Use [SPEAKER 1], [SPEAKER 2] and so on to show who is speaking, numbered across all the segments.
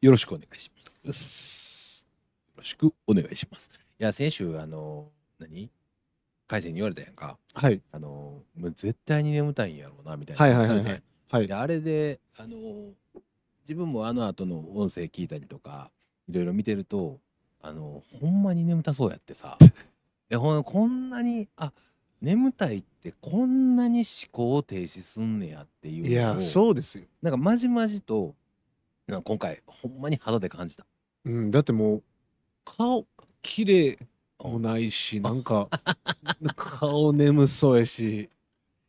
[SPEAKER 1] よろしくお願いします。よろしくお願いします。
[SPEAKER 2] いや、先週、あの、何海鮮に言われたやんか。
[SPEAKER 1] はい。
[SPEAKER 2] あの、もう絶対に眠たいんやろうな、みたいな。
[SPEAKER 1] はいはいはい
[SPEAKER 2] されて
[SPEAKER 1] はい
[SPEAKER 2] いやあれで、あの、自分もあの後の音声聞いたりとか、いろいろ見てると、あの、ほんまに眠たそうやってさ。 え、ほんこんなに、あ、眠たいってこんなに思考を停止すんねやっていうのを
[SPEAKER 1] いや、そうですよ。
[SPEAKER 2] なんかまじまじとなんか今回ほんまに肌で感じた
[SPEAKER 1] うん、だってもう、顔、綺麗もないし、な んか、顔眠そうやし、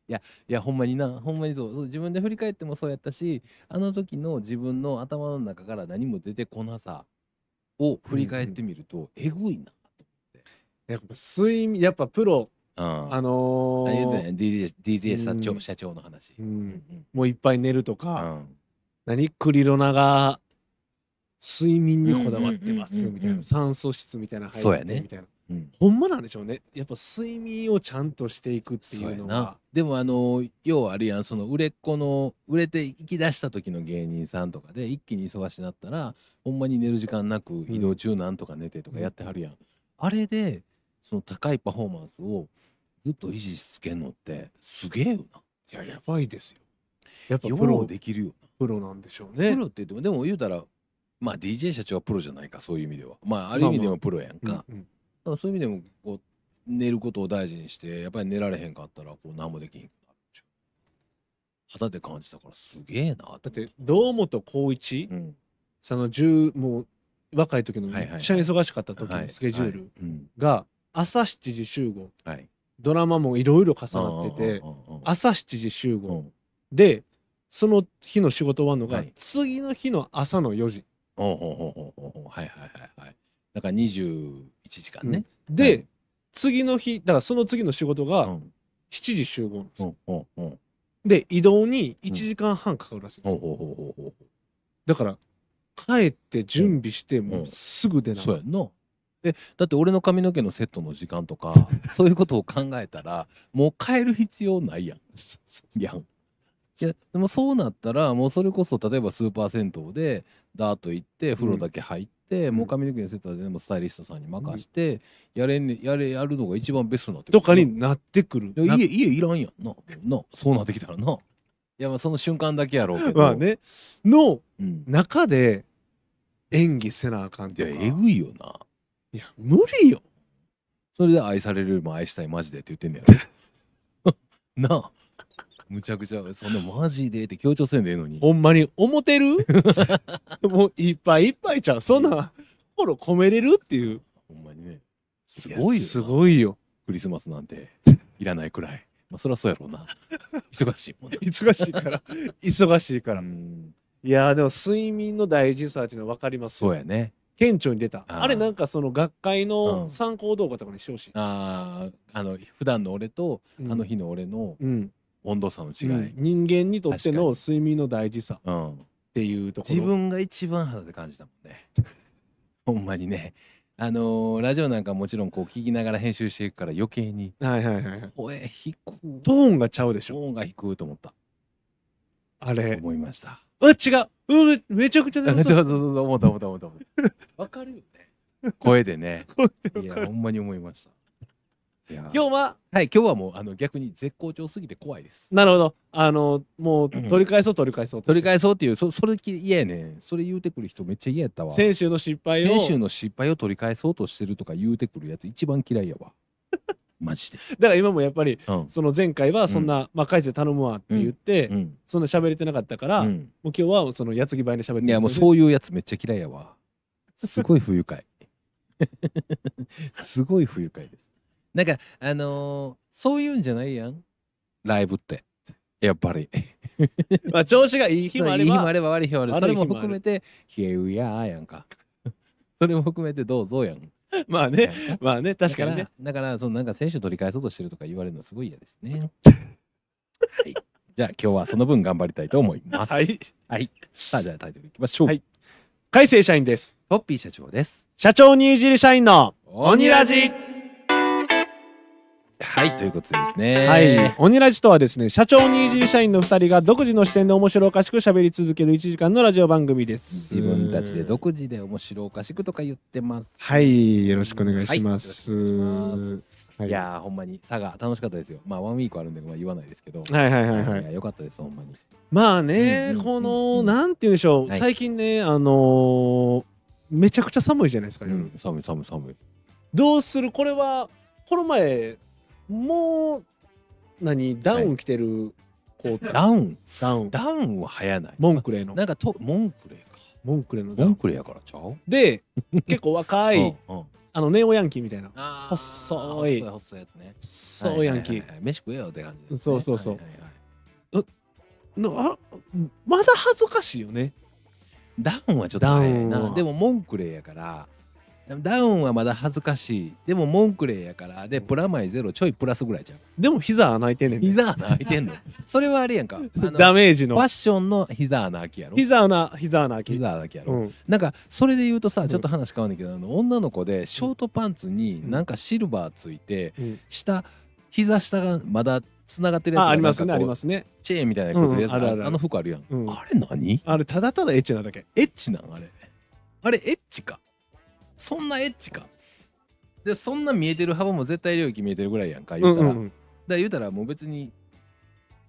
[SPEAKER 2] いやほんまになほんまにそうそう自分で振り返ってもそうやったしあの時の自分の頭の中から何も出てこなさを振り返ってみると、えぐいな
[SPEAKER 1] やっぱ睡眠、やっぱプロ、
[SPEAKER 2] あ
[SPEAKER 1] あ
[SPEAKER 2] の
[SPEAKER 1] の
[SPEAKER 2] あれ言うて
[SPEAKER 1] ー、
[SPEAKER 2] ね DJ, DJ 社長,、
[SPEAKER 1] うん
[SPEAKER 2] 社長の話、
[SPEAKER 1] う、
[SPEAKER 2] うんん
[SPEAKER 1] もういっぱい寝ると
[SPEAKER 2] う
[SPEAKER 1] か、
[SPEAKER 2] ん
[SPEAKER 1] 何クリロナが睡眠にこだわってま
[SPEAKER 2] うん
[SPEAKER 1] す
[SPEAKER 2] うんうんうん
[SPEAKER 1] みたいな酸素質みたいなの入って
[SPEAKER 2] そうやね
[SPEAKER 1] みたいな
[SPEAKER 2] うん
[SPEAKER 1] ほんまなんでしょうねやっぱ睡眠をちゃんとしていくってい
[SPEAKER 2] そう
[SPEAKER 1] う
[SPEAKER 2] や
[SPEAKER 1] の
[SPEAKER 2] な
[SPEAKER 1] は
[SPEAKER 2] でもあの要はあるやんその売れっ子の売れて行き出した時の芸人さんとかで一気に忙しなったらほんまに寝る時間なく移動中なんとか寝てとかやってはるやん、あれでその高いパフォーマンスをずっと維持しつけんのってすげえよない
[SPEAKER 1] ややばいですよやっぱ
[SPEAKER 2] よ
[SPEAKER 1] プロ
[SPEAKER 2] うできるよ
[SPEAKER 1] プロなんでしょう
[SPEAKER 2] な、
[SPEAKER 1] ね
[SPEAKER 2] プロって言ってもでも言うたらまあ DJ 社長はプロじゃないかそういう意味ではまあある意味でもプロやんか、
[SPEAKER 1] うんうん
[SPEAKER 2] だからそういう意味でもこう寝ることを大事にしてやっぱり寝られへんかったらこう何もできへんくなるっちゅう肌で感じたからすげえなだ
[SPEAKER 1] だって堂本光一
[SPEAKER 2] うん
[SPEAKER 1] その10もう若い時の
[SPEAKER 2] はいは
[SPEAKER 1] め
[SPEAKER 2] いはい
[SPEAKER 1] っちゃ忙しかった時
[SPEAKER 2] は
[SPEAKER 1] の
[SPEAKER 2] い
[SPEAKER 1] スケジュー
[SPEAKER 2] はい
[SPEAKER 1] ル
[SPEAKER 2] うん
[SPEAKER 1] が朝7時集合
[SPEAKER 2] はい
[SPEAKER 1] ドラマもいろいろ重なってて
[SPEAKER 2] うんうんうんうん
[SPEAKER 1] 朝7時集
[SPEAKER 2] う
[SPEAKER 1] 合
[SPEAKER 2] ん
[SPEAKER 1] でその日の仕事終わるのが、
[SPEAKER 2] はい
[SPEAKER 1] 次の日の朝の4時
[SPEAKER 2] おうおうおうおうおうおうはいはいはいはいだから21時間ね、
[SPEAKER 1] で、
[SPEAKER 2] はい
[SPEAKER 1] 次の日だからその次の仕事
[SPEAKER 2] う
[SPEAKER 1] が
[SPEAKER 2] ん
[SPEAKER 1] 7時集合なんです
[SPEAKER 2] う
[SPEAKER 1] よ、
[SPEAKER 2] んうんうん
[SPEAKER 1] で移動に1時間半かかるらしいんです
[SPEAKER 2] おう
[SPEAKER 1] よ、
[SPEAKER 2] おうおうおうおう
[SPEAKER 1] だから帰って準備してもううんすぐ出な
[SPEAKER 2] そう
[SPEAKER 1] い、
[SPEAKER 2] やんなえだって俺の髪の毛のセットの時間と かそういうことを考えたらもう変える必要ないやんいやんいやでもそうなったらもうそれこそ例えばスーパー銭湯でダーッと行って風呂だけ入って、
[SPEAKER 1] ん
[SPEAKER 2] もう髪の毛のセットは全部スタイリストさんに任して、やれんねやれやるのが一番ベストになってく
[SPEAKER 1] と
[SPEAKER 2] る
[SPEAKER 1] かになってくる
[SPEAKER 2] いや
[SPEAKER 1] な
[SPEAKER 2] 家家いらんやんななそうなってきたらないやまあその瞬間だけやろうけど
[SPEAKER 1] まあ、ねの
[SPEAKER 2] うん、
[SPEAKER 1] 中で演技せなあかん
[SPEAKER 2] い
[SPEAKER 1] と
[SPEAKER 2] や
[SPEAKER 1] か
[SPEAKER 2] えぐいよな
[SPEAKER 1] や無理よ
[SPEAKER 2] それで愛されるよりも愛したいマジでって言ってんね やろなあむちゃくちゃそんなマジでって強調せんでええのに
[SPEAKER 1] ほんまに思 てるもういっぱいいっぱいちゃうそんな心込めれるっていう
[SPEAKER 2] ほんまにねすごいよな
[SPEAKER 1] すごいよ
[SPEAKER 2] クリスマスなんていらないくらいまあそりゃそうやろうな忙しいもんな
[SPEAKER 1] 忙しいから忙しいから、
[SPEAKER 2] うん
[SPEAKER 1] いやーでも睡眠の大事さっていうのは分かります
[SPEAKER 2] そうやね
[SPEAKER 1] 顕著に出た
[SPEAKER 2] あー
[SPEAKER 1] あれなんかその学会
[SPEAKER 2] う
[SPEAKER 1] の
[SPEAKER 2] ん
[SPEAKER 1] 参考動画とかにしてほしい、
[SPEAKER 2] あーあの普段の俺と
[SPEAKER 1] うん
[SPEAKER 2] あの日の俺の
[SPEAKER 1] うん
[SPEAKER 2] 温度差の違い、
[SPEAKER 1] うん人間にとっての睡眠の大事さっ
[SPEAKER 2] うん、
[SPEAKER 1] ていうところ
[SPEAKER 2] 自分が一番肌で感じたもんね ほんまにねあのーラジオなんかもちろんこう聞きながら編集していくから余計に
[SPEAKER 1] はいはいはいはい
[SPEAKER 2] 声低く
[SPEAKER 1] トーンがちゃうでし
[SPEAKER 2] ト
[SPEAKER 1] ょ
[SPEAKER 2] ーンが低いと思った
[SPEAKER 1] あれ
[SPEAKER 2] 思いました
[SPEAKER 1] うわ違ううんめちゃくち ゃ
[SPEAKER 2] ちょ
[SPEAKER 1] 眠
[SPEAKER 2] っ
[SPEAKER 1] そう
[SPEAKER 2] と思った思った思った思ったわかるよね声で ねいやほんまに思いましたいや
[SPEAKER 1] 今日は
[SPEAKER 2] はい、今日はもうあの逆に絶好調すぎて怖いです。
[SPEAKER 1] なるほどあのもう
[SPEAKER 2] うん
[SPEAKER 1] 取り返そう取り返そう
[SPEAKER 2] 取り
[SPEAKER 1] 返
[SPEAKER 2] 返そうっていう、そそれき嫌やねん。それ言うてくる人めっちゃ嫌やったわ。
[SPEAKER 1] 先週の失敗を
[SPEAKER 2] 先週の失敗を取り返そうとしてるとか言うてくるやつ一番嫌いや わ。マジで。
[SPEAKER 1] だから今もやっぱり
[SPEAKER 2] うん。
[SPEAKER 1] その前回はそんな、まあ改善頼むわって言って、
[SPEAKER 2] うん。
[SPEAKER 1] そんな喋れてなかったから、
[SPEAKER 2] う
[SPEAKER 1] もうん今日はそのやつぎばいに喋ってる
[SPEAKER 2] いやもうそういうやつめっちゃ嫌いやわ。すごい不愉 快。すごい不愉快です。なんかあのーそういうんじゃないやん。ライブって。やっぱり。
[SPEAKER 1] まあ調子がいい日もあれば
[SPEAKER 2] いい日もあれば悪い日もあればそ
[SPEAKER 1] 悪
[SPEAKER 2] れ
[SPEAKER 1] い日もあ
[SPEAKER 2] も
[SPEAKER 1] る
[SPEAKER 2] 含めて「ひえうやー」やんか それも含めて「どうぞ」やん
[SPEAKER 1] まあ
[SPEAKER 2] や
[SPEAKER 1] ね
[SPEAKER 2] んか
[SPEAKER 1] まあね確かにね
[SPEAKER 2] だらだからそのなんか選手取り返そうとしてるとか言われるのすごい嫌ですねはいじゃあ今日はその分頑張りたいと思います
[SPEAKER 1] はい
[SPEAKER 2] はいさあじゃあタイトルいきましょう、
[SPEAKER 1] はい改正社員です
[SPEAKER 2] トッピー社長です
[SPEAKER 1] 社長にいじる社員の
[SPEAKER 2] 鬼
[SPEAKER 1] ラジ
[SPEAKER 2] はいということですね
[SPEAKER 1] はい、鬼ラジとはですね社長にいじり社員の2人が独自の視点で面白おかしく喋り続ける1時間のラジオ番組です
[SPEAKER 2] 自分たちで独自で面白おかしくとか言ってます
[SPEAKER 1] はいよろしくお願いします、
[SPEAKER 2] はいよろしくお願いし
[SPEAKER 1] はい
[SPEAKER 2] いやーほんまに佐賀楽しかったですよまあワンウィークあるんで、まあ、言わないですけど
[SPEAKER 1] はいはいはいはい
[SPEAKER 2] やよかったですほんまに
[SPEAKER 1] まあね、
[SPEAKER 2] うんうん
[SPEAKER 1] こ
[SPEAKER 2] うん
[SPEAKER 1] の、
[SPEAKER 2] うん
[SPEAKER 1] なんて言うんでしょう、
[SPEAKER 2] はい
[SPEAKER 1] 最近ねあのーめちゃくちゃ寒いじゃないですか、夜
[SPEAKER 2] うん寒い寒い寒い
[SPEAKER 1] どうするこれはこの前もう何ダウン着てる子、
[SPEAKER 2] ダウン
[SPEAKER 1] ダウン
[SPEAKER 2] ダウンは早ない
[SPEAKER 1] モンクレーの
[SPEAKER 2] なんかとモンクレーか
[SPEAKER 1] モンクレーのダ
[SPEAKER 2] モ
[SPEAKER 1] ウ
[SPEAKER 2] ン
[SPEAKER 1] ン
[SPEAKER 2] クレーやからちゃう
[SPEAKER 1] で 結構若い、
[SPEAKER 2] うんうん
[SPEAKER 1] あのネオヤンキーみたいな
[SPEAKER 2] あー
[SPEAKER 1] 細い
[SPEAKER 2] 細い細いやつね
[SPEAKER 1] そうヤンキー、
[SPEAKER 2] はいはいはいはい飯食えよって感じですね
[SPEAKER 1] そうそうそう
[SPEAKER 2] はいはいはい
[SPEAKER 1] のあまだ恥ずかしいよね
[SPEAKER 2] ダウンはちょっと早い
[SPEAKER 1] ダウン
[SPEAKER 2] な
[SPEAKER 1] は
[SPEAKER 2] でもモンクレーやからダウンはまだ恥ずかしいでもモンクレーやからでプラマイゼロちょいプラスぐらいじゃん
[SPEAKER 1] でも膝穴開いてんねんで
[SPEAKER 2] 膝穴開いて んのそれはあれやんかあのフ
[SPEAKER 1] ダ
[SPEAKER 2] ァ
[SPEAKER 1] メージの
[SPEAKER 2] ッションの膝穴開きやろ
[SPEAKER 1] 膝穴膝穴開き、
[SPEAKER 2] 膝穴開きやろ、
[SPEAKER 1] うん、
[SPEAKER 2] なんかそれで言うと
[SPEAKER 1] う
[SPEAKER 2] さ
[SPEAKER 1] ん
[SPEAKER 2] ちょっと話変わんねんけどあの女の子でショートパンツになんかシルバーついて
[SPEAKER 1] うん
[SPEAKER 2] 下膝下がまだ繋がってるやつ
[SPEAKER 1] あ
[SPEAKER 2] が
[SPEAKER 1] ありますね
[SPEAKER 2] な
[SPEAKER 1] あ
[SPEAKER 2] んか
[SPEAKER 1] り
[SPEAKER 2] こう
[SPEAKER 1] ますね
[SPEAKER 2] チェーンみたいなやつやつ
[SPEAKER 1] うんうんあるある
[SPEAKER 2] あの服あるやん、
[SPEAKER 1] うん
[SPEAKER 2] あれ何
[SPEAKER 1] あれただただエッチなだけ
[SPEAKER 2] エッチなんあれあれエッチかそんなエッチかでそんな見えてる幅も絶対領域見えてるぐらいやんか言うたら、
[SPEAKER 1] うんうんうん
[SPEAKER 2] だから言うたらもう別に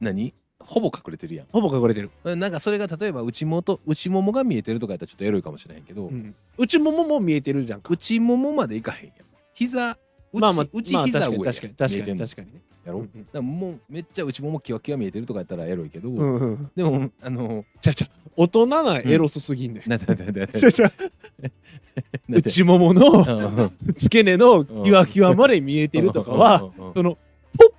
[SPEAKER 2] 何ほぼ隠れてるや
[SPEAKER 1] ほぼ隠れてる、
[SPEAKER 2] んなんかそれが例えば内もと内ももが見えてるとかやったらちょっとエロいかもしれへんけど、
[SPEAKER 1] うん、内ももも見えてるじゃんか
[SPEAKER 2] 内ももまでいかへんやん膝内,、
[SPEAKER 1] まあまあ
[SPEAKER 2] 内
[SPEAKER 1] まあ
[SPEAKER 2] 膝上やん、
[SPEAKER 1] 確かに確か
[SPEAKER 2] 見
[SPEAKER 1] に確かに
[SPEAKER 2] えてんの
[SPEAKER 1] 確かにね
[SPEAKER 2] やろ、
[SPEAKER 1] うん
[SPEAKER 2] だからもうめっちゃ内ももキワキワ見えてるとかやったらエロいけど、
[SPEAKER 1] うんうん
[SPEAKER 2] でもあの
[SPEAKER 1] ちゃちゃ大人なエロスすぎんね、
[SPEAKER 2] なんてなんてなんてなんて
[SPEAKER 1] ちゃちゃ
[SPEAKER 2] なんて
[SPEAKER 1] 内ももの
[SPEAKER 2] うんうん
[SPEAKER 1] 付け根のキワキワまで見えてるとかは
[SPEAKER 2] うんうんうん
[SPEAKER 1] その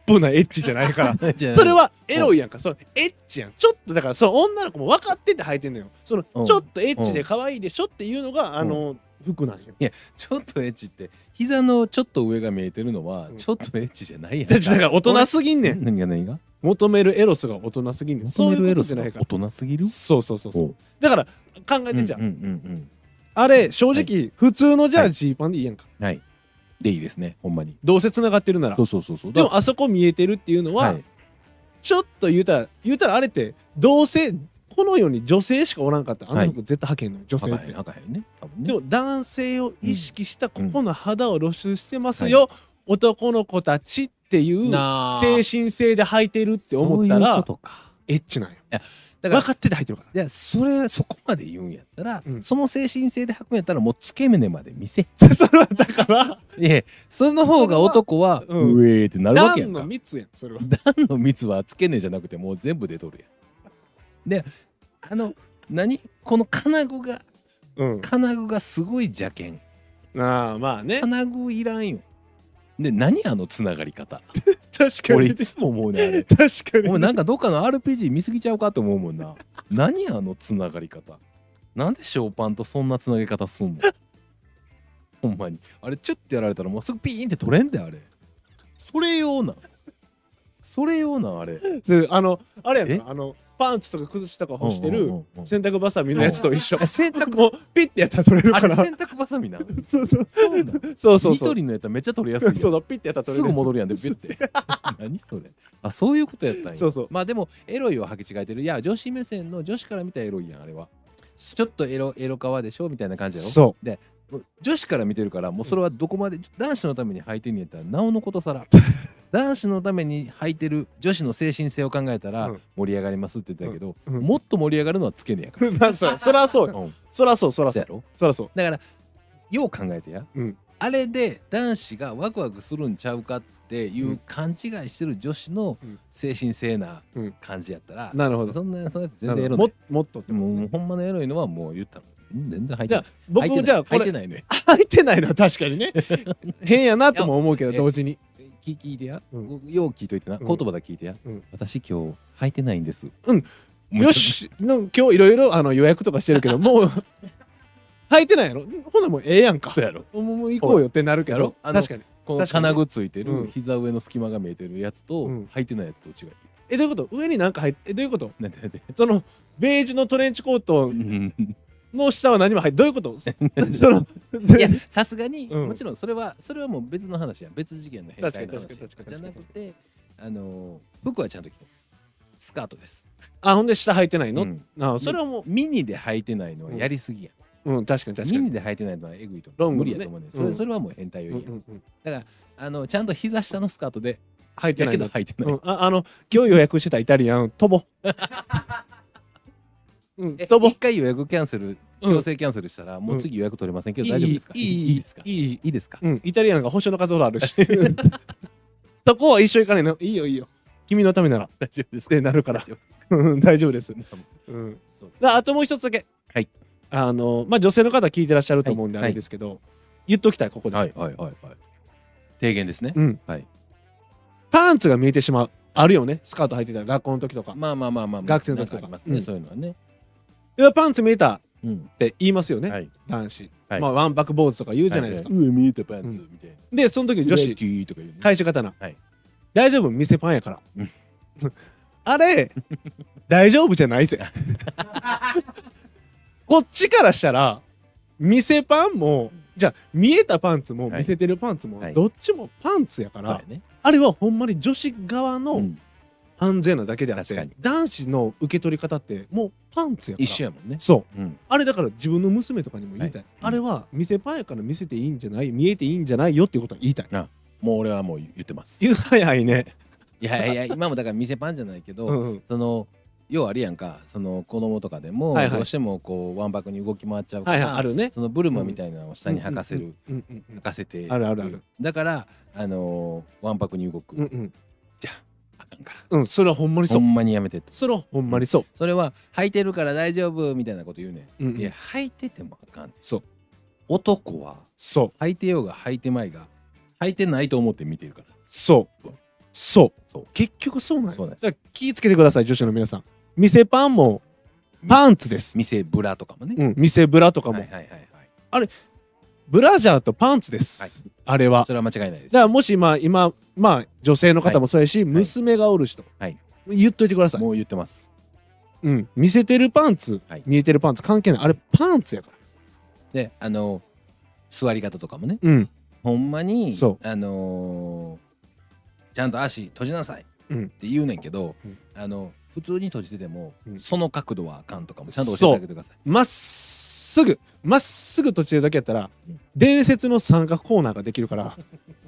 [SPEAKER 1] ポップなエッチじゃないから
[SPEAKER 2] じゃあ
[SPEAKER 1] それはエロいやんかそのエッチやんちょっとだからそう女の子も分かってて履いてんのよそのち
[SPEAKER 2] うん
[SPEAKER 1] ょっとエッチで可愛いでしょっていうのがあの服なんよ
[SPEAKER 2] ちょっとエッチって膝のちょっと上が見えてるのは
[SPEAKER 1] うん
[SPEAKER 2] ちょっとエッチじゃないやん
[SPEAKER 1] だから大人すぎんねん
[SPEAKER 2] ん何が何が
[SPEAKER 1] 求めるエロスが大人すぎんねんそういうことじゃないか
[SPEAKER 2] 大人すぎる
[SPEAKER 1] らそうそうそうそう
[SPEAKER 2] お
[SPEAKER 1] だから考えてんじゃん
[SPEAKER 2] うんうん
[SPEAKER 1] あれ正直普通のじゃ
[SPEAKER 2] は
[SPEAKER 1] あ
[SPEAKER 2] い
[SPEAKER 1] ジーパンでいいやんか
[SPEAKER 2] うんはいでいいですねほんまに
[SPEAKER 1] どうせ繋がってるなら
[SPEAKER 2] そうそうそうそう
[SPEAKER 1] で
[SPEAKER 2] だ
[SPEAKER 1] もあそこ見えてるっていうのは、
[SPEAKER 2] はい
[SPEAKER 1] ちょっと言うたら言うたらあれってどうせこの世に女性しかおらんかったらあ
[SPEAKER 2] は
[SPEAKER 1] の
[SPEAKER 2] い
[SPEAKER 1] 服絶対履けんのよ女性
[SPEAKER 2] 赤
[SPEAKER 1] って、
[SPEAKER 2] へん赤へんね多分ね
[SPEAKER 1] でも男性を意識したここの肌を露出してますよ、男の子たちっていう
[SPEAKER 2] なあ
[SPEAKER 1] 精神性で履いてるって思った
[SPEAKER 2] そういう
[SPEAKER 1] ら
[SPEAKER 2] ことか
[SPEAKER 1] エッチなんよ
[SPEAKER 2] だから
[SPEAKER 1] 分かってて履いてるから
[SPEAKER 2] いやそれそこまで言うんやったら、
[SPEAKER 1] うん
[SPEAKER 2] その精神性で履くんやったらもう付け根まで見せ
[SPEAKER 1] それはだから
[SPEAKER 2] いやその方が男は
[SPEAKER 1] それはうん
[SPEAKER 2] うえーってなるわけや
[SPEAKER 1] 男
[SPEAKER 2] んか
[SPEAKER 1] の蜜やんそれは
[SPEAKER 2] 段 の蜜はつけねえじゃなくてもう全部出とるやん。であの何この金具が
[SPEAKER 1] うん
[SPEAKER 2] 金具がすごい邪険
[SPEAKER 1] ああまあね
[SPEAKER 2] 金具いらんよ。で何あのつながり方
[SPEAKER 1] 確か
[SPEAKER 2] 俺
[SPEAKER 1] に
[SPEAKER 2] いつも思うねあれ。
[SPEAKER 1] 確かに
[SPEAKER 2] お前なんかどっかの RPG 見すぎちゃうかって思うもんな。何あのつながり方なんでショーパンとそんなつなげ方すんのほんまに。あれチュッてやられたらもうすぐピーンって取れんだよあれ。それ用なん。それ用なんあれ。
[SPEAKER 1] であのあれやん
[SPEAKER 2] え
[SPEAKER 1] かあのパンツとか靴下とか干して
[SPEAKER 2] うんうん
[SPEAKER 1] る
[SPEAKER 2] うんうん
[SPEAKER 1] 洗濯バサミのやつと一緒
[SPEAKER 2] あ洗濯
[SPEAKER 1] もうピッてやったら取れる
[SPEAKER 2] あ
[SPEAKER 1] か
[SPEAKER 2] れ
[SPEAKER 1] ら
[SPEAKER 2] 洗濯バサミな。
[SPEAKER 1] そうそう
[SPEAKER 2] そうなの。
[SPEAKER 1] そうそうそう
[SPEAKER 2] 緑のやったらめっちゃ取りやすい
[SPEAKER 1] そ
[SPEAKER 2] よ。
[SPEAKER 1] うだピッてやったら取
[SPEAKER 2] す
[SPEAKER 1] れる
[SPEAKER 2] ぐ戻るやんで、ビュって。 何それ。あ、そういうことやったんや。
[SPEAKER 1] そうそう
[SPEAKER 2] まあでも、エロいを履き違えてる。いや、女子目線の女子から見たらエロいやん、あれは。ちょっとエロ、エロ皮でしょみたいな感じやろ。
[SPEAKER 1] そ
[SPEAKER 2] もう女子から見てるから、もうそれはどこまで、男子のために履いてんねやったら、なおのことさ ら。男子のために履いてる女子の精神性を考えたら
[SPEAKER 1] うん
[SPEAKER 2] 盛り上がりますって言ってたけど、
[SPEAKER 1] うんうん
[SPEAKER 2] もっと盛り上がるのはつけねえやか
[SPEAKER 1] う まあそうそらそう
[SPEAKER 2] ら。
[SPEAKER 1] よ
[SPEAKER 2] うん、
[SPEAKER 1] そらそうそら
[SPEAKER 2] そ
[SPEAKER 1] そう
[SPEAKER 2] や
[SPEAKER 1] う
[SPEAKER 2] ろ
[SPEAKER 1] そらそう
[SPEAKER 2] だからよう考えてや、
[SPEAKER 1] うん
[SPEAKER 2] あれで男子がワクワクするんちゃうかっていううん勘違いしてる女子の
[SPEAKER 1] うん
[SPEAKER 2] 精神性な
[SPEAKER 1] うん
[SPEAKER 2] 感じやったら、
[SPEAKER 1] なるほど
[SPEAKER 2] そんなそんなやつ
[SPEAKER 1] な
[SPEAKER 2] 全然エロ
[SPEAKER 1] るほど
[SPEAKER 2] な
[SPEAKER 1] も
[SPEAKER 2] い
[SPEAKER 1] もっとって
[SPEAKER 2] もうもうほんまのエロいのはもう言ったのうん全然入ってな
[SPEAKER 1] じゃ
[SPEAKER 2] い
[SPEAKER 1] あ僕じゃあこ
[SPEAKER 2] 入って
[SPEAKER 1] れ
[SPEAKER 2] ないね
[SPEAKER 1] 入ってないのは確か にね変やなとも思うけど
[SPEAKER 2] いや
[SPEAKER 1] 同時に
[SPEAKER 2] 聞聞いてや、
[SPEAKER 1] うん
[SPEAKER 2] よう聞いといてな
[SPEAKER 1] うん
[SPEAKER 2] 言葉だけ聞いてや、
[SPEAKER 1] うん
[SPEAKER 2] 私今日入ってないんです
[SPEAKER 1] うん
[SPEAKER 2] も
[SPEAKER 1] よしの今日いろいろあの予約とかしてるけどもう 入ってないやろほなもうええやんか
[SPEAKER 2] そうやろ
[SPEAKER 1] もうもう行こうよってなるけ
[SPEAKER 2] やろ
[SPEAKER 1] ど
[SPEAKER 2] あの
[SPEAKER 1] 確かに
[SPEAKER 2] この
[SPEAKER 1] 確かに
[SPEAKER 2] 金具ついて
[SPEAKER 1] う
[SPEAKER 2] る
[SPEAKER 1] ん
[SPEAKER 2] 膝上の隙間が見えてるやつと、
[SPEAKER 1] うん
[SPEAKER 2] 履いてないやつと違う
[SPEAKER 1] えどういうこと上になんか入ってえどういうこと
[SPEAKER 2] なんてなんて
[SPEAKER 1] そのベージュのトレンチコート
[SPEAKER 2] うん
[SPEAKER 1] の下は何も入ってどういうことその
[SPEAKER 2] いやさすがに、
[SPEAKER 1] うん
[SPEAKER 2] もちろんそれはそれはもう別の話や別次元の変態の話
[SPEAKER 1] 確かに確かに
[SPEAKER 2] じゃ
[SPEAKER 1] 確かに
[SPEAKER 2] なくてあのー服はちゃんと着てますスカートです、
[SPEAKER 1] あほんで下履いてないの、
[SPEAKER 2] うん
[SPEAKER 1] あそれはも
[SPEAKER 2] ミニで履いてないのはやりすぎや、
[SPEAKER 1] う、うん、確かに確か
[SPEAKER 2] ミ
[SPEAKER 1] に
[SPEAKER 2] ニで履いてないのはえぐいと
[SPEAKER 1] ロ
[SPEAKER 2] 思う、
[SPEAKER 1] ング
[SPEAKER 2] 無
[SPEAKER 1] のね
[SPEAKER 2] 理やと思うねんそれ,、
[SPEAKER 1] うん
[SPEAKER 2] それはもう変態よ
[SPEAKER 1] うん
[SPEAKER 2] りや、
[SPEAKER 1] うんうん
[SPEAKER 2] あのちゃんと膝下のスカートで
[SPEAKER 1] 履いて
[SPEAKER 2] や
[SPEAKER 1] ない
[SPEAKER 2] け
[SPEAKER 1] の
[SPEAKER 2] ど履いてない、
[SPEAKER 1] うん、ああの今日予約してたイタリアン飛 ぼうん
[SPEAKER 2] え
[SPEAKER 1] 飛ぼ
[SPEAKER 2] 一回予約キャンセル
[SPEAKER 1] うん
[SPEAKER 2] 強制キャンセルしたら、もう次予約取れませんけど大丈夫ですか
[SPEAKER 1] いいいい
[SPEAKER 2] ですかい
[SPEAKER 1] いい
[SPEAKER 2] いですか、
[SPEAKER 1] うんイタリアンが保証の数ほどあるし そこは一緒行かないのいいよいいよ君のためならっ
[SPEAKER 2] 大丈夫ですか
[SPEAKER 1] てなるから
[SPEAKER 2] 大丈夫ですか
[SPEAKER 1] うん大丈夫です、うん、
[SPEAKER 2] そう
[SPEAKER 1] ああともう一つだけ
[SPEAKER 2] はい
[SPEAKER 1] あのまあ女性の方聞いてらっしゃると思うんで
[SPEAKER 2] は
[SPEAKER 1] あ
[SPEAKER 2] い
[SPEAKER 1] れですけど、言っときたいここで、
[SPEAKER 2] はいはいはいはい提言ですね、
[SPEAKER 1] うん
[SPEAKER 2] はい
[SPEAKER 1] パンツが見えてしまうあるよねスカート履いてたら学校の時とか
[SPEAKER 2] まあまあまあまあ、まあ、
[SPEAKER 1] 学生の時と
[SPEAKER 2] な
[SPEAKER 1] か
[SPEAKER 2] んありますね、
[SPEAKER 1] うん
[SPEAKER 2] そういうのはね、
[SPEAKER 1] いやパンツ見えたっ
[SPEAKER 2] うん、
[SPEAKER 1] て言いますよね、
[SPEAKER 2] はい
[SPEAKER 1] 男子、
[SPEAKER 2] はい
[SPEAKER 1] まあわんぱく坊主とか言うじゃないですか、
[SPEAKER 2] 上見えたパン
[SPEAKER 1] ン
[SPEAKER 2] ツ
[SPEAKER 1] ツ
[SPEAKER 2] みたいな、
[SPEAKER 1] でその時に女子
[SPEAKER 2] 子とか言うね
[SPEAKER 1] 返し方な、
[SPEAKER 2] はい
[SPEAKER 1] 大丈夫店パンやから
[SPEAKER 2] うん
[SPEAKER 1] あれ大丈夫じゃな いぜこっちからしたら店パンもじゃあ見えたパンツも
[SPEAKER 2] はい
[SPEAKER 1] 見せてるパンツも、
[SPEAKER 2] はい
[SPEAKER 1] どっちもパンツやから、
[SPEAKER 2] そうやね、
[SPEAKER 1] あれはほんまに女子側
[SPEAKER 2] う
[SPEAKER 1] の
[SPEAKER 2] ん
[SPEAKER 1] 安全なだけであって、
[SPEAKER 2] 確かに
[SPEAKER 1] 男子の受け取り方ってもうパンツやから
[SPEAKER 2] 一緒やもんね、
[SPEAKER 1] そう
[SPEAKER 2] うん、
[SPEAKER 1] あれだから自分の娘とかにも言いたい、
[SPEAKER 2] はい
[SPEAKER 1] あれは店パンやから見せていいんじゃない見えていいんじゃないよっていうことは言いたい
[SPEAKER 2] もう俺はもう言ってますい
[SPEAKER 1] 言う早いね、
[SPEAKER 2] やいや今もだから店パンじゃないけど、
[SPEAKER 1] うんうん
[SPEAKER 2] その要はあれやんかその子供とかでも、
[SPEAKER 1] はいはい
[SPEAKER 2] どうしてもこうわんぱくに動き回っちゃうか
[SPEAKER 1] はい
[SPEAKER 2] ら、
[SPEAKER 1] はいあるね
[SPEAKER 2] そのブルマみたいなのを下に履かせる、
[SPEAKER 1] うんうんうん
[SPEAKER 2] 履かせて
[SPEAKER 1] あるあるある
[SPEAKER 2] だからあのーわんぱくに動く、
[SPEAKER 1] うんうん
[SPEAKER 2] あかんから
[SPEAKER 1] うんそれはほんまにそ
[SPEAKER 2] ほ
[SPEAKER 1] うん
[SPEAKER 2] まにやめてって
[SPEAKER 1] それはほんまにそ
[SPEAKER 2] それは履いてるから大丈夫みたいなこと言うね、
[SPEAKER 1] う、うんうん
[SPEAKER 2] ん、いや履いててもあかん
[SPEAKER 1] そう
[SPEAKER 2] 男は
[SPEAKER 1] そう
[SPEAKER 2] 履いてようが履いてまいが履いてないと思って見てるから
[SPEAKER 1] そうそう
[SPEAKER 2] そう
[SPEAKER 1] 結局そうなんや
[SPEAKER 2] そうなんです
[SPEAKER 1] だから気ぃつけてください女子の皆さん店パンもパンツです、
[SPEAKER 2] 店ブラとかもね、
[SPEAKER 1] うん、店ブラとかも、
[SPEAKER 2] はいはいはいはい
[SPEAKER 1] ブラジャーとパンツです、
[SPEAKER 2] はい
[SPEAKER 1] あれは
[SPEAKER 2] それは間違いないです
[SPEAKER 1] だからもし今今まあ女性の方もそうやし、娘がおる人、
[SPEAKER 2] はい
[SPEAKER 1] 言っといてください、
[SPEAKER 2] もう言ってます
[SPEAKER 1] うん、見せてるパンツ、
[SPEAKER 2] はい
[SPEAKER 1] 見えてるパンツ関係ないあれパンツやか
[SPEAKER 2] であの座り方とかもね
[SPEAKER 1] らうん
[SPEAKER 2] ほんまに
[SPEAKER 1] そ
[SPEAKER 2] あのーちゃんと足閉じなさいっ
[SPEAKER 1] うん
[SPEAKER 2] て言うねんけど、
[SPEAKER 1] うん
[SPEAKER 2] あの普通に閉じてても、
[SPEAKER 1] うん
[SPEAKER 2] その角度はあかんとかもちゃんと教えてあげてください
[SPEAKER 1] まっすぐまっすぐ途中だけやったら
[SPEAKER 2] うん
[SPEAKER 1] 伝説の三角コーナーができるから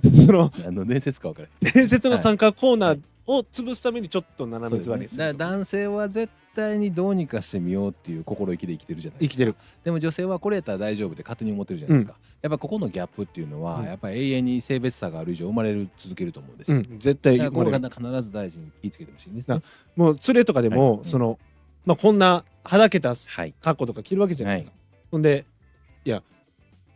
[SPEAKER 1] その
[SPEAKER 2] あの伝説か分からない
[SPEAKER 1] 伝説の三角コーナーを潰すためにちょっと斜め座りにす
[SPEAKER 2] だから
[SPEAKER 1] ると
[SPEAKER 2] 男性は絶対にどうにかしてみようっていう心意気で生きてるじゃないで
[SPEAKER 1] 生
[SPEAKER 2] すか
[SPEAKER 1] きてる
[SPEAKER 2] でも女性はこれやったら大丈夫って勝手に思ってるじゃないですか、やっぱここのギャップっていうのは、
[SPEAKER 1] うん
[SPEAKER 2] やっぱ永遠に性別差がある以上生まれる続けると思うんです
[SPEAKER 1] う
[SPEAKER 2] よ、
[SPEAKER 1] ん絶対
[SPEAKER 2] だから
[SPEAKER 1] 生ま
[SPEAKER 2] こ
[SPEAKER 1] れ
[SPEAKER 2] れ
[SPEAKER 1] る
[SPEAKER 2] が必ず大事に気をつけてほしいんですね
[SPEAKER 1] なもう連れとかでも、
[SPEAKER 2] はい
[SPEAKER 1] そのまあこんなはだけた
[SPEAKER 2] はい
[SPEAKER 1] 格好とか着るわけじゃないですか、ほんでいや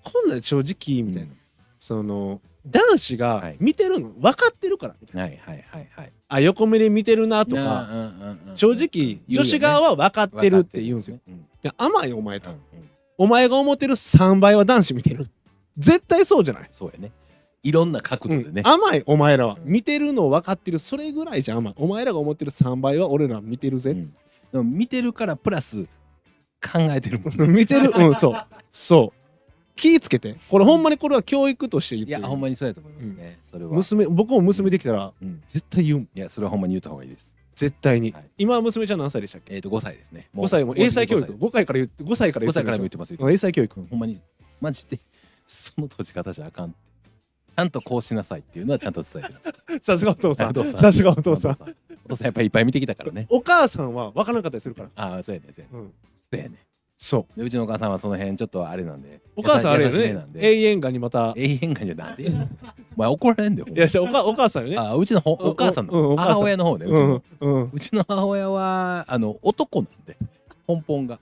[SPEAKER 1] こんなん正直みたいな、その男子
[SPEAKER 2] は
[SPEAKER 1] が
[SPEAKER 2] い
[SPEAKER 1] 見てるの分かってるからみたいな
[SPEAKER 2] はいはいはいはい
[SPEAKER 1] あ横目で見てるなと
[SPEAKER 2] なあ
[SPEAKER 1] か
[SPEAKER 2] うんうんうん
[SPEAKER 1] 正直
[SPEAKER 2] 言うよ
[SPEAKER 1] 女
[SPEAKER 2] ね
[SPEAKER 1] 子側は分かってるって言うんですよ。
[SPEAKER 2] 分か
[SPEAKER 1] いや甘いお前
[SPEAKER 2] って
[SPEAKER 1] と
[SPEAKER 2] るねうんうんうん
[SPEAKER 1] お前が思ってる3倍は男子見てる絶対そうじゃない、
[SPEAKER 2] そうやねいろんな角度でね
[SPEAKER 1] うん、甘いお前らは
[SPEAKER 2] うん
[SPEAKER 1] 見てるの分かってるそれぐらいじゃ甘いお前らが思ってる3倍は俺ら見てる
[SPEAKER 2] う
[SPEAKER 1] ぜ、
[SPEAKER 2] んでも見てるからプラス考えてるもんね
[SPEAKER 1] 見てるうんそうそう気ぃつけてこれほんまにこれは教育として言っ
[SPEAKER 2] い
[SPEAKER 1] てる
[SPEAKER 2] やほんまにそうやと思いますね、それは、
[SPEAKER 1] 娘僕も娘できたら
[SPEAKER 2] うん、
[SPEAKER 1] 絶対言うもん
[SPEAKER 2] いやそれはほんまに言った方がいいです
[SPEAKER 1] 絶対に、
[SPEAKER 2] はい
[SPEAKER 1] 今は娘ちゃん何歳でしたっけ
[SPEAKER 2] えっ、と5歳ですね
[SPEAKER 1] 5歳も英才教育5歳から言って5歳から
[SPEAKER 2] 5
[SPEAKER 1] 言って
[SPEAKER 2] 歳からも言
[SPEAKER 1] るで
[SPEAKER 2] ってますよ
[SPEAKER 1] しょ英才教育
[SPEAKER 2] ほんまにマジで その閉じ方じゃあかんってちゃんとこうしなさいっていうのはちゃんと伝えてます
[SPEAKER 1] さすがお父さ
[SPEAKER 2] お
[SPEAKER 1] ん
[SPEAKER 2] 父さん
[SPEAKER 1] さすがお父さん
[SPEAKER 2] んお父さんやっぱりいっぱい見てきたからね
[SPEAKER 1] お母さんは分からなかったりするから、
[SPEAKER 2] ああそうやねそうやね
[SPEAKER 1] うん、
[SPEAKER 2] そうやね
[SPEAKER 1] そう
[SPEAKER 2] でうちのお母さんはその辺ちょっとあれなんで
[SPEAKER 1] お母さんあれよ
[SPEAKER 2] 優しめな
[SPEAKER 1] ね
[SPEAKER 2] んで
[SPEAKER 1] 永遠がにまた
[SPEAKER 2] 永遠感じゃなんでお前怒られんでほん
[SPEAKER 1] い
[SPEAKER 2] ま
[SPEAKER 1] やじゃあおかお母さんよね
[SPEAKER 2] あうちのほ
[SPEAKER 1] お
[SPEAKER 2] お母さん
[SPEAKER 1] うん
[SPEAKER 2] の
[SPEAKER 1] お母さん
[SPEAKER 2] 母親の方ねうち
[SPEAKER 1] う
[SPEAKER 2] の
[SPEAKER 1] んうん
[SPEAKER 2] うちの母親はあの男なんで根本が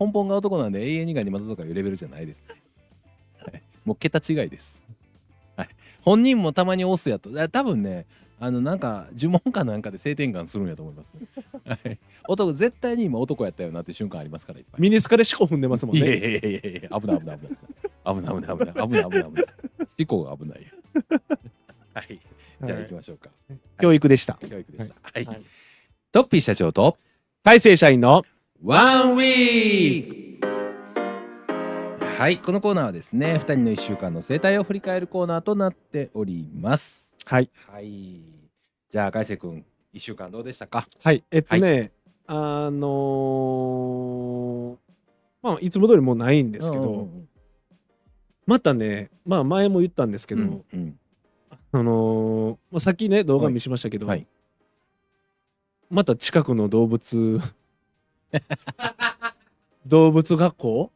[SPEAKER 2] 根本が男なんで永遠にがにまたとかいうレベルじゃないです、ねはい、もう桁違いです、はい、本人もたまにオスやとだ多分ねあのなんか呪文かなんかで性転換するんやと思いますね、はい、男絶対に今男やったよなって瞬間ありますからいっぱい
[SPEAKER 1] ミニスカで四股踏んでますもん
[SPEAKER 2] いやい
[SPEAKER 1] ね
[SPEAKER 2] やいやいやいや危ない危ない危ない危ない危ない危ない危ない危ない危ない事故が危ないよはいじゃあ行きましょうか、
[SPEAKER 1] 教育でした
[SPEAKER 2] 教育でしたはい、
[SPEAKER 1] はい
[SPEAKER 2] トッピー社長と
[SPEAKER 1] 大成社員の
[SPEAKER 2] ワンウィークはいこのコーナーはですね2人の1週間の生態を振り返るコーナーとなっております
[SPEAKER 1] はい。
[SPEAKER 2] はいじゃあ海星くん1週間どうでしたか
[SPEAKER 1] はい。えっとね、あのーまあ、いつも通りもうないんですけ
[SPEAKER 2] う
[SPEAKER 1] ど、
[SPEAKER 2] ん
[SPEAKER 1] またね、まあ、前も言ったんですけど、
[SPEAKER 2] うんうん
[SPEAKER 1] あのーまあ、さっきね、動画見しましたけど、
[SPEAKER 2] はい
[SPEAKER 1] また近くの動物 動物学校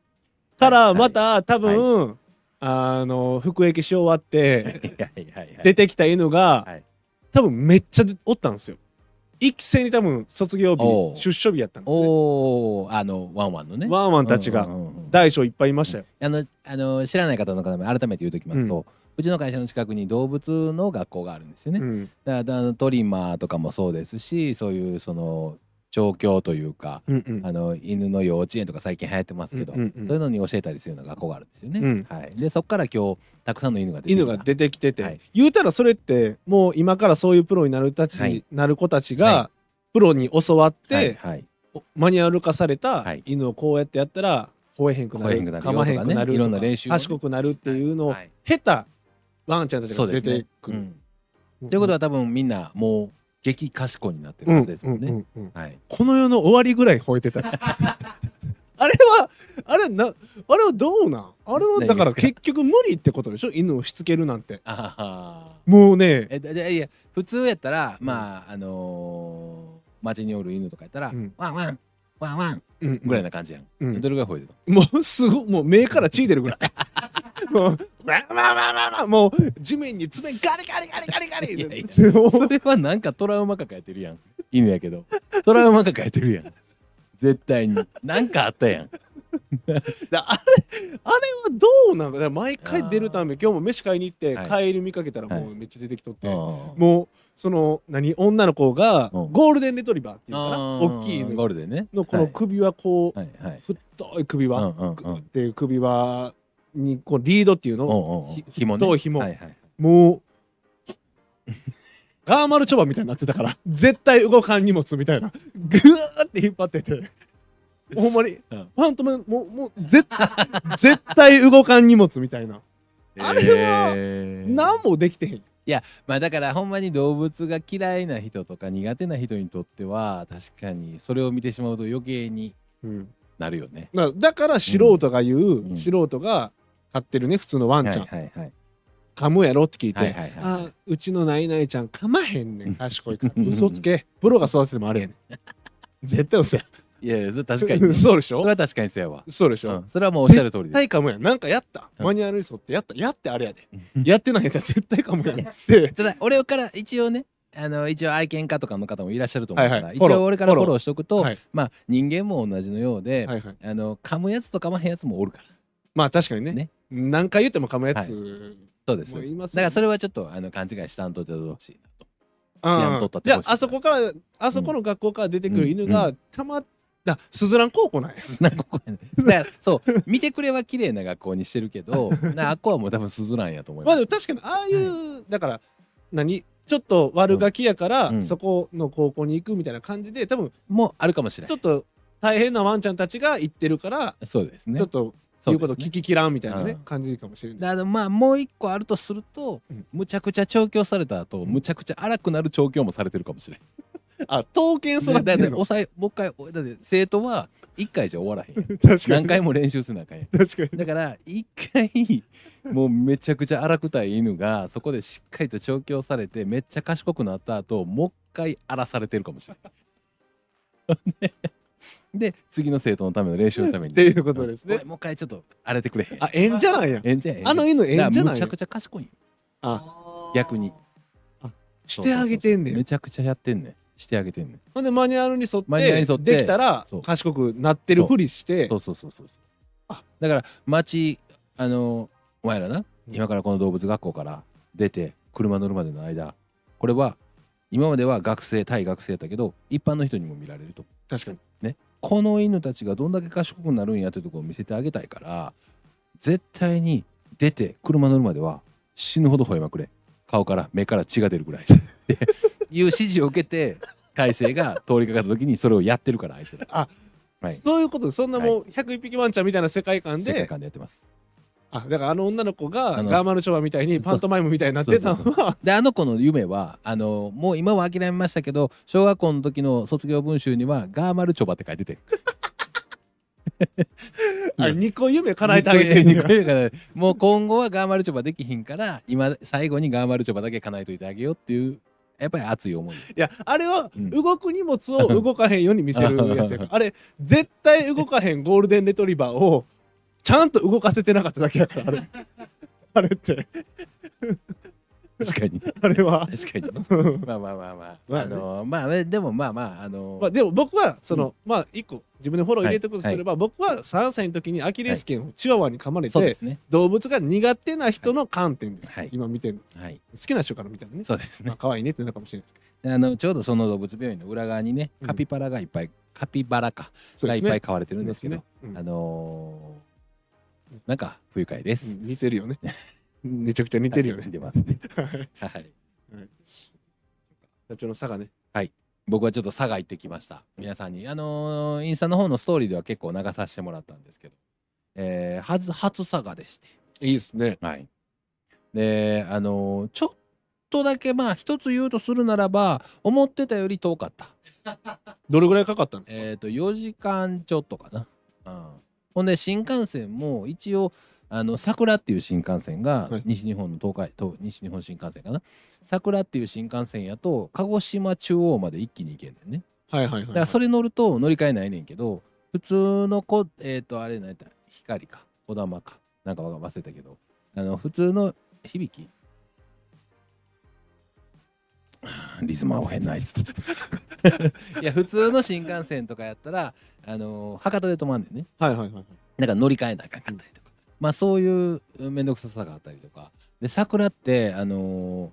[SPEAKER 1] からまた多分、あの服役し終 わって
[SPEAKER 2] はいはいはいはい
[SPEAKER 1] 出てきた犬が、
[SPEAKER 2] はい
[SPEAKER 1] 多分めっちゃおったんですよ一期生に多分卒業
[SPEAKER 2] おう
[SPEAKER 1] 日出所日やったんですね
[SPEAKER 2] おおあのワンワンのね
[SPEAKER 1] ワンワンたち
[SPEAKER 2] う
[SPEAKER 1] が
[SPEAKER 2] んうんうん
[SPEAKER 1] 大小いっぱいいましたよ、
[SPEAKER 2] あのあの知らない方の方も改めて言うときますと、うちの会社の近くに動物の学校があるんですよね、
[SPEAKER 1] うん
[SPEAKER 2] だからあのトリマーとかもそうですしそういうその調教というか、
[SPEAKER 1] うんうん
[SPEAKER 2] あの犬の幼稚園とか最近流行ってますけど、
[SPEAKER 1] うんうんうん
[SPEAKER 2] そういうのに教えたりするような学校があるんですよね、
[SPEAKER 1] うん
[SPEAKER 2] はい、でそこから今日たくさんの犬が出てきた
[SPEAKER 1] 犬が出てきてて、
[SPEAKER 2] はい
[SPEAKER 1] 言うたらそれってもう今からそういうプロになるたち、
[SPEAKER 2] はい
[SPEAKER 1] なる子たちが、
[SPEAKER 2] は
[SPEAKER 1] プロに教わって、
[SPEAKER 2] はいはい、
[SPEAKER 1] マニュアル化された
[SPEAKER 2] はい
[SPEAKER 1] 犬をこうやってやったら吠えへんくな
[SPEAKER 2] 吠えへんくな
[SPEAKER 1] る
[SPEAKER 2] る
[SPEAKER 1] 噛まへんくなる
[SPEAKER 2] よとかねいろん
[SPEAKER 1] と
[SPEAKER 2] な
[SPEAKER 1] か
[SPEAKER 2] 練習をね
[SPEAKER 1] 賢くなるっていうのを
[SPEAKER 2] はい
[SPEAKER 1] 経たワンちゃんたち
[SPEAKER 2] そ
[SPEAKER 1] が
[SPEAKER 2] うで
[SPEAKER 1] 出
[SPEAKER 2] すね
[SPEAKER 1] てく
[SPEAKER 2] う
[SPEAKER 1] る。
[SPEAKER 2] んということは多分みんなもう激賢になってるはずですもんね、
[SPEAKER 1] うんうんうん
[SPEAKER 2] はい、
[SPEAKER 1] この世の終わりぐらい吠えてた。 あれはあれなあれはどうなんあれはだか
[SPEAKER 2] 何
[SPEAKER 1] ら
[SPEAKER 2] ですか
[SPEAKER 1] 結局無理ってことでしょ犬をしつけるなんて。
[SPEAKER 2] ああ
[SPEAKER 1] もうね、
[SPEAKER 2] えだだいや普通やったら、まああのー、街におる犬とかやったら、
[SPEAKER 1] うん
[SPEAKER 2] ワンワンワンワン
[SPEAKER 1] うん
[SPEAKER 2] ぐらいな感じやん、
[SPEAKER 1] うん
[SPEAKER 2] どれぐらい吠えてた
[SPEAKER 1] もうすごいもう目から血出るぐら い。もうわわわわわもう地面に爪ガリガリガリガリガリ。
[SPEAKER 2] いやいや
[SPEAKER 1] もう
[SPEAKER 2] それはなんかトラウマ抱えてるやん犬やけどトラウマ抱えてるやん絶対になんかあったやん
[SPEAKER 1] だあれあれはどうなんかだから毎回出るため今日も飯買いに行って
[SPEAKER 2] はい
[SPEAKER 1] カエル見かけたらも
[SPEAKER 2] は
[SPEAKER 1] うめっちゃ出てきとって、
[SPEAKER 2] も
[SPEAKER 1] もうその何女の子が
[SPEAKER 2] うん
[SPEAKER 1] ゴールデンレトリバーっていうのかな大きい
[SPEAKER 2] ゴ
[SPEAKER 1] 犬
[SPEAKER 2] ールデンね
[SPEAKER 1] のこの首輪こう、
[SPEAKER 2] はいはいはい
[SPEAKER 1] 太い首
[SPEAKER 2] うん
[SPEAKER 1] 輪
[SPEAKER 2] うんう
[SPEAKER 1] っ
[SPEAKER 2] ん
[SPEAKER 1] ていう首輪にこうリードっていうのを
[SPEAKER 2] おうおうおう
[SPEAKER 1] ひ
[SPEAKER 2] 紐ね
[SPEAKER 1] 太い紐
[SPEAKER 2] はいはい
[SPEAKER 1] もうガーマルチョバみたいになってたから絶対動かん荷物みたいなグーって引っ張っててほんまに
[SPEAKER 2] うん
[SPEAKER 1] ファントムもうもう絶絶対動かん荷物みたいなあれは
[SPEAKER 2] えー
[SPEAKER 1] 何もできてへん
[SPEAKER 2] まあだからほんまに動物が嫌いな人とか苦手な人にとっては確かにそれを見てしまうと余計に
[SPEAKER 1] うん
[SPEAKER 2] なるよね。
[SPEAKER 1] だだから素人が言う、
[SPEAKER 2] うん
[SPEAKER 1] 素人が飼ってるね普通のワンちゃん、
[SPEAKER 2] はいはいはい
[SPEAKER 1] 噛むやろって聞いて、
[SPEAKER 2] はいはいはいはい
[SPEAKER 1] あうちのないないちゃん噛まへんねん賢いから
[SPEAKER 2] うん
[SPEAKER 1] 嘘つけプロが育ててもあれやねん 絶対嘘や
[SPEAKER 2] いやいやそれ確かに、ね、そ
[SPEAKER 1] そうでしょ
[SPEAKER 2] れは確かにそうやわ、
[SPEAKER 1] そうでし
[SPEAKER 2] う
[SPEAKER 1] ょ、
[SPEAKER 2] ん。それはもうおっしゃる通りで
[SPEAKER 1] 絶
[SPEAKER 2] す。
[SPEAKER 1] 対かもやんなんかやった、
[SPEAKER 2] うん
[SPEAKER 1] マニュアルに沿ってやったやってあれやで
[SPEAKER 2] うん
[SPEAKER 1] やってないやったら絶対かもやんって
[SPEAKER 2] ただ俺から一応ねあの一応愛犬家とかの方もいらっしゃると思うから、
[SPEAKER 1] はいはい
[SPEAKER 2] 一応俺から
[SPEAKER 1] フ
[SPEAKER 2] フ
[SPEAKER 1] ォロ
[SPEAKER 2] ォ
[SPEAKER 1] ー
[SPEAKER 2] ローしとくと、
[SPEAKER 1] はい
[SPEAKER 2] まあ人間も同じのようで、
[SPEAKER 1] はいはい
[SPEAKER 2] あの噛むやつと噛まへんやつもおるから
[SPEAKER 1] まあ確かにね
[SPEAKER 2] ね
[SPEAKER 1] 何回言ってもかむやつ、
[SPEAKER 2] そうです
[SPEAKER 1] もう言います
[SPEAKER 2] だからそれはちょっとあの勘違いしたんとってほしいなと。
[SPEAKER 1] うん
[SPEAKER 2] 治安取ったって
[SPEAKER 1] じ
[SPEAKER 2] ほ
[SPEAKER 1] ゃ
[SPEAKER 2] しい
[SPEAKER 1] ああそこからあそこの学校から出てくる犬
[SPEAKER 2] う
[SPEAKER 1] がたまだすずらん高校なんや
[SPEAKER 2] なんかここやねだからそう見てくれは綺麗な学校にしてるけ どなあっこはもう多分スズランやと思い
[SPEAKER 1] ま
[SPEAKER 2] ま
[SPEAKER 1] あ
[SPEAKER 2] す
[SPEAKER 1] でも。確かにああいう、だから何ちょっと悪ガキやから、
[SPEAKER 2] うん
[SPEAKER 1] そこの高校に行くみたいな感じで多分
[SPEAKER 2] もうあるかもしれ
[SPEAKER 1] ち
[SPEAKER 2] な
[SPEAKER 1] ょっと大変なワンちゃんたちが行ってるから、
[SPEAKER 2] い。そうですね。
[SPEAKER 1] ちょっと
[SPEAKER 2] そ
[SPEAKER 1] 言
[SPEAKER 2] う
[SPEAKER 1] うこと
[SPEAKER 2] です
[SPEAKER 1] 聞
[SPEAKER 2] ね
[SPEAKER 1] ききらんみたいなね
[SPEAKER 2] うん
[SPEAKER 1] 感じかもしれない。
[SPEAKER 2] だからまあもう一個あるとすると、
[SPEAKER 1] うん
[SPEAKER 2] むちゃくちゃ調教された後、むちゃくちゃ荒くなる調教もされてるかもしれない。
[SPEAKER 1] あ刀剣
[SPEAKER 2] だ
[SPEAKER 1] 育
[SPEAKER 2] ってだ
[SPEAKER 1] てる
[SPEAKER 2] って
[SPEAKER 1] の
[SPEAKER 2] 抑えもう一回だって生徒は一回じゃ終わらへん やん。
[SPEAKER 1] 確か
[SPEAKER 2] 何
[SPEAKER 1] に
[SPEAKER 2] 回も練習するなあかんやん。
[SPEAKER 1] 確かに
[SPEAKER 2] だから一回もうめちゃくちゃ荒くたい犬がそこでしっかりと調教されてめっちゃ賢くなった後もう一回荒らされてるかもしれない。 で次の生徒のための練習のために。
[SPEAKER 1] っていうことですね
[SPEAKER 2] ごめんもう一回ちょっと荒れてくれへん。
[SPEAKER 1] あ演者なんや
[SPEAKER 2] えんじゃえんじゃ
[SPEAKER 1] あの犬演
[SPEAKER 2] だ
[SPEAKER 1] 者
[SPEAKER 2] から
[SPEAKER 1] な
[SPEAKER 2] む
[SPEAKER 1] ん
[SPEAKER 2] ち
[SPEAKER 1] や
[SPEAKER 2] ゃくちゃ賢いよ
[SPEAKER 1] あ
[SPEAKER 2] 逆に
[SPEAKER 1] してあげてんね
[SPEAKER 2] め
[SPEAKER 1] ん
[SPEAKER 2] ちゃくちゃやってんねんしてあげてんねん
[SPEAKER 1] ほんでマニュアルに沿っ
[SPEAKER 2] マニュアルに沿
[SPEAKER 1] て
[SPEAKER 2] って
[SPEAKER 1] できたら
[SPEAKER 2] そう
[SPEAKER 1] 賢くなってるふりして
[SPEAKER 2] そうそうそうそうそう
[SPEAKER 1] あ
[SPEAKER 2] だから町あのお前らな
[SPEAKER 1] うん
[SPEAKER 2] 今からこの動物学校から出て車乗るまでの間これは今までは学生対学生だったけど一般の人にも見られると
[SPEAKER 1] 確かに
[SPEAKER 2] この犬たちがどんだけ賢くなるんやってとこを見せてあげたいから絶対に出て車乗るまでは死ぬほど吠えまくれ顔から目から血が出るぐらいっていう指示を受けて改正が通りかかった時にそれをやってるからあいつらはい
[SPEAKER 1] そういうことですそんなもう101匹ワンちゃんみたいな世界観
[SPEAKER 2] 世
[SPEAKER 1] で、
[SPEAKER 2] 界観でやってます
[SPEAKER 1] あだからあの女の子が
[SPEAKER 2] あの
[SPEAKER 1] ガーマルショバみたいにパントマイムみたいになってたの
[SPEAKER 2] そう
[SPEAKER 1] は
[SPEAKER 2] であの子の夢はあのもう今は諦めましたけど小学校の時の卒業文集には「ガーマルチョバ」って書いててそう
[SPEAKER 1] あれ2個夢叶えてあげてんね
[SPEAKER 2] 二
[SPEAKER 1] や
[SPEAKER 2] 個目がもう今後はガーマルチョバできひんから今最後にガーマルチョバだけ叶えといてあげようっていうやっぱり熱い思い
[SPEAKER 1] いやあれは
[SPEAKER 2] うん
[SPEAKER 1] 動く荷物を動かへんように見せるや つやからあれ絶対動かへんゴールデンレトリバーをちゃんと動かせてなかっただけやからあ れあれって
[SPEAKER 2] 確かに確
[SPEAKER 1] あれは
[SPEAKER 2] かにねまあまあまあまあ、
[SPEAKER 1] まあ
[SPEAKER 2] あ
[SPEAKER 1] ね
[SPEAKER 2] のまあねでもまあまああの、
[SPEAKER 1] まあでも僕はその、まあ一個自分でフォロー入れておくとすれば、僕は3歳の時にアキレス腱をチワワに噛まれて、
[SPEAKER 2] そうですね
[SPEAKER 1] 動物が苦手な人の観点です、
[SPEAKER 2] はい
[SPEAKER 1] 今見てる
[SPEAKER 2] はい
[SPEAKER 1] 好きな人から見たらね
[SPEAKER 2] そうですね
[SPEAKER 1] まあ可愛いねってなるかもしれないですけ
[SPEAKER 2] あのちょうどその動物病院の裏側にね
[SPEAKER 1] うん
[SPEAKER 2] カピバラがいっぱい、カピバラか
[SPEAKER 1] どそう
[SPEAKER 2] が
[SPEAKER 1] で
[SPEAKER 2] いっ
[SPEAKER 1] す
[SPEAKER 2] ぱ
[SPEAKER 1] ね
[SPEAKER 2] い飼われてるんですけど、
[SPEAKER 1] うん
[SPEAKER 2] あのーなんか不愉快です、
[SPEAKER 1] うん似てる よねめちゃくちゃ似てるよ
[SPEAKER 2] はい
[SPEAKER 1] ね
[SPEAKER 2] 似てますね
[SPEAKER 1] はい
[SPEAKER 2] はい
[SPEAKER 1] 社長の差がね
[SPEAKER 2] 僕はちょっと佐賀行ってきました皆さんにあのーインスタの方のストーリーでは結構流させてもらったんですけど、えー、初初佐賀でして
[SPEAKER 1] いいですね
[SPEAKER 2] はいであのーちょっとだけまあ一つ言うとするならば思ってたより遠かった
[SPEAKER 1] どれぐらいかかったんですか、
[SPEAKER 2] えっ、と4時間ちょっとかな、うん、ほんで新幹線も一応あの桜っていう新幹線が
[SPEAKER 1] はい
[SPEAKER 2] 西日本の東海東西日本新幹線かな桜っていう新幹線やと鹿児島中央まで一気に行けんねんね
[SPEAKER 1] はいはいはい、はい、
[SPEAKER 2] だからそれ乗ると乗り換えないねんけど普通のこえっ、とあれ何やった光か小玉かなんかわか忘れたけどあの普通の響きあーリズム合わへんなあい つといや普通の新幹線とかやったらあのー博多で止まんねんね
[SPEAKER 1] はいはいはいはい
[SPEAKER 2] なんか乗り換えなあかんかったりとか、まあそういう面倒くささがあったりとかで桜ってあのー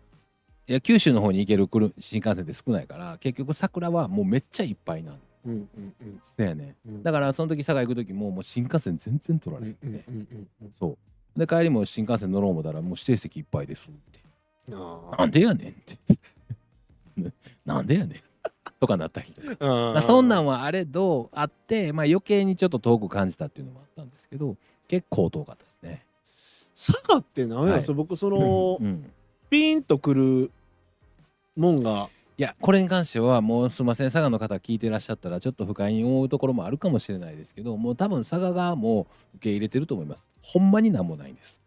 [SPEAKER 2] いや九州の方に行ける車新幹線って少ないから結局桜はもうめっちゃいっぱいなん
[SPEAKER 1] うんうんうん
[SPEAKER 2] だよね
[SPEAKER 1] うん
[SPEAKER 2] だからその時佐賀行く時ももう新幹線全然取ら
[SPEAKER 1] う
[SPEAKER 2] れへん
[SPEAKER 1] ん
[SPEAKER 2] ね、
[SPEAKER 1] うんうんうん
[SPEAKER 2] そうで帰りも新幹線乗ろうもだらもう指定席いっぱいですって
[SPEAKER 1] うん
[SPEAKER 2] なんでやねんって なんでやねんとかなったりとか
[SPEAKER 1] あ
[SPEAKER 2] まあ、そんなん
[SPEAKER 1] ん
[SPEAKER 2] はあれどあって、まあ、余計にちょっと遠く感じたっていうのもあったんですけど結構遠かったですね。
[SPEAKER 1] 佐賀ってなんや、
[SPEAKER 2] はい
[SPEAKER 1] そう僕その、
[SPEAKER 2] うん
[SPEAKER 1] ピンとくるもんが
[SPEAKER 2] いやこれに関してはもうすいません佐賀の方聞いてらっしゃったらちょっと不快に思うところもあるかもしれないですけどもう多分佐賀側も受け入れてると思いますほんまになんもないんです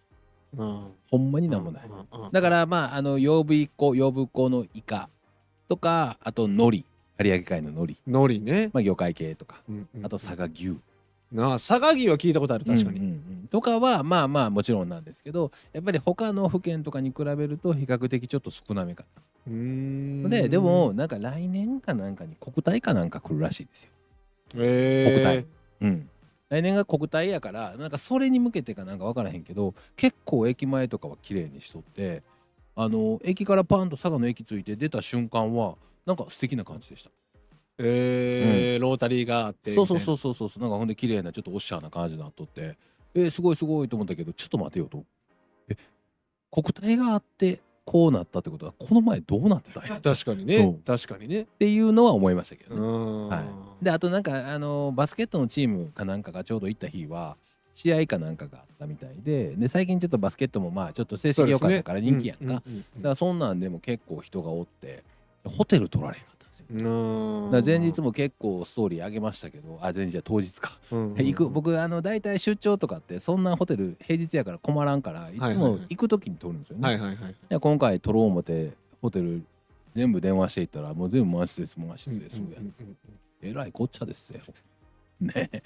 [SPEAKER 1] うん
[SPEAKER 2] ほんまになんもない
[SPEAKER 1] うんうん
[SPEAKER 2] だからまああの曜日湖曜日湖のイカとかあと海苔有明海の海苔
[SPEAKER 1] 海苔ね、
[SPEAKER 2] まあ魚介系とか
[SPEAKER 1] うんうん
[SPEAKER 2] あと佐賀牛
[SPEAKER 1] なあ佐賀牛は聞いたことある確かに、
[SPEAKER 2] うんうんうんとかはまあまあもちろんなんですけどやっぱり他の府県とかに比べると比較的ちょっと少なめか
[SPEAKER 1] うーん
[SPEAKER 2] な。ででもなんか来年かなんかに国体かなんか来るらしいですよ。国
[SPEAKER 1] え
[SPEAKER 2] 体。うん来年が国体やからなんかそれに向けてかなんか分からへんけど結構駅前とかは綺麗にしとってあの駅からパンと佐賀の駅着いて出た瞬間はなんか素敵な感じでした。
[SPEAKER 1] ええーロータリーがあって
[SPEAKER 2] そうそうそううそうそうそうなんかほんで綺麗なちょっとおっしゃーな感じになっとってえーすごいすごいと思ったけどちょっと待てよとえ国体があってこうなったってことはこの前どうなってたんやっ
[SPEAKER 1] 確かに
[SPEAKER 2] そ
[SPEAKER 1] ね
[SPEAKER 2] う
[SPEAKER 1] 確かにね
[SPEAKER 2] ていうのは思いましたけどね、
[SPEAKER 1] ん
[SPEAKER 2] はいであとなんかあのーバスケットのチームかなんかがちょうど行った日は試合かなんかがあったみたいでで最近ちょっとバスケットもまあちょっと成績良かったから人気やんか、だ
[SPEAKER 1] うですねうんうんうん
[SPEAKER 2] からそんなんでも結構人がおってホテル取られへんかったんですよ
[SPEAKER 1] うん
[SPEAKER 2] だから前日も結構ストーリー上げましたけどあ前日は当日か
[SPEAKER 1] うん
[SPEAKER 2] 行く僕あの大体出張とかってそんなホテル平日やから困らんからい
[SPEAKER 1] はい
[SPEAKER 2] つも行く時に取るんですよね、
[SPEAKER 1] はいはいはい
[SPEAKER 2] で今回取ろう思ってホテル全部電話していったらもう全部満室です満室です、
[SPEAKER 1] うんうんうん
[SPEAKER 2] えらいこっちゃですよねえ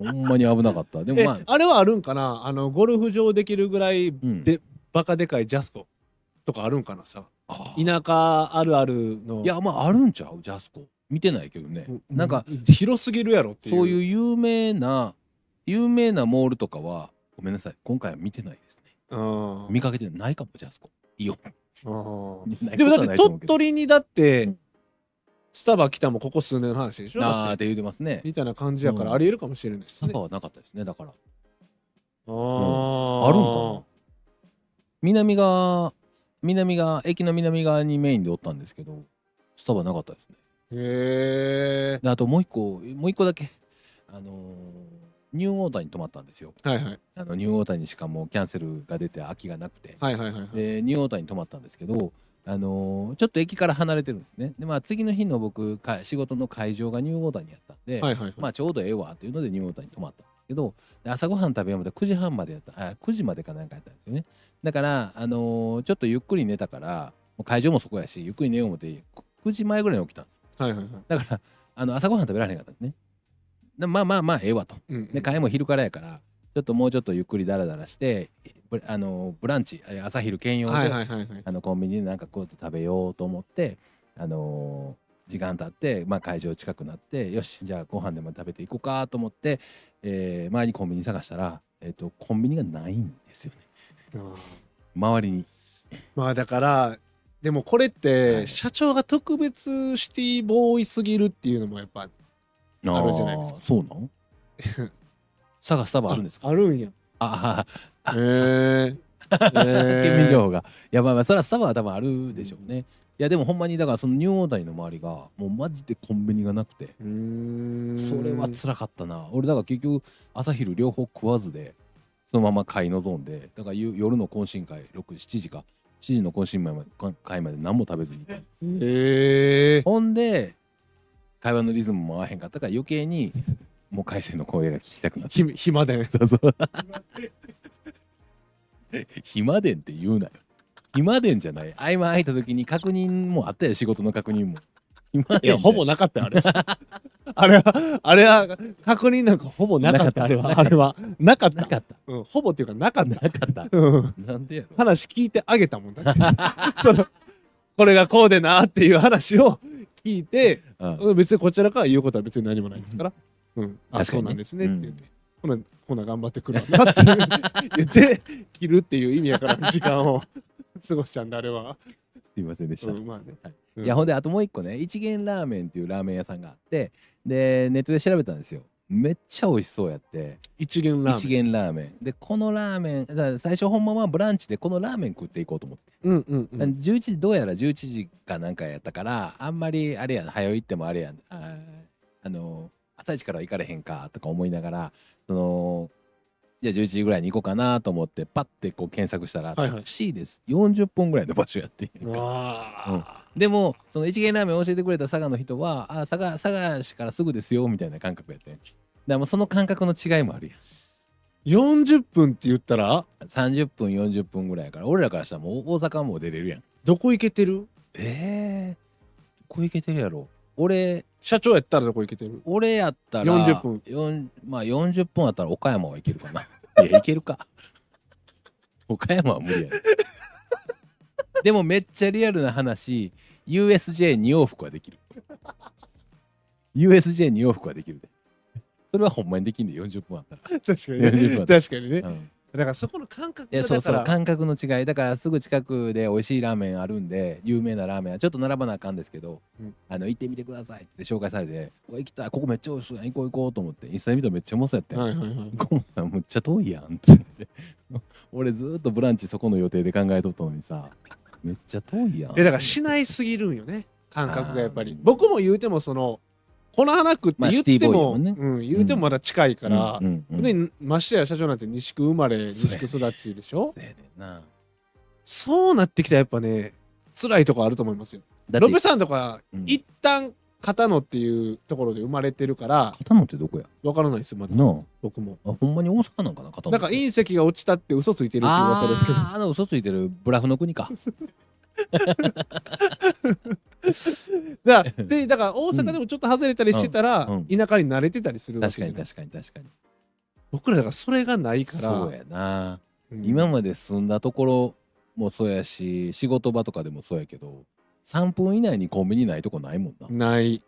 [SPEAKER 2] ほんまに危なかったでも
[SPEAKER 1] え
[SPEAKER 2] まあ
[SPEAKER 1] あれはあるんかなあのゴルフ場できるぐらい
[SPEAKER 2] うん
[SPEAKER 1] でバカでかいジャスコとかあるんかなさ
[SPEAKER 2] あ
[SPEAKER 1] 田舎あるあるの
[SPEAKER 2] いやまああるんちゃうジャスコ見てないけどね
[SPEAKER 1] う
[SPEAKER 2] なんか
[SPEAKER 1] 広すぎるやろっていう
[SPEAKER 2] そういう
[SPEAKER 1] う
[SPEAKER 2] 有名な有名なモールとかはごめんなさい今回は見てないですね
[SPEAKER 1] うん
[SPEAKER 2] 見かけてないかもジャスコいいよ
[SPEAKER 1] うん
[SPEAKER 2] で
[SPEAKER 1] でもだって鳥取にだって、
[SPEAKER 2] うん
[SPEAKER 1] スタバ来たもここ数年の話でしょ
[SPEAKER 2] な
[SPEAKER 1] だ
[SPEAKER 2] あー
[SPEAKER 1] っ
[SPEAKER 2] ってて言うてますね
[SPEAKER 1] みたいな感じやから
[SPEAKER 2] うん
[SPEAKER 1] ありえるかもしれないです
[SPEAKER 2] サ
[SPEAKER 1] ね。
[SPEAKER 2] バはなかったですねだから
[SPEAKER 1] あ
[SPEAKER 2] あるん
[SPEAKER 1] ー
[SPEAKER 2] かな南側南側駅の南側にメインでおったんですけどスタバなかったですね
[SPEAKER 1] へえ。
[SPEAKER 2] であともう一個もう一個だけあのーニューオータニに泊まったんですよ
[SPEAKER 1] はいはい
[SPEAKER 2] あのニューオータニしかもうキャンセルが出て空きがなくて、
[SPEAKER 1] はいはいはいはい
[SPEAKER 2] でニューオータニに泊まったんですけど、あのーちょっと駅から離れてるんですねでまあ次の日の僕か仕事の会場がニューオータニやったんで、
[SPEAKER 1] はいはい
[SPEAKER 2] まあちょうどええわっていうのでニューオータニに泊まったんですけどで朝ごはん食べようまで9時半までやったあ9時までかなんかやったんですよねだから、あのーちょっとゆっくり寝たからもう会場もそこやしゆっくり寝よう思って9時前ぐらいに起きたんです
[SPEAKER 1] はいはいはい
[SPEAKER 2] だからあの朝ごはん食べられへんかったんですねでまあまあまあええわと
[SPEAKER 1] うんうん
[SPEAKER 2] で会も昼からやからちょっともうちょっとゆっくりダラダラしてブあのブランチえ朝昼兼用で、
[SPEAKER 1] はいはいはいはい
[SPEAKER 2] あのコンビニでなんかこうと食べようと思ってあのー時間経って、まあ、会場近くなってよしじゃあご飯でも食べていこうかと思って、えー前にコンビニ探したら、えっとコンビニがないんですよね
[SPEAKER 1] あー
[SPEAKER 2] 周りに
[SPEAKER 1] まあだからでもこれって、
[SPEAKER 2] はい
[SPEAKER 1] 社長が特別シティボーイすぎるっていうのもやっぱ
[SPEAKER 2] あ
[SPEAKER 1] るんじゃないですか
[SPEAKER 2] ーそうな の探す多分あるんですか
[SPEAKER 1] あるんやへ
[SPEAKER 2] ああ
[SPEAKER 1] え ー、
[SPEAKER 2] ー
[SPEAKER 1] え
[SPEAKER 2] 県民情報がやばいまあそれはスタバは多分あるでしょうね、いやでもほんまにだからそのニューオーダニの周りがもうマジでコンビニがなくて
[SPEAKER 1] うーん
[SPEAKER 2] それは辛かったな俺だから結局朝昼両方食わずでそのまま買い望んでだから夕夜の懇親会67時か7時の懇親会まで会まで何も食べずにいた
[SPEAKER 1] へえー、
[SPEAKER 2] ほんで会話のリズムも合わへんかったから余計にもう改正の声が聞きたくなって
[SPEAKER 1] ひ暇でね
[SPEAKER 2] そうそう。暇でんって言うなよ。暇でんじゃない。合間空いた時に確認もあったよ、仕事の確認も。暇
[SPEAKER 1] い
[SPEAKER 2] でん
[SPEAKER 1] やほぼなかったよあれは あれはあれは確認なんかほぼなかったあれ
[SPEAKER 2] なかっ
[SPEAKER 1] は
[SPEAKER 2] た
[SPEAKER 1] あれはなかった
[SPEAKER 2] なかった。
[SPEAKER 1] うん、ほぼっていうかなかった
[SPEAKER 2] なかった。
[SPEAKER 1] うん
[SPEAKER 2] なんでやろ。
[SPEAKER 1] 話聞いてあげたもんだって そのこれがこうでなっていう話を聞いて
[SPEAKER 2] うん
[SPEAKER 1] うん別にこちらから言うことは別に何もないですから、うん、あ、
[SPEAKER 2] 確かにね
[SPEAKER 1] そうなんですねって言って、ほなほな頑張ってくるわなって言って切るっていう意味やから時間を過ごしちゃうんだあれは、
[SPEAKER 2] すいませんでし
[SPEAKER 1] う
[SPEAKER 2] た。
[SPEAKER 1] ん、まあねうん
[SPEAKER 2] いやほんであともう一個ね一元ラーメンっていうラーメン屋さんがあってでネットで調べたんですよめっちゃ美味しそうやって
[SPEAKER 1] 一元ラ
[SPEAKER 2] 一
[SPEAKER 1] ーメン
[SPEAKER 2] 元ラーメンでこのラーメンだから最初ほんまはブランチでこのラーメン食っていこうと思って
[SPEAKER 1] うんうんうん
[SPEAKER 2] 11時どうやら11時かなんかやったからあんまりあれやん早いってもあれやんあーあの朝一からは行かれへんかとか思いながらそのじゃあ11時ぐらいに行こうかなと思ってパッてこう検索したら「
[SPEAKER 1] はいはい
[SPEAKER 2] タクシーです40分ぐらいの場所やっていうか
[SPEAKER 1] あ
[SPEAKER 2] でもその一元ラーメン教えてくれた佐賀の人は「あー佐賀佐賀市からすぐですよ」みたいな感覚やってんだからもうその感覚の違いもあるやん
[SPEAKER 1] ー40分って言ったら
[SPEAKER 2] 30分40分ぐらいやから俺らからしたらもう大阪はもう出れるやん
[SPEAKER 1] どこ行けてる
[SPEAKER 2] ええこれいけてるやろ俺
[SPEAKER 1] 社長やったらどこ行けてる
[SPEAKER 2] 俺やったら
[SPEAKER 1] 40分
[SPEAKER 2] 分まあ40分やったら岡山 はいけるかないやいけるか 岡山は無理やねでもめっちゃリアルな話 USJ2 往復はできる USJ2 往復はできるでそれはほんまにできんで40分あったら、
[SPEAKER 1] 確かに
[SPEAKER 2] 40
[SPEAKER 1] ね
[SPEAKER 2] 分
[SPEAKER 1] 確かにね
[SPEAKER 2] うん
[SPEAKER 1] だからそこの感覚
[SPEAKER 2] い
[SPEAKER 1] が
[SPEAKER 2] やそう
[SPEAKER 1] だ
[SPEAKER 2] そ
[SPEAKER 1] か
[SPEAKER 2] う
[SPEAKER 1] ら
[SPEAKER 2] 感覚の違いだからすぐ近くで美味しいラーメンあるんで有名なラーメンはちょっと並ばなあかんですけど、
[SPEAKER 1] うん
[SPEAKER 2] あの行ってみてくださいって紹介されて「うわ行きたいここめっちゃ美味しそうやん行こう行こう」と思ってインスタで見たらめっちゃうまそうやってん、
[SPEAKER 1] はいはいはい
[SPEAKER 2] こんなんむっちゃ遠いやんって言 って俺ずーっとブランチそこの予定で考えとったのにさめっちゃ遠いやん
[SPEAKER 1] えだからしないすぎるんよね感覚がやっぱ
[SPEAKER 2] あ
[SPEAKER 1] り
[SPEAKER 2] ー
[SPEAKER 1] 僕も言うてもその粉花区って
[SPEAKER 2] まあ
[SPEAKER 1] 言っても,、
[SPEAKER 2] シティボーイや
[SPEAKER 1] うん、言うてもまだ近いから
[SPEAKER 2] う、んうんうん
[SPEAKER 1] でましてや社長なんて西区生まれ
[SPEAKER 2] そう
[SPEAKER 1] 西
[SPEAKER 2] や
[SPEAKER 1] 区育ちでしょ
[SPEAKER 2] そうやねんな
[SPEAKER 1] そうなってきたらやっぱね辛いとこあると思いますよ
[SPEAKER 2] だって
[SPEAKER 1] ロペさんとか、
[SPEAKER 2] うん
[SPEAKER 1] 一旦片野っていうところで生まれてるから
[SPEAKER 2] 片野ってどこや
[SPEAKER 1] わからないですよまだ
[SPEAKER 2] な
[SPEAKER 1] 僕も
[SPEAKER 2] ああほんまに大阪なんかな片野
[SPEAKER 1] なんか隕石が落ちたって嘘ついてるっていう噂ですけど
[SPEAKER 2] あーあの嘘ついてるブラフの国か
[SPEAKER 1] だからでだから大阪でもちょっと外れたりしてたら、
[SPEAKER 2] うんうん
[SPEAKER 1] 田舎に慣れてたりするわけ
[SPEAKER 2] 確
[SPEAKER 1] じゃ
[SPEAKER 2] か
[SPEAKER 1] ない
[SPEAKER 2] に確かに確かに
[SPEAKER 1] 僕らだからそれがないから
[SPEAKER 2] そうやな、
[SPEAKER 1] うん
[SPEAKER 2] 今まで住んだところもそうやし仕事場とかでもそうやけど3分以内にコンビニないとこないもんな,
[SPEAKER 1] ない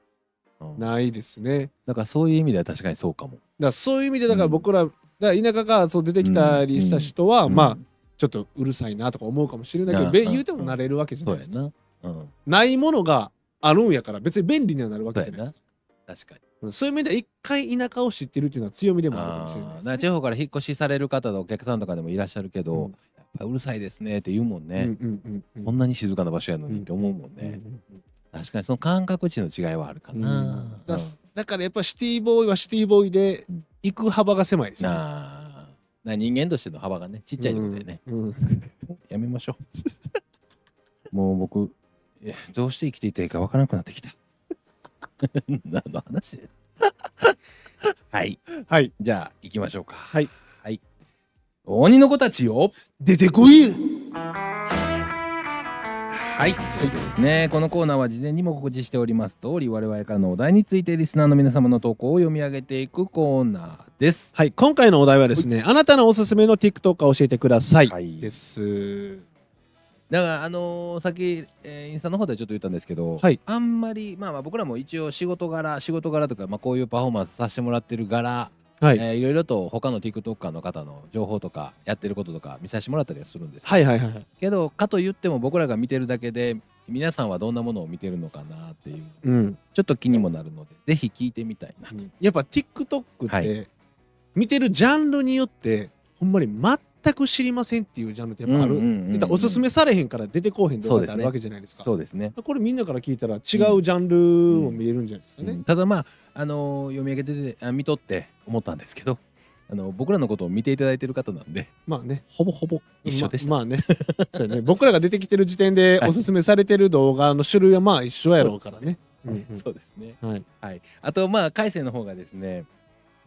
[SPEAKER 2] うん、
[SPEAKER 1] ないですねだか
[SPEAKER 2] だからそういう意味では確かにそうかも
[SPEAKER 1] らそういう意味でだから僕ら、だから田舎からそう出てきたりした人は、
[SPEAKER 2] うん
[SPEAKER 1] まあちょっとうるさいなとか思うかもしれないけど、
[SPEAKER 2] うん
[SPEAKER 1] べ
[SPEAKER 2] うん
[SPEAKER 1] 言うても慣れるわけじゃな
[SPEAKER 2] そ
[SPEAKER 1] いうで
[SPEAKER 2] や
[SPEAKER 1] すか、
[SPEAKER 2] なうん
[SPEAKER 1] ないものがあるんやから別に便利にはなるわけじゃないですか
[SPEAKER 2] 確かに
[SPEAKER 1] うんそういう意味では一回田舎を知ってるっていうのは強みでもあるかも
[SPEAKER 2] あ
[SPEAKER 1] しれない
[SPEAKER 2] ー
[SPEAKER 1] で
[SPEAKER 2] だ
[SPEAKER 1] す
[SPEAKER 2] から
[SPEAKER 1] ね
[SPEAKER 2] 地方から引っ越しされる方のお客さんとかでもいらっしゃるけど、
[SPEAKER 1] うん
[SPEAKER 2] やっぱうるさいですねって言うもん
[SPEAKER 1] うん
[SPEAKER 2] ね、
[SPEAKER 1] うんうんうん
[SPEAKER 2] こんなに静かな場所やのにって思うもん
[SPEAKER 1] うんう
[SPEAKER 2] ね、
[SPEAKER 1] ん
[SPEAKER 2] 確かにその感覚値の違いはあるかな。
[SPEAKER 1] だ
[SPEAKER 2] うん
[SPEAKER 1] だからやっぱシティボーイはシティボーイで行く幅が狭いですね
[SPEAKER 2] なあな人間としての幅がねちっちゃいってことだよね、
[SPEAKER 1] うんうん
[SPEAKER 2] やめましょう もう僕えどうして生きていたいかわからなくなってきた 何の話 はい
[SPEAKER 1] はい、
[SPEAKER 2] じゃあ行きましょうかはいはい、鬼の子たちよ
[SPEAKER 1] 出てこい
[SPEAKER 2] はい、ということですね。このコーナーは事前にも告知しております通り、我々からのお題についてリスナーの皆様の投稿を読み上げていくコーナーです。
[SPEAKER 1] はい今回のお題はですねあなたのおすすめの TikTok を教えてください
[SPEAKER 2] はい
[SPEAKER 1] です
[SPEAKER 2] だからあのーさっき、えーインスタの方でちょっと言ったんですけど、
[SPEAKER 1] はい
[SPEAKER 2] あんまり、まあ、まあ僕らも一応仕事柄仕事柄とか、まあ、こういうパフォーマンスさせてもらってる柄、
[SPEAKER 1] はい
[SPEAKER 2] いえーいろいろと他の TikToker の方の情報とかやってることとか見させてもらったりはするんです
[SPEAKER 1] はいはいはい
[SPEAKER 2] けどかといっても僕らが見てるだけで皆さんはどんなものを見てるのかなっていう
[SPEAKER 1] うん
[SPEAKER 2] ちょっと気にもなるのでぜひ聞いてみたいなと。
[SPEAKER 1] やっぱ TikTok って、
[SPEAKER 2] はい
[SPEAKER 1] 見てるジャンルによってほんまに全く知りませんっていうジャンルってやっぱある、
[SPEAKER 2] うんうんうんうん
[SPEAKER 1] 言ったらおすすめされへんから出てこうへんとかってあるわけじゃないですか
[SPEAKER 2] そうですね
[SPEAKER 1] これみんなから聞いたら違うジャンルを見れるんじゃないですかね、
[SPEAKER 2] うんただまあ、あのー読み上げててあ見とって思ったんですけど、あの僕らのことを見ていただいてる方なんで
[SPEAKER 1] まあね
[SPEAKER 2] ほぼほぼ一緒でした。
[SPEAKER 1] ままあね そうやね僕らが出てきてる時点で
[SPEAKER 2] はい
[SPEAKER 1] おすすめされてる動画の種類はまあ一緒やろうからねうんう ん
[SPEAKER 2] そうですね。
[SPEAKER 1] はい
[SPEAKER 2] はい。あとまあ海星の方がですね、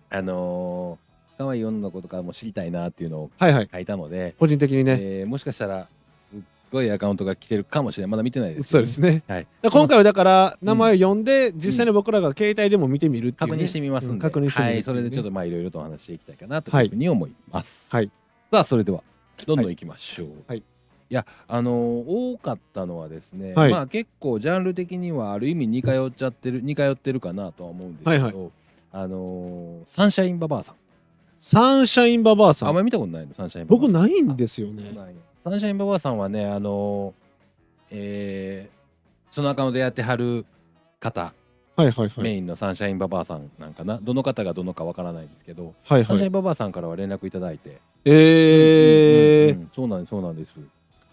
[SPEAKER 2] あのー可愛い女の子とかも知りたいなっていうのを
[SPEAKER 1] はいはい
[SPEAKER 2] 書いたので、
[SPEAKER 1] 個人的にね、
[SPEAKER 2] えーもしかしたらすっごいアカウントが来てるかもしれない。まだ見てないですけ
[SPEAKER 1] そ
[SPEAKER 2] ど
[SPEAKER 1] う
[SPEAKER 2] ね、
[SPEAKER 1] ですね、
[SPEAKER 2] はい
[SPEAKER 1] だから今回はだから名前を呼んで、実際に僕らが携帯でも見てみるっていう、ね、
[SPEAKER 2] 確認してみますんで、
[SPEAKER 1] うん確認してみる
[SPEAKER 2] は
[SPEAKER 1] っ
[SPEAKER 2] い
[SPEAKER 1] てい
[SPEAKER 2] う
[SPEAKER 1] ね
[SPEAKER 2] それでちょっとまあいろいろとお話していきたいかなと
[SPEAKER 1] はいいう
[SPEAKER 2] ふうに思います。
[SPEAKER 1] はい
[SPEAKER 2] さあそれではどんどんいきましょう。
[SPEAKER 1] はい
[SPEAKER 2] いやあのー多かったのはですね、
[SPEAKER 1] はい
[SPEAKER 2] まあ結構ジャンル的にはある意味似通っちゃってる似通ってるかなとは思うんですけど、
[SPEAKER 1] はいはい
[SPEAKER 2] あのーサンシャインババアさん
[SPEAKER 1] サンシャインババアさ
[SPEAKER 2] あんま
[SPEAKER 1] ん
[SPEAKER 2] り見たことないのサンシャインババアさ
[SPEAKER 1] 僕
[SPEAKER 2] ん
[SPEAKER 1] ないんですよね
[SPEAKER 2] ないサンシャインババアさんはねあのーえーそのアカウントやってはる方、
[SPEAKER 1] はいはいはい
[SPEAKER 2] メインのサンシャインババアさんなんかなどの方がどのかわからないんですけど
[SPEAKER 1] はい
[SPEAKER 2] サンシャ
[SPEAKER 1] は
[SPEAKER 2] イ
[SPEAKER 1] い
[SPEAKER 2] ンババアさんからは連絡いただいて。
[SPEAKER 1] え
[SPEAKER 2] うんうんうんそうなんです、そうなんです。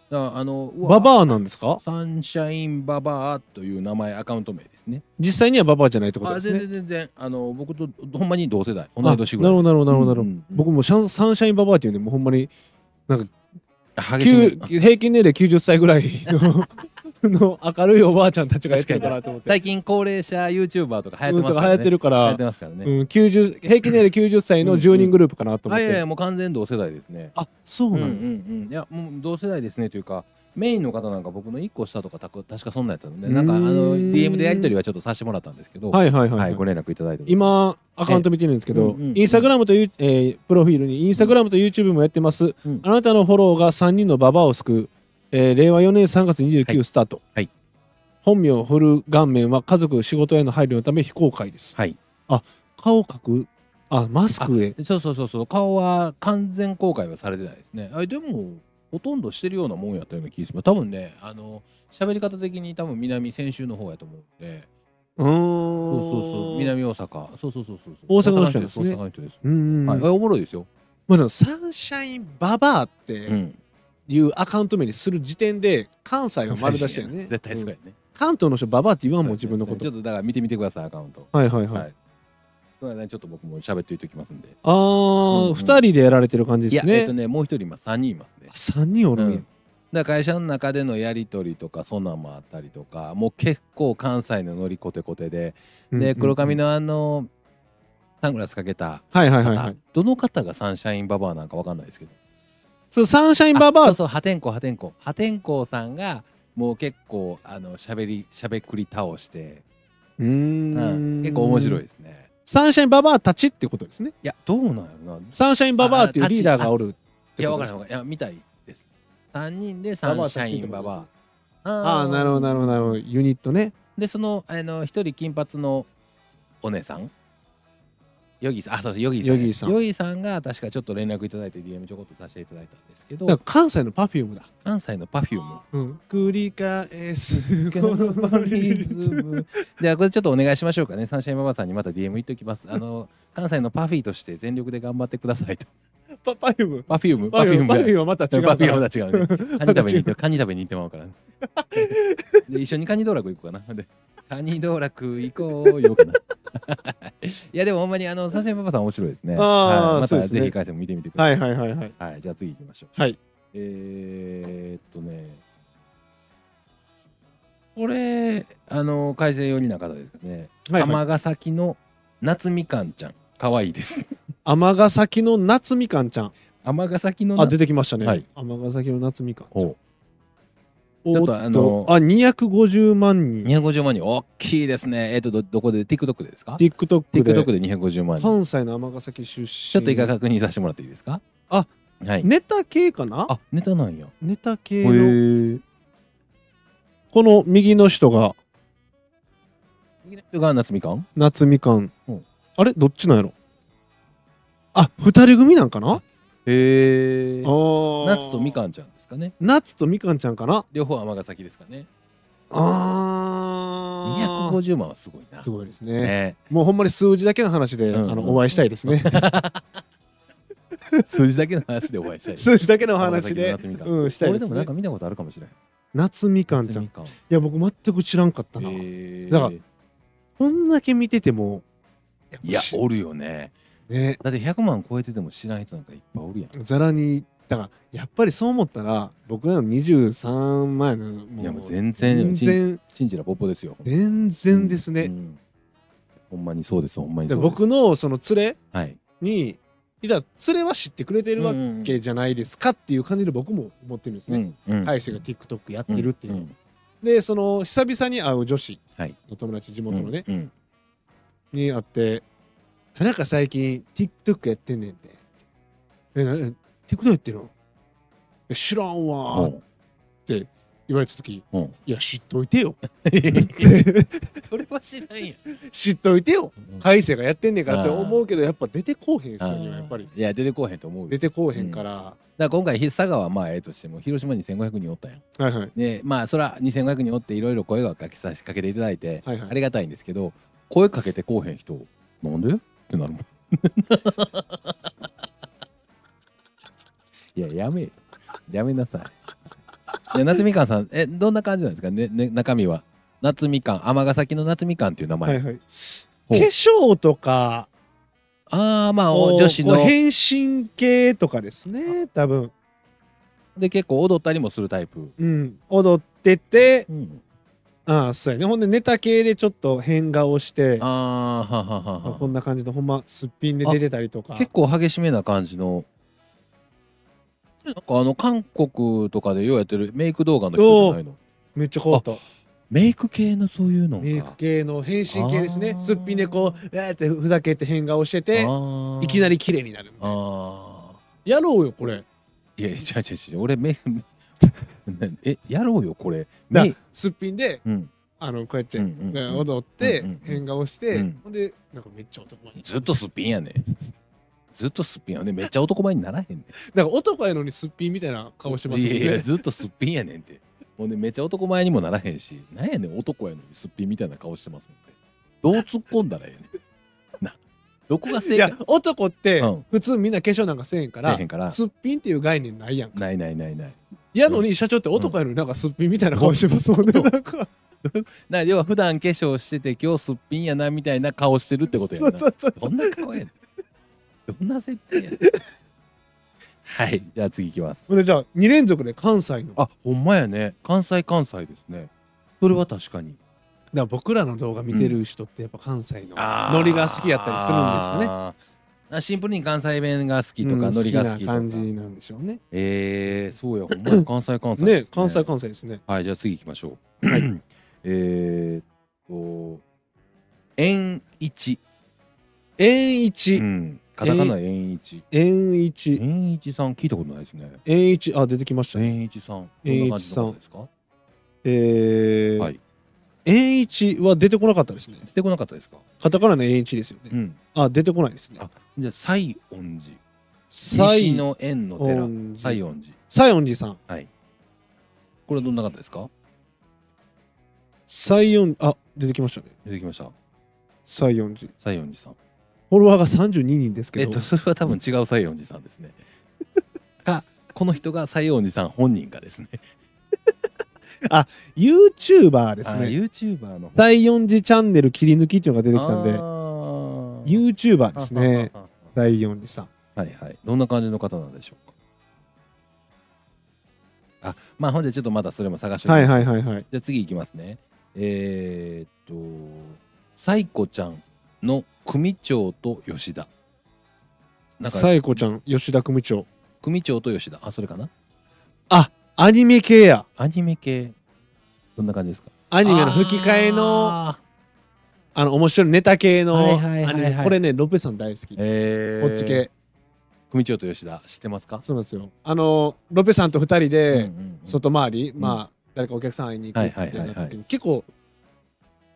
[SPEAKER 2] だからあの、
[SPEAKER 1] ー、バ
[SPEAKER 2] ア
[SPEAKER 1] バアなんですか
[SPEAKER 2] サンシャインババアという名前、アカウント名ですね。
[SPEAKER 1] 実際にはババアじゃないってこと
[SPEAKER 2] あ
[SPEAKER 1] です
[SPEAKER 2] 全
[SPEAKER 1] ね
[SPEAKER 2] 然全然、あの僕とほんまに同世代、同い年ぐらい
[SPEAKER 1] あ
[SPEAKER 2] です。
[SPEAKER 1] なるほどなるほどなるほど
[SPEAKER 2] うんうん
[SPEAKER 1] 僕もシャンサンシャインババアっていうんでもうほんまに
[SPEAKER 2] 激し
[SPEAKER 1] きゅ
[SPEAKER 2] いう
[SPEAKER 1] 平均年齢90歳ぐらい のの明るいおばあちゃんたちがやってるかなと思って
[SPEAKER 2] 最近、高齢者 YouTuber とか流行ってます
[SPEAKER 1] うんと
[SPEAKER 2] か
[SPEAKER 1] から流
[SPEAKER 2] ね。
[SPEAKER 1] 行ってるか
[SPEAKER 2] 流
[SPEAKER 1] ら、
[SPEAKER 2] 行ってますから
[SPEAKER 1] う
[SPEAKER 2] ね。
[SPEAKER 1] ん、90平均年齢90歳の10人グループかなと思
[SPEAKER 2] あ
[SPEAKER 1] っ
[SPEAKER 2] い
[SPEAKER 1] て、
[SPEAKER 2] やいや、もう完全同世代ですね。
[SPEAKER 1] あそう
[SPEAKER 2] うん
[SPEAKER 1] な
[SPEAKER 2] うんんうん、
[SPEAKER 1] だ、
[SPEAKER 2] いやもう同世代ですねというかメインの方なんか僕の1個下とかたく確かそんなんやったので、なんかあの
[SPEAKER 1] うーん
[SPEAKER 2] DM でやり取りはちょっとさせてもらったんですけど、
[SPEAKER 1] はいはいはい、
[SPEAKER 2] はい、ご連絡いただいてます
[SPEAKER 1] 今アカウント見てるんですけ
[SPEAKER 2] えうん
[SPEAKER 1] ど、
[SPEAKER 2] うんうん
[SPEAKER 1] インスタグラムという、えープロフィールにインスタグラムと YouTube もやってます、
[SPEAKER 2] うん
[SPEAKER 1] あなたのフォローが3人のババアを救う、えー令和4年3月29
[SPEAKER 2] は
[SPEAKER 1] スタート、
[SPEAKER 2] はい
[SPEAKER 1] 本名フル顔面は家族仕事への配慮のため非公開です
[SPEAKER 2] はい
[SPEAKER 1] 顔隠あマスクへ
[SPEAKER 2] そうそうそうそう顔は完全公開はされてないですねあでもほとんどしてるようなもんやったような気がします多分ねあの喋り方的に多分南先週の方やと思うんで
[SPEAKER 1] うー
[SPEAKER 2] そ
[SPEAKER 1] ん
[SPEAKER 2] うそうそう南大阪そうそうそうそう
[SPEAKER 1] 大阪の人です
[SPEAKER 2] 大
[SPEAKER 1] ね
[SPEAKER 2] 阪の人です、
[SPEAKER 1] うんうん、
[SPEAKER 2] はい、あおもろいですよ、
[SPEAKER 1] まあでもサンシャインババアって
[SPEAKER 2] ん、
[SPEAKER 1] いうアカウント名にする時点で関西は丸出しやね
[SPEAKER 2] 絶対そう
[SPEAKER 1] うん
[SPEAKER 2] やね、
[SPEAKER 1] 関東の人ババアって言わんもん自分のこ
[SPEAKER 2] ちょ
[SPEAKER 1] と
[SPEAKER 2] っとだから見てみてくださいアカウント
[SPEAKER 1] はいはいはい、
[SPEAKER 2] はいその間にちょっと僕も喋っておいておきますんで
[SPEAKER 1] あ
[SPEAKER 2] うんう
[SPEAKER 1] ー、
[SPEAKER 2] ん
[SPEAKER 1] 二人でやられてる感じで
[SPEAKER 2] い
[SPEAKER 1] す
[SPEAKER 2] やえ
[SPEAKER 1] ね
[SPEAKER 2] っとねもう一人今3人いますね
[SPEAKER 1] 3人おるんや、
[SPEAKER 2] だから会社の中でのやり取りとかそんなんもあったりとかもう結構関西のノリコテコテで、
[SPEAKER 1] うん
[SPEAKER 2] で黒髪
[SPEAKER 1] の
[SPEAKER 2] のあのサングラスかけた
[SPEAKER 1] はいはい
[SPEAKER 2] 方、
[SPEAKER 1] はいはい
[SPEAKER 2] どの方がサンシャインババアなんかわかんないですけど
[SPEAKER 1] そうサンシャインバ
[SPEAKER 2] あ
[SPEAKER 1] バ
[SPEAKER 2] そ
[SPEAKER 1] ア
[SPEAKER 2] うそう破天荒破天荒破天荒さんがもう結構あのしゃべりしゃべくり倒して、
[SPEAKER 1] う
[SPEAKER 2] う
[SPEAKER 1] ー
[SPEAKER 2] ん、結構面白い
[SPEAKER 1] い
[SPEAKER 2] ですね
[SPEAKER 1] サンシャインババアたちってことですね
[SPEAKER 2] いやどうなんやろな
[SPEAKER 1] サンシャインババアっていうリーダーがおる
[SPEAKER 2] いやわから
[SPEAKER 1] ん
[SPEAKER 2] んわからんいやみたいです3人でサンシャインババア
[SPEAKER 1] ああーなるほどなるほどなるほどユニットね
[SPEAKER 2] でそのあの一人金髪のお姉さんヨギさんあそうそうヨギさん
[SPEAKER 1] ヨギさん
[SPEAKER 2] ヨギさんが確かちょっと連絡いただいて DM ちょこっとさせていただいたんですけど
[SPEAKER 1] なんか関西のパフュームだ、
[SPEAKER 2] 関西の Perfume
[SPEAKER 1] うん、繰り返す
[SPEAKER 2] このバリズムではこれちょっとお願いしましょうかねサンシャインママさんにまた DM 言っておきますあの関西のパフィーとして全力で頑張ってくださいと
[SPEAKER 1] パパフューム。
[SPEAKER 2] パフューム
[SPEAKER 1] パ
[SPEAKER 2] パ
[SPEAKER 1] フ
[SPEAKER 2] フ
[SPEAKER 1] ュ
[SPEAKER 2] ュー
[SPEAKER 1] ーム
[SPEAKER 2] ム
[SPEAKER 1] パフュー
[SPEAKER 2] が
[SPEAKER 1] ムはまた違うか
[SPEAKER 2] パフュー
[SPEAKER 1] ら。
[SPEAKER 2] ムだ違うねカニ食べに行って カニ食べに行ってまう からねで一緒にカニ道楽行こうかなでカニ道楽行こう よかないやでもほんまにあのサシェパパさん面白いですね
[SPEAKER 1] あー
[SPEAKER 2] はいま
[SPEAKER 1] そうで
[SPEAKER 2] た
[SPEAKER 1] すね
[SPEAKER 2] ぜひ回線も見てみてくださ
[SPEAKER 1] はいいはいはいはい。
[SPEAKER 2] はい、じゃあ次行きましょう。
[SPEAKER 1] はい。
[SPEAKER 2] えー、っとね、これ、あの、改正寄りな方ですかね。
[SPEAKER 1] はいはい
[SPEAKER 2] 尼崎の夏みかんちゃん、可愛い です。
[SPEAKER 1] 尼崎の夏みかんちゃん。
[SPEAKER 2] 尼崎のな
[SPEAKER 1] あ、出てきましたね。
[SPEAKER 2] はい
[SPEAKER 1] 尼崎の夏みかん。
[SPEAKER 2] ほう
[SPEAKER 1] お
[SPEAKER 2] ち
[SPEAKER 1] ー
[SPEAKER 2] ょ
[SPEAKER 1] っ
[SPEAKER 2] っ
[SPEAKER 1] と
[SPEAKER 2] とあの
[SPEAKER 1] あ、250万人。
[SPEAKER 2] 250万人、大きいですね。えーっと、どどこで、TikTok でですか
[SPEAKER 1] TikTok で。
[SPEAKER 2] ?TikTok で250万人。
[SPEAKER 1] 関西の尼崎出身。
[SPEAKER 2] ちょっと一回確認させてもらっていいですか
[SPEAKER 1] あ
[SPEAKER 2] はい。
[SPEAKER 1] ネタ系かな
[SPEAKER 2] あ、ネタなんや。
[SPEAKER 1] ネタ系
[SPEAKER 2] へ
[SPEAKER 1] の。
[SPEAKER 2] ー。
[SPEAKER 1] この右の人が
[SPEAKER 2] 右の人が夏みかん
[SPEAKER 1] 夏みかん
[SPEAKER 2] うん。
[SPEAKER 1] あれどっちなんやろあ、二人組なんかな
[SPEAKER 2] へ
[SPEAKER 1] あ。ー
[SPEAKER 2] 夏とみかんちゃんですかね。
[SPEAKER 1] 夏とみかんちゃんかな
[SPEAKER 2] 両方尼崎ですかね。
[SPEAKER 1] あー
[SPEAKER 2] 250万はすごいな。
[SPEAKER 1] すごいですね
[SPEAKER 2] ね、
[SPEAKER 1] もうほんまに数字だけの話で、
[SPEAKER 2] うん
[SPEAKER 1] あのお会いしたいですね
[SPEAKER 2] 数字だけの話でお会いしたいです。
[SPEAKER 1] 数字だけの話で
[SPEAKER 2] 尼崎の夏みかん
[SPEAKER 1] うんしたい
[SPEAKER 2] 俺
[SPEAKER 1] で
[SPEAKER 2] ですもなん
[SPEAKER 1] ね
[SPEAKER 2] か見たことあるかもしれない。
[SPEAKER 1] 夏みかんちゃんい
[SPEAKER 2] 夏み
[SPEAKER 1] や僕全く知らんかった
[SPEAKER 2] かん
[SPEAKER 1] な、
[SPEAKER 2] へー
[SPEAKER 1] なんかこんだけ見てても
[SPEAKER 2] いや、
[SPEAKER 1] し
[SPEAKER 2] おるよね。
[SPEAKER 1] ね
[SPEAKER 2] だって100万超えてても知らん人なんかいっぱいおるやん。
[SPEAKER 1] ざらにだからやっぱりそう思ったら僕らの23前のも
[SPEAKER 2] いや、もう全然、
[SPEAKER 1] 全
[SPEAKER 2] チン
[SPEAKER 1] 然
[SPEAKER 2] チンチラポッポですよ。
[SPEAKER 1] 全然ですね、
[SPEAKER 2] うんほんまにそうです、ほんまに
[SPEAKER 1] で
[SPEAKER 2] そうです。
[SPEAKER 1] 僕のその連れ
[SPEAKER 2] はい。
[SPEAKER 1] にいた連れは知ってくれてるわ
[SPEAKER 2] うん
[SPEAKER 1] けじゃないですかっていう感じで僕も思ってるんです
[SPEAKER 2] う
[SPEAKER 1] ね、
[SPEAKER 2] んうん
[SPEAKER 1] 大勢が TikTok やってるっていう、
[SPEAKER 2] んん
[SPEAKER 1] でその久々に会う女子
[SPEAKER 2] はい
[SPEAKER 1] の友達地元のね、
[SPEAKER 2] うんうん
[SPEAKER 1] に会って「田中最近 TikTok やってんねんて」えなえ TikTok やってるのえ知らんわ」
[SPEAKER 2] う
[SPEAKER 1] っ
[SPEAKER 2] ん
[SPEAKER 1] て言われた時「
[SPEAKER 2] うん
[SPEAKER 1] いや知っといてよ」
[SPEAKER 2] それは知らんやん。
[SPEAKER 1] 知っといてよ海星がやってんねんからって
[SPEAKER 2] あー
[SPEAKER 1] 思うけどやっぱ出てこうへんし
[SPEAKER 2] あ
[SPEAKER 1] に
[SPEAKER 2] ー
[SPEAKER 1] はやっぱり
[SPEAKER 2] いや、出てこうへんと思うよ
[SPEAKER 1] 出てこうへんから、
[SPEAKER 2] だから今回佐賀はまあええとしても広島に1500人おったやん
[SPEAKER 1] はいはい
[SPEAKER 2] でまあそら2500人おっていろいろ声がかけさしかけていただいて、
[SPEAKER 1] はいはい
[SPEAKER 2] ありがたいんですけど声かけてこうへん人なんでってなるもん いややめよやめなさいいや夏みかんさんえどんな感じなんですかねね中身は夏みかん尼崎の夏みかんっていう名前、
[SPEAKER 1] はいはい化
[SPEAKER 2] ほう
[SPEAKER 1] 粧とか
[SPEAKER 2] ああまあ
[SPEAKER 1] こ
[SPEAKER 2] お
[SPEAKER 1] う
[SPEAKER 2] 女子
[SPEAKER 1] こう
[SPEAKER 2] の
[SPEAKER 1] 変身系とかですね多分
[SPEAKER 2] で結構踊ったりもするタイプ、
[SPEAKER 1] うん踊ってて
[SPEAKER 2] うん、
[SPEAKER 1] ああそうやねほんでネタ系でちょっと変顔して
[SPEAKER 2] ああははは
[SPEAKER 1] まあ
[SPEAKER 2] は
[SPEAKER 1] こんな感じのほんますっぴんで出てたりとか
[SPEAKER 2] 結構激しめな感じのなんかあの韓国とかでようやってるメイク動画の人じゃないの
[SPEAKER 1] めっちゃ変わった
[SPEAKER 2] メイク系のそういうのか
[SPEAKER 1] メイク系の変身系ですね
[SPEAKER 2] あー
[SPEAKER 1] すっぴんでこうえーってふざけて変顔してていきな
[SPEAKER 2] り
[SPEAKER 1] り綺麗になるみたいな
[SPEAKER 2] あ
[SPEAKER 1] やろうよこれ
[SPEAKER 2] ーいやいや違う違う違う俺メイク えやろうよこれ
[SPEAKER 1] だ
[SPEAKER 2] メイ
[SPEAKER 1] すっぴんで
[SPEAKER 2] うん
[SPEAKER 1] あのこうやって
[SPEAKER 2] うんうん
[SPEAKER 1] ね
[SPEAKER 2] うん
[SPEAKER 1] 踊って
[SPEAKER 2] うんうん
[SPEAKER 1] 変顔して
[SPEAKER 2] うん
[SPEAKER 1] ほんでなんかめっちゃ男前
[SPEAKER 2] ずっとすっぴんやねずっとすっぴんやねめっちゃ男前にならへ んね
[SPEAKER 1] なんか男やのにすっぴんみたいな顔してますよ
[SPEAKER 2] いやいや
[SPEAKER 1] ね
[SPEAKER 2] ずっとすっぴんやねんってほんでめっちゃ男前にもならへんしなんやねん男やのにすっぴんみたいな顔してますもんねどう突っ込んだらええねんなどこが
[SPEAKER 1] い
[SPEAKER 2] 正解
[SPEAKER 1] や男って
[SPEAKER 2] うん
[SPEAKER 1] 普通みんな化粧なんかせえへんか
[SPEAKER 2] せえ
[SPEAKER 1] ら
[SPEAKER 2] へんから
[SPEAKER 1] すっぴんっていう概念ないやんか
[SPEAKER 2] ないないないない
[SPEAKER 1] やのに社長って男やのになんかすっぴんみたいな顔してますもんね。
[SPEAKER 2] うん
[SPEAKER 1] なんか
[SPEAKER 2] な要は普段化粧してて今日すっぴんやなみたいな顔してるってことやん
[SPEAKER 1] そう
[SPEAKER 2] な
[SPEAKER 1] そうそうそ
[SPEAKER 2] どんな 顔やねんどんな設定やねんはいじゃあ次いきます
[SPEAKER 1] う。これじゃあ2連続で関西の。だか
[SPEAKER 2] あほんまやね関西関西ですねそれは確かに
[SPEAKER 1] ら僕らの動画見てる人ってやっぱ関西の
[SPEAKER 2] あー
[SPEAKER 1] ノリが好きやったりするんですかね。
[SPEAKER 2] あーシンプルに関西弁が好きと
[SPEAKER 1] う
[SPEAKER 2] か、
[SPEAKER 1] ん
[SPEAKER 2] ノリが好きと
[SPEAKER 1] な
[SPEAKER 2] か
[SPEAKER 1] 感じなんでしょうね。
[SPEAKER 2] えー、そうやほんま に関西関西
[SPEAKER 1] ね
[SPEAKER 2] です
[SPEAKER 1] 関西関西ですね。
[SPEAKER 2] はいじゃあ次行きましょう、 えーっと円一、
[SPEAKER 1] 円
[SPEAKER 2] う
[SPEAKER 1] 一
[SPEAKER 2] ん、カタカナ円一、
[SPEAKER 1] 円一
[SPEAKER 2] 円一さん聞いたことないですね
[SPEAKER 1] 円一あ出てきましたね。
[SPEAKER 2] 円一さんどんな感じの方ですか
[SPEAKER 1] え
[SPEAKER 2] は
[SPEAKER 1] ー
[SPEAKER 2] い
[SPEAKER 1] 円一は出てこなかったですね。
[SPEAKER 2] 出てこなかったですか
[SPEAKER 1] カタカナの円一ですよね
[SPEAKER 2] う。ん
[SPEAKER 1] あ出てこないですね
[SPEAKER 2] あ。じゃあ西音寺西
[SPEAKER 1] 西
[SPEAKER 2] の円の寺
[SPEAKER 1] 音寺
[SPEAKER 2] 西音寺
[SPEAKER 1] 西園寺さん
[SPEAKER 2] これどんな方ですか
[SPEAKER 1] 西園あ出てきましたね。
[SPEAKER 2] 出てきました
[SPEAKER 1] 西園寺。
[SPEAKER 2] 西音寺さん
[SPEAKER 1] ォロワーが32人ですけ
[SPEAKER 2] え
[SPEAKER 1] ど、
[SPEAKER 2] っとそれは多分違う西園寺さん ですねかこの人が西園寺さん本人かですね
[SPEAKER 1] YouTuber です
[SPEAKER 2] あー
[SPEAKER 1] ね
[SPEAKER 2] YouTuber の
[SPEAKER 1] 第4次チャンネル切り抜きっていうのが出てきたんで
[SPEAKER 2] で
[SPEAKER 1] YouTuber ですね第4次さん
[SPEAKER 2] はいはいどんな感じの方なんでしょうかあまあほんでちょっとまだそれも探しておきま
[SPEAKER 1] は
[SPEAKER 2] す
[SPEAKER 1] いはいはいはい
[SPEAKER 2] じゃあ次いきますね。えー、っと、サイコちゃんの組長と吉田。なんか
[SPEAKER 1] サ、イコちゃん吉田組長
[SPEAKER 2] 組長と吉田。あ、それかな
[SPEAKER 1] アニメ系や
[SPEAKER 2] アニメ系。どんな感じですか
[SPEAKER 1] ア
[SPEAKER 2] ア
[SPEAKER 1] ニメの吹き替えのあの面白いネタ系の
[SPEAKER 2] はいはいはいはい
[SPEAKER 1] アニメこれねロペさん大好きです、
[SPEAKER 2] えー、
[SPEAKER 1] こっち。系
[SPEAKER 2] 組長と吉田、知ってますか
[SPEAKER 1] そうなんですよあのロペさんと2人で、
[SPEAKER 2] うんうんうん
[SPEAKER 1] 外回り、
[SPEAKER 2] ん
[SPEAKER 1] まあ誰かお客さん会いに行く
[SPEAKER 2] は
[SPEAKER 1] っ
[SPEAKER 2] いはい
[SPEAKER 1] て
[SPEAKER 2] はいは
[SPEAKER 1] ないった時に結構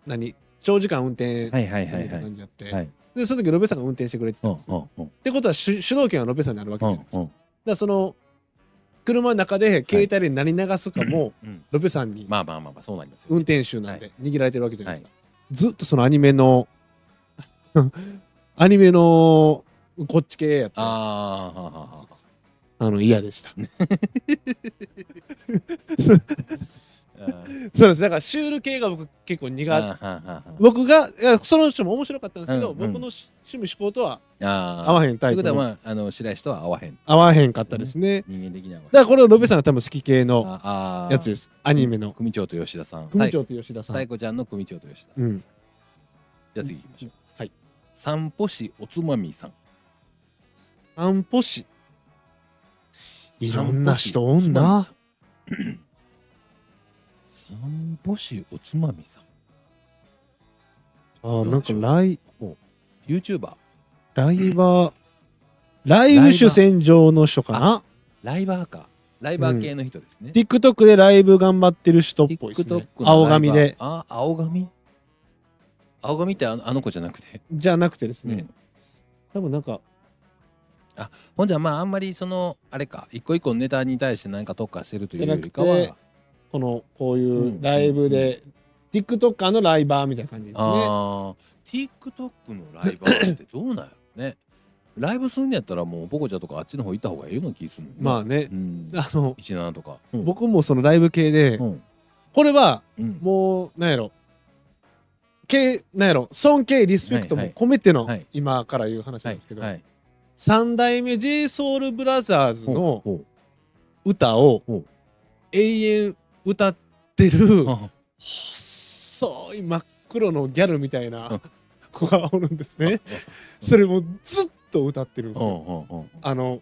[SPEAKER 1] 何長時間運転す
[SPEAKER 2] は
[SPEAKER 1] る
[SPEAKER 2] いはい
[SPEAKER 1] み
[SPEAKER 2] は
[SPEAKER 1] た
[SPEAKER 2] い
[SPEAKER 1] いな
[SPEAKER 2] はい。
[SPEAKER 1] 感じやって、
[SPEAKER 2] はい
[SPEAKER 1] でその時ロペさんが運転してくれて
[SPEAKER 2] う
[SPEAKER 1] た
[SPEAKER 2] ん
[SPEAKER 1] ん
[SPEAKER 2] うん
[SPEAKER 1] ですよ、っ
[SPEAKER 2] うん
[SPEAKER 1] てことは主主導権はロペさんにあるわけ
[SPEAKER 2] う
[SPEAKER 1] じゃ
[SPEAKER 2] ん
[SPEAKER 1] ないです
[SPEAKER 2] うん
[SPEAKER 1] か、だからその車の中で携帯で何流すかも、
[SPEAKER 2] うん。
[SPEAKER 1] ロペさんに
[SPEAKER 2] まあまあまあまあ、そうなりますよ、ね。
[SPEAKER 1] 運転手なんで握られてるわけじゃないですか、
[SPEAKER 2] は
[SPEAKER 1] ずっとそのアニメの アニメのこっち系やったあ
[SPEAKER 2] ああ、はあはあはあ。
[SPEAKER 1] の嫌でした
[SPEAKER 2] あー
[SPEAKER 1] そうですだからシュール系が僕結構苦手
[SPEAKER 2] あーはあはあはあ
[SPEAKER 1] 僕がいやその人も面白かったんですけど、
[SPEAKER 2] うん
[SPEAKER 1] 僕のし趣味思考とは
[SPEAKER 2] あー
[SPEAKER 1] 合わへんタ
[SPEAKER 2] とい
[SPEAKER 1] イ
[SPEAKER 2] う
[SPEAKER 1] プ
[SPEAKER 2] こと
[SPEAKER 1] の
[SPEAKER 2] は、まあ、あの白石とは合わへん。
[SPEAKER 1] 合わへんかったですね、
[SPEAKER 2] 人間的には合わへん。
[SPEAKER 1] だからこれをロベさんが多分好き系の
[SPEAKER 2] ああ
[SPEAKER 1] やつですアニメの
[SPEAKER 2] 組長と吉田さん。
[SPEAKER 1] 組長と吉田さん、
[SPEAKER 2] サイコちゃんの組長と吉田。じ
[SPEAKER 1] うん
[SPEAKER 2] ゃあ次行きましょう。
[SPEAKER 1] はい。
[SPEAKER 2] 散歩しおつまみさん。
[SPEAKER 1] 安保市いろんな人おんな
[SPEAKER 2] 散歩しおつまみさん。
[SPEAKER 1] あーなんかライ
[SPEAKER 2] ユーチューバー、
[SPEAKER 1] ライバーライブ主戦場の人かな
[SPEAKER 2] ライバーか。ライバー系の人ですね。
[SPEAKER 1] TikTok でライブ頑張ってる人っぽいです
[SPEAKER 2] TikTok のラ
[SPEAKER 1] ね
[SPEAKER 2] イバー
[SPEAKER 1] 青髪で。
[SPEAKER 2] あ、青髪青髪ってあのあの子じゃなくて。
[SPEAKER 1] じゃなくてです
[SPEAKER 2] う
[SPEAKER 1] ね
[SPEAKER 2] ん、
[SPEAKER 1] 多分なんか
[SPEAKER 2] ほんじゃまああんまりそのあれか一個一個のネタに対して何か特化してるというよりか
[SPEAKER 1] じゃな
[SPEAKER 2] は
[SPEAKER 1] くこのこういううんライブで、TikToker のライバーみたいな感じですね
[SPEAKER 2] ああ、TikTok のライブってどうなんやろね。ライブするんやったらもうポコちゃんとかあっちの方行った方がいいような気するのよね
[SPEAKER 1] まあね
[SPEAKER 2] う、ん、
[SPEAKER 1] あの
[SPEAKER 2] 17とか。
[SPEAKER 1] 僕もそのライブ系で、
[SPEAKER 2] うん、
[SPEAKER 1] これは
[SPEAKER 2] うん、
[SPEAKER 1] もうなんやろけなんやろ尊敬リスペクト
[SPEAKER 2] はい
[SPEAKER 1] も
[SPEAKER 2] はい
[SPEAKER 1] 込めての
[SPEAKER 2] はい
[SPEAKER 1] 今から言う話
[SPEAKER 2] は
[SPEAKER 1] ないんですけど、
[SPEAKER 2] はい、
[SPEAKER 1] 三代目 j s o u l b r o t h e r s の
[SPEAKER 2] ほう
[SPEAKER 1] 歌を
[SPEAKER 2] ほう
[SPEAKER 1] 永遠歌ってる
[SPEAKER 2] ほうあ
[SPEAKER 1] 細い真っ黒のギャルみたいうなん子がおるんですね
[SPEAKER 2] うん
[SPEAKER 1] それもうずっと歌ってるんです
[SPEAKER 2] ほう
[SPEAKER 1] よ
[SPEAKER 2] ほうほう
[SPEAKER 1] あの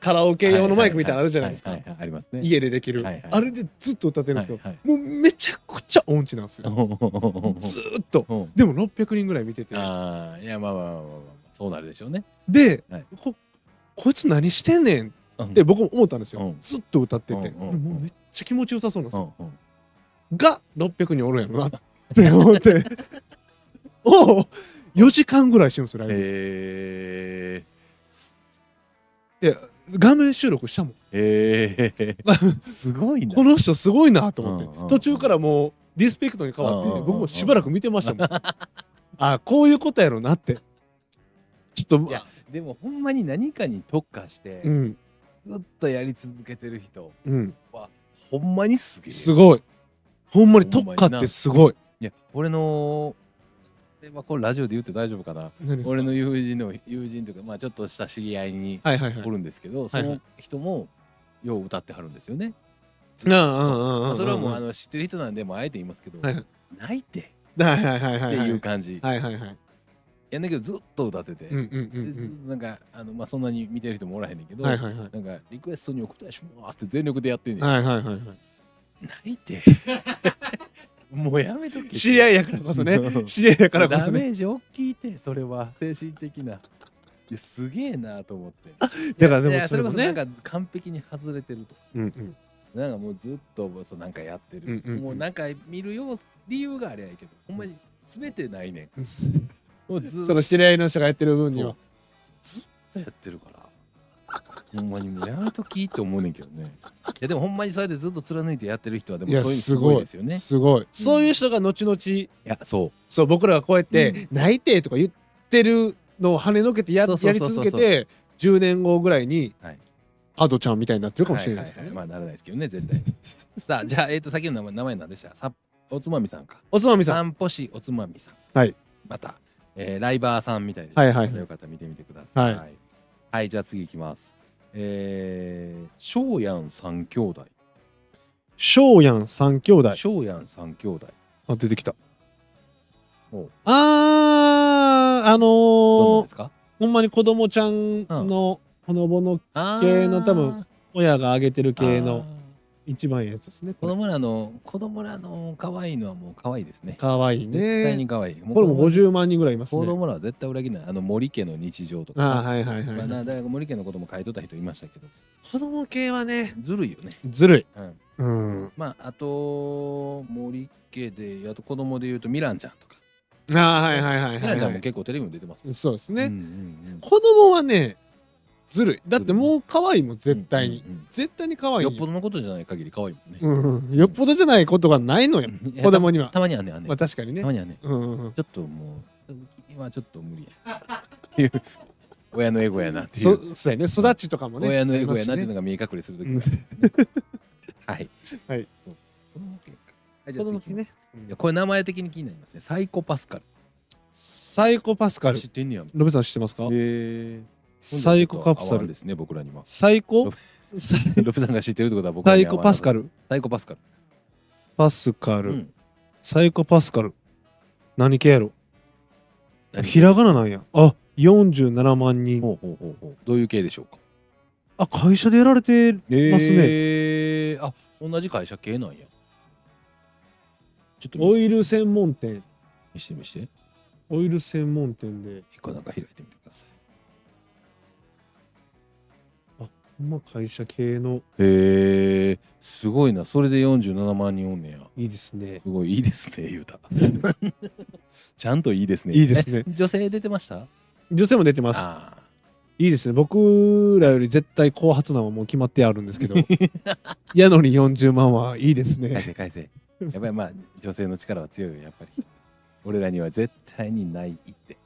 [SPEAKER 1] カラオケ用のマイクみたいなのあるじゃないです
[SPEAKER 2] は
[SPEAKER 1] か
[SPEAKER 2] はははいありますね。
[SPEAKER 1] 家でできる
[SPEAKER 2] はいはい
[SPEAKER 1] あれでずっと歌ってるんですけど
[SPEAKER 2] はい
[SPEAKER 1] もうめちゃくちゃ音痴なんです
[SPEAKER 2] はい
[SPEAKER 1] よ。
[SPEAKER 2] ほうほうほうほう
[SPEAKER 1] ずーっと。
[SPEAKER 2] ほう
[SPEAKER 1] でも600人ぐらい見てて。
[SPEAKER 2] ああ、いやまあまあまあまあまあそうなるでしょうね。
[SPEAKER 1] で、
[SPEAKER 2] はい
[SPEAKER 1] こ、こいつ何してんねん
[SPEAKER 2] うん
[SPEAKER 1] って僕も思ったんですよ。
[SPEAKER 2] うん
[SPEAKER 1] ずっと歌ってて、
[SPEAKER 2] うん
[SPEAKER 1] 俺もうめっちゃ気持ちよさそうなんで
[SPEAKER 2] う
[SPEAKER 1] すよ。
[SPEAKER 2] んうん
[SPEAKER 1] が、600人おるんやろなって思 って。おう4時間ぐらいしてるんですよ、ライブ。
[SPEAKER 2] えー、
[SPEAKER 1] で、画面収録したもん。
[SPEAKER 2] えー、すごいな。
[SPEAKER 1] この人すごいなと思って、
[SPEAKER 2] うんうんうん
[SPEAKER 1] 途中からもうリスペクトに変わって、
[SPEAKER 2] うんうんうん
[SPEAKER 1] 僕もしばらく見てましたもん。あこういうことやろなって。ちょっ
[SPEAKER 2] い
[SPEAKER 1] と
[SPEAKER 2] や、でもほんまに何かに特化して、
[SPEAKER 1] うん、
[SPEAKER 2] ずっとやり続けてる人
[SPEAKER 1] うん。
[SPEAKER 2] はほんまにすげえ。
[SPEAKER 1] す
[SPEAKER 2] い
[SPEAKER 1] ごい。ほんまに特化ってすごい。
[SPEAKER 2] や俺のこれはこれラジオで言って大丈夫かな。
[SPEAKER 1] 何ですか
[SPEAKER 2] 俺の友人の友人というかまあちょっとした知り合いに
[SPEAKER 1] はいはいはい。
[SPEAKER 2] おるんですけど、
[SPEAKER 1] はいはい
[SPEAKER 2] その人もよう歌ってはるんですよね。
[SPEAKER 1] うんうんうんうんうん
[SPEAKER 2] ま
[SPEAKER 1] う
[SPEAKER 2] あ
[SPEAKER 1] ん
[SPEAKER 2] それはもうあの知ってる人なんでもうあえて言いますけど、
[SPEAKER 1] はいはい
[SPEAKER 2] 泣いてっ
[SPEAKER 1] はいはいはい
[SPEAKER 2] て
[SPEAKER 1] はいはい。
[SPEAKER 2] いう感じ。
[SPEAKER 1] はいはいはい。
[SPEAKER 2] やんだけどずっと歌ってて、
[SPEAKER 1] うんうんうん
[SPEAKER 2] でなんかあのまあそんなに見てる人もおらへんねんけ
[SPEAKER 1] う
[SPEAKER 2] ど。
[SPEAKER 1] ん。はいはいはい。
[SPEAKER 2] なんかリクエストに送ったりしますって全力でやってんねん、
[SPEAKER 1] はいはいはいはい。
[SPEAKER 2] 泣いて もうやめとけ
[SPEAKER 1] 知り合いやからこそね。知り合いやからこ
[SPEAKER 2] ダ
[SPEAKER 1] そね。
[SPEAKER 2] メージ大きいてそれは精神的ないやすげえなと思って
[SPEAKER 1] だからでも
[SPEAKER 2] いや
[SPEAKER 1] そ
[SPEAKER 2] そ
[SPEAKER 1] れ
[SPEAKER 2] れ
[SPEAKER 1] も
[SPEAKER 2] こそ
[SPEAKER 1] ね
[SPEAKER 2] なんか完璧に外れてると
[SPEAKER 1] うんうん。
[SPEAKER 2] なんかもうずっとそうなんかやってる、
[SPEAKER 1] うんうんうん
[SPEAKER 2] もうなんか見るよう理由がありゃいいけどほんまに全てないねんもうずっ
[SPEAKER 1] そ
[SPEAKER 2] と
[SPEAKER 1] の知り合いの人がやってる分には。
[SPEAKER 2] ずっとやってるからほんまにもうやめときって思うねんけどねいやでもほんまにそうやってずっと貫いてやってる人はでも
[SPEAKER 1] い
[SPEAKER 2] そう
[SPEAKER 1] や、
[SPEAKER 2] いうの
[SPEAKER 1] す
[SPEAKER 2] すごい
[SPEAKER 1] ご
[SPEAKER 2] で
[SPEAKER 1] い
[SPEAKER 2] すよね。
[SPEAKER 1] すごい。そういう人が後々、
[SPEAKER 2] いやそう
[SPEAKER 1] そう、僕らがこうやっ
[SPEAKER 2] う
[SPEAKER 1] て、泣いてとか言ってるのを跳ねのけてや
[SPEAKER 2] そうそ
[SPEAKER 1] や
[SPEAKER 2] うそ
[SPEAKER 1] り
[SPEAKER 2] うそう
[SPEAKER 1] 続けて10年後ぐらいに、
[SPEAKER 2] はい
[SPEAKER 1] アドちゃんみたいになってるかもしれないですからね、
[SPEAKER 2] はははまあならないですけどね絶 対さあじゃあえっ、と先の名前名前何でしたさおつまみさんか
[SPEAKER 1] おつまみさん
[SPEAKER 2] 散歩しおつまみさん
[SPEAKER 1] はい
[SPEAKER 2] また、えーライバーさんみたいです、
[SPEAKER 1] はいはい
[SPEAKER 2] よかったら見てみてください
[SPEAKER 1] は
[SPEAKER 2] はい、はいじゃあ次いきますえー、翔やん三兄弟
[SPEAKER 1] 翔やん三兄弟
[SPEAKER 2] 翔やん三兄弟
[SPEAKER 1] あ出てきた
[SPEAKER 2] おう
[SPEAKER 1] あーあの
[SPEAKER 2] どんなん
[SPEAKER 1] ー
[SPEAKER 2] ですか
[SPEAKER 1] ほんまに子供ちゃんのほのぼの
[SPEAKER 2] あ
[SPEAKER 1] 系の多分親があげてる系の一番いいやつですね
[SPEAKER 2] 子
[SPEAKER 1] これ
[SPEAKER 2] 供らの子供らの可愛いのはもう可愛いですね
[SPEAKER 1] かわいい
[SPEAKER 2] 絶対に
[SPEAKER 1] ね
[SPEAKER 2] 可愛いもう
[SPEAKER 1] これも50万人ぐらいいます
[SPEAKER 2] 子
[SPEAKER 1] ね
[SPEAKER 2] 供らは絶対裏切らないあの森家の日常とか
[SPEAKER 1] あ
[SPEAKER 2] さ
[SPEAKER 1] ーはいはいはい、
[SPEAKER 2] まあな大学森家のことも書いとった人いましたけど
[SPEAKER 1] 子供系はね
[SPEAKER 2] ずるいよね、
[SPEAKER 1] ずるい
[SPEAKER 2] うん、
[SPEAKER 1] うん
[SPEAKER 2] まああと森家であと子供で言うとミランちゃんとか、
[SPEAKER 1] あーはいはいはい
[SPEAKER 2] ミ
[SPEAKER 1] は
[SPEAKER 2] ラ
[SPEAKER 1] い、
[SPEAKER 2] ンちゃんも
[SPEAKER 1] は
[SPEAKER 2] 結構テレビも出てますも
[SPEAKER 1] い、そうです
[SPEAKER 2] ん
[SPEAKER 1] ね、
[SPEAKER 2] うんうんうん
[SPEAKER 1] 子供はねずるいだってもう可愛いもん絶対に、
[SPEAKER 2] うんうん
[SPEAKER 1] 絶対に可愛
[SPEAKER 2] うん
[SPEAKER 1] い
[SPEAKER 2] よっぽどのことじゃない限り可愛いもんね、
[SPEAKER 1] うんうんよっぽどじゃないことがないのよ
[SPEAKER 2] うん
[SPEAKER 1] 子供には
[SPEAKER 2] たたまにはねあんねん
[SPEAKER 1] まあ確かにね
[SPEAKER 2] たまにはね
[SPEAKER 1] うんうんうん
[SPEAKER 2] ちょっともう君はちょっと無理やっていう親のエゴやなっていう
[SPEAKER 1] そそうやね育ちとかもね
[SPEAKER 2] 親のエゴやなっ
[SPEAKER 1] あ
[SPEAKER 2] ていうの
[SPEAKER 1] りますしね
[SPEAKER 2] が見え隠れするとき、
[SPEAKER 1] うん
[SPEAKER 2] はい
[SPEAKER 1] はい
[SPEAKER 2] そう子供系かはいじゃ
[SPEAKER 1] 子
[SPEAKER 2] あ次
[SPEAKER 1] 供
[SPEAKER 2] いき
[SPEAKER 1] 系
[SPEAKER 2] ま
[SPEAKER 1] ね
[SPEAKER 2] すいやこれ名前的に気になりますねサイコパスカル
[SPEAKER 1] サイコパスカル
[SPEAKER 2] 知ってんねや
[SPEAKER 1] ロベさん知ってますか
[SPEAKER 2] へえ
[SPEAKER 1] サイコカプサル
[SPEAKER 2] ですね僕らには
[SPEAKER 1] サイコサ
[SPEAKER 2] ロブさんが知ってるってことは僕ら
[SPEAKER 1] サ
[SPEAKER 2] に
[SPEAKER 1] イ
[SPEAKER 2] は
[SPEAKER 1] コパスカ
[SPEAKER 2] ル
[SPEAKER 1] ル
[SPEAKER 2] サイコパスカル
[SPEAKER 1] パスカ
[SPEAKER 2] う
[SPEAKER 1] ル、
[SPEAKER 2] ん
[SPEAKER 1] サイコパスカル何系やろ
[SPEAKER 2] 何
[SPEAKER 1] ひらがななんやあ47万人
[SPEAKER 2] ほうほうほうほうどういう系でしょうか
[SPEAKER 1] あ会社でやられてますね
[SPEAKER 2] へえあ同じ会社系なんやちょっと
[SPEAKER 1] オ
[SPEAKER 2] 見
[SPEAKER 1] イル専門店
[SPEAKER 2] して見して見して
[SPEAKER 1] オイル専門店で
[SPEAKER 2] 一個なんか開いてみてくださ
[SPEAKER 1] ほんま会社系の
[SPEAKER 2] いへえすごいなそれで47万人おんねや
[SPEAKER 1] いいですね
[SPEAKER 2] すごいいいですね言 うたちゃんといいですね
[SPEAKER 1] いいですね
[SPEAKER 2] え女性出てました
[SPEAKER 1] 女性も出てます
[SPEAKER 2] ああ
[SPEAKER 1] いいですね僕らより絶対後発なんはもう決まってあるんで すけどやのに40万はいいです
[SPEAKER 2] 改
[SPEAKER 1] ね
[SPEAKER 2] 正改正 やっぱりまあ女性の力は強いよやっぱり俺らには絶対にないって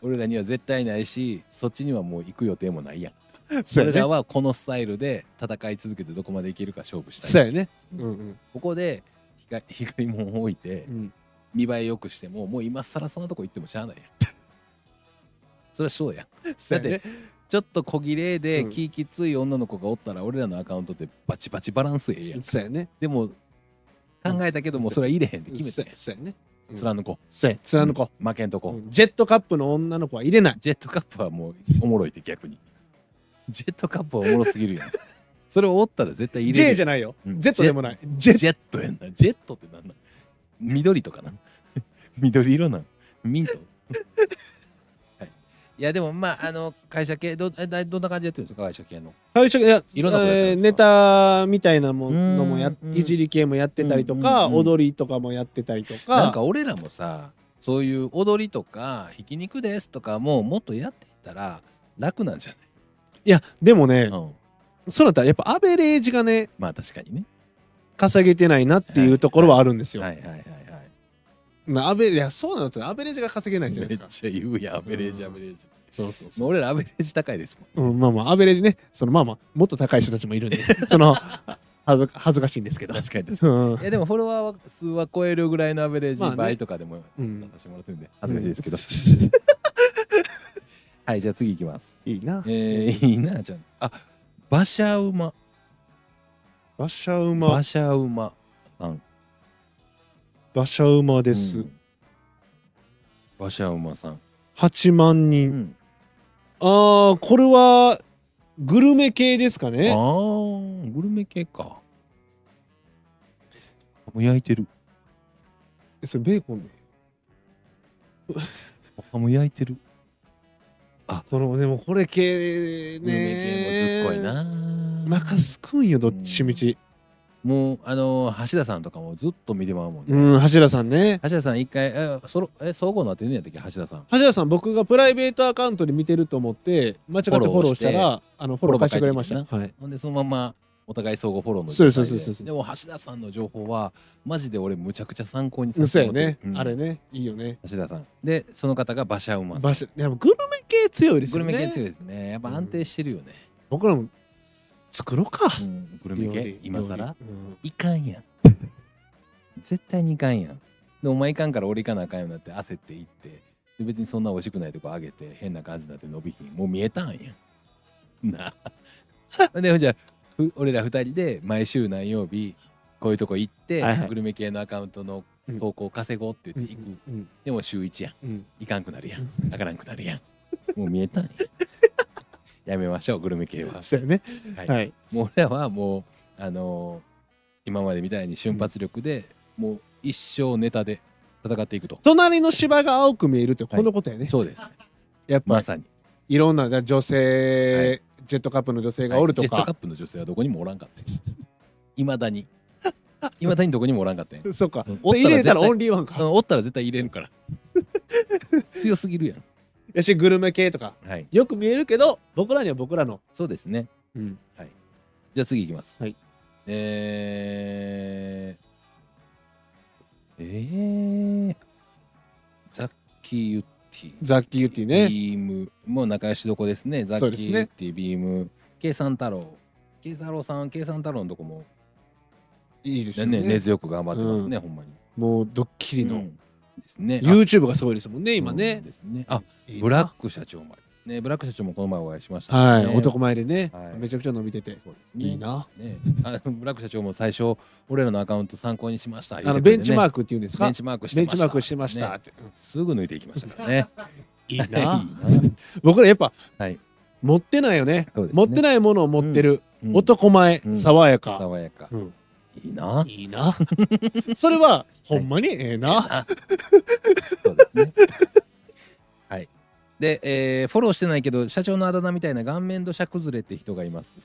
[SPEAKER 2] 俺らには絶対ないしそっちにはもう行く予定もないやん
[SPEAKER 1] そう
[SPEAKER 2] 俺
[SPEAKER 1] や
[SPEAKER 2] ら
[SPEAKER 1] ね
[SPEAKER 2] はこのスタイルで戦い続けてどこまでいけるか勝負した
[SPEAKER 1] そう
[SPEAKER 2] い
[SPEAKER 1] やねうんうん
[SPEAKER 2] ここで 光光もんを置いて
[SPEAKER 1] うん
[SPEAKER 2] 見栄え良くしてももう今更そんなとこ行ってもしゃあないやんそれはそうやん
[SPEAKER 1] そうやね
[SPEAKER 2] ちょっと小綺麗で
[SPEAKER 1] うん
[SPEAKER 2] 気きつい女の子がおったら俺らのアカウントでバチバチバランスええやん
[SPEAKER 1] そうやね
[SPEAKER 2] でも考えたけどもそれは入れへんって決め
[SPEAKER 1] そう
[SPEAKER 2] て
[SPEAKER 1] やそうやねうん
[SPEAKER 2] 貫こう
[SPEAKER 1] そうや貫こ
[SPEAKER 2] 負けんと
[SPEAKER 1] う
[SPEAKER 2] こ、
[SPEAKER 1] うんジェットカップの女の子は入れない
[SPEAKER 2] ジェットカップはもうおもろいって逆にジェットカップはおもろすぎ るやんそれを折ったら絶対入れ
[SPEAKER 1] J
[SPEAKER 2] る
[SPEAKER 1] じゃないよ
[SPEAKER 2] うん
[SPEAKER 1] Z でもない
[SPEAKER 2] ジ
[SPEAKER 1] Z
[SPEAKER 2] ェットやんなジェットってなんなん緑とかな 緑色なんミ ントはいいやでもまああの会社系どえだどんな感じでやってるんですか会社系の
[SPEAKER 1] 最初いや
[SPEAKER 2] いろんなことやって
[SPEAKER 1] え
[SPEAKER 2] る
[SPEAKER 1] ー
[SPEAKER 2] んです
[SPEAKER 1] ネタみたいなも
[SPEAKER 2] うん
[SPEAKER 1] のもや
[SPEAKER 2] うん
[SPEAKER 1] いじり系もやってたりとか
[SPEAKER 2] うんうんうん
[SPEAKER 1] 踊りとかもやってたりとか
[SPEAKER 2] なんか俺らもさそういう踊りとかひき肉ですとかももっとやっていったら楽なんじゃ
[SPEAKER 1] いやでもね
[SPEAKER 2] ない、うん、
[SPEAKER 1] そうなったらやっぱアベレージがね
[SPEAKER 2] まあ確かにね
[SPEAKER 1] 稼げてないなっていうところはあるんですよ。
[SPEAKER 2] はいはいはいはい
[SPEAKER 1] なアベいやそうなんですよアベレージが稼げないじゃない
[SPEAKER 2] め
[SPEAKER 1] で
[SPEAKER 2] っ
[SPEAKER 1] す
[SPEAKER 2] ち
[SPEAKER 1] か。
[SPEAKER 2] ゃ言うやんアベレージ
[SPEAKER 1] う
[SPEAKER 2] ア
[SPEAKER 1] ん
[SPEAKER 2] ベレージ
[SPEAKER 1] そうそう
[SPEAKER 2] もう俺らアベレージ高いですもん
[SPEAKER 1] うん、まあまあアベレージねそのまあまあもっと高い人たちもいるん でその恥ずか恥ずかしいんですけど。
[SPEAKER 2] 確かに確か
[SPEAKER 1] うん
[SPEAKER 2] にいやでもフォロワー数は超えるぐらいのアベレー
[SPEAKER 1] まあね
[SPEAKER 2] ジ倍とかでも
[SPEAKER 1] う
[SPEAKER 2] 出
[SPEAKER 1] ん
[SPEAKER 2] さ、せてもらってるんで恥ずかしいですけ どはいじゃあ次いきます
[SPEAKER 1] いいな。
[SPEAKER 2] えー、いいなじゃああ馬車馬
[SPEAKER 1] 馬車馬
[SPEAKER 2] 馬車馬さん
[SPEAKER 1] 馬車馬で
[SPEAKER 2] う
[SPEAKER 1] す。
[SPEAKER 2] ん馬車馬さん、
[SPEAKER 1] 八8万
[SPEAKER 2] う
[SPEAKER 1] 人。
[SPEAKER 2] ん、
[SPEAKER 1] ああこれはグルメ系ですか
[SPEAKER 2] あ
[SPEAKER 1] ね。
[SPEAKER 2] ーグルメ系かもう焼いてる
[SPEAKER 1] えそれベーコンで。
[SPEAKER 2] あもう焼いてる
[SPEAKER 1] このでもこれ系
[SPEAKER 2] グ
[SPEAKER 1] ね。
[SPEAKER 2] ルメ系もずっこい。な
[SPEAKER 1] まかすくんよどっちみち。
[SPEAKER 2] もうあのー橋田さんとかもずっと見てまうもんね、
[SPEAKER 1] うん柱さんね。
[SPEAKER 2] 橋田さん一回えそろえ総合なってんねやったっけ橋田さん
[SPEAKER 1] 橋田さん僕がプライベートアカウントで見てると思って間違ってフォローしたらあのフォロー返してくれました
[SPEAKER 2] フォロー
[SPEAKER 1] はい
[SPEAKER 2] ほんでそのままお互い相互フォローの
[SPEAKER 1] そうそう
[SPEAKER 2] 状態で
[SPEAKER 1] そうそう
[SPEAKER 2] でも橋田さんの情報はマジで俺むちゃくちゃ参考に
[SPEAKER 1] うん
[SPEAKER 2] さ
[SPEAKER 1] そ
[SPEAKER 2] せ
[SPEAKER 1] う
[SPEAKER 2] ても
[SPEAKER 1] や
[SPEAKER 2] らって
[SPEAKER 1] ね
[SPEAKER 2] る、うん
[SPEAKER 1] あれねいいよね
[SPEAKER 2] 橋田さんでその方が馬車馬さん
[SPEAKER 1] 場所でもグルメ系強いです
[SPEAKER 2] グ
[SPEAKER 1] よ
[SPEAKER 2] ル
[SPEAKER 1] ね
[SPEAKER 2] メ系強いですねやっぱ安定してるよね、
[SPEAKER 1] 僕らも作ろうか
[SPEAKER 2] うんグルメ
[SPEAKER 1] 料
[SPEAKER 2] 系
[SPEAKER 1] 理
[SPEAKER 2] 今更
[SPEAKER 1] 料理うん
[SPEAKER 2] いかんや ん絶対にいかんやんでお前いかんから俺いかなあかんようになって焦っていってで別にそんな美味しくないとこあげて変な感じになって伸びひんもう見えたんやんなあ でほんじゃふ俺ら二人で毎週何曜日こういうとこ行って、
[SPEAKER 1] はいはい
[SPEAKER 2] グルメ系のアカウントの投稿稼ごうって言って行く、
[SPEAKER 1] うん
[SPEAKER 2] でも週一やん
[SPEAKER 1] うん
[SPEAKER 2] いかんくなるやんあからんくなるやんもう見えたんややめましょうグルメ系は、
[SPEAKER 1] そうやね
[SPEAKER 2] はい
[SPEAKER 1] はい
[SPEAKER 2] もう俺らはもうあのー今までみたいに瞬発力で、もう一生ネタで戦っていくと
[SPEAKER 1] 隣の芝が青く見えるってこのことやね
[SPEAKER 2] そうですね
[SPEAKER 1] やっぱ
[SPEAKER 2] まさに
[SPEAKER 1] いろんな女性、
[SPEAKER 2] は
[SPEAKER 1] ジェットカップの女性がおると
[SPEAKER 2] ジェットカッ
[SPEAKER 1] か、
[SPEAKER 2] プの女性はどこにもおらん かったいまだにいまだにどこにもおらんかったんや
[SPEAKER 1] そうか
[SPEAKER 2] うんおったら
[SPEAKER 1] 入れたら
[SPEAKER 2] 絶対
[SPEAKER 1] オンリーワンか、
[SPEAKER 2] うんおったら絶対入れるから 強すぎるやん
[SPEAKER 1] やしグルメ系とか
[SPEAKER 2] はい
[SPEAKER 1] よく見えるけど僕らには僕らの、
[SPEAKER 2] そうですね
[SPEAKER 1] うん、
[SPEAKER 2] はいじゃあ次いきます
[SPEAKER 1] はい
[SPEAKER 2] えーえー、ザッキー・ユッティ
[SPEAKER 1] ザッキー・ユッティね
[SPEAKER 2] ビームもう仲良しどこですね。ザ
[SPEAKER 1] そう
[SPEAKER 2] ッ
[SPEAKER 1] です
[SPEAKER 2] キ
[SPEAKER 1] ね
[SPEAKER 2] ーっていうビーム、K さん太郎。K 太郎さん、K さん太郎のとこも、
[SPEAKER 1] いいです
[SPEAKER 2] ね
[SPEAKER 1] よね
[SPEAKER 2] 根強く頑張ってますね、ほんまに。
[SPEAKER 1] もうドッキリの、
[SPEAKER 2] うんですね。あ
[SPEAKER 1] YouTube がすごいですもんね今
[SPEAKER 2] うん
[SPEAKER 1] ね、
[SPEAKER 2] ですね。あ、
[SPEAKER 1] いいな
[SPEAKER 2] ブラック社長もありますね。ブラック社長もこの前お会いしました、
[SPEAKER 1] はい、
[SPEAKER 2] ね。
[SPEAKER 1] 男前でね、
[SPEAKER 2] はい
[SPEAKER 1] めちゃくちゃ伸びてて
[SPEAKER 2] そうですね。
[SPEAKER 1] いいな、
[SPEAKER 2] ね。あブラック社長も最初、俺らのアカウント参考にしました。
[SPEAKER 1] あのベンチマ
[SPEAKER 2] ー
[SPEAKER 1] ークっていうんですか
[SPEAKER 2] ベンチマークしてま
[SPEAKER 1] ベン
[SPEAKER 2] した。
[SPEAKER 1] チマークしてました
[SPEAKER 2] ね
[SPEAKER 1] って、
[SPEAKER 2] すぐ抜いていきましたからね。
[SPEAKER 1] いい
[SPEAKER 2] いいな
[SPEAKER 1] な 僕らやっぱ、
[SPEAKER 2] はい
[SPEAKER 1] 持ってないよね
[SPEAKER 2] そうですね
[SPEAKER 1] 持ってないものを持ってる、
[SPEAKER 2] うん
[SPEAKER 1] 男前、
[SPEAKER 2] うん
[SPEAKER 1] 爽やか、
[SPEAKER 2] 爽やか。
[SPEAKER 1] うん
[SPEAKER 2] いいな。
[SPEAKER 1] いいな。 それは、ほんまにええな。
[SPEAKER 2] そうですね。 はい。で、えーフォローしてないけど、社長のあだ名みたいな顔面土砂崩れって人がいます。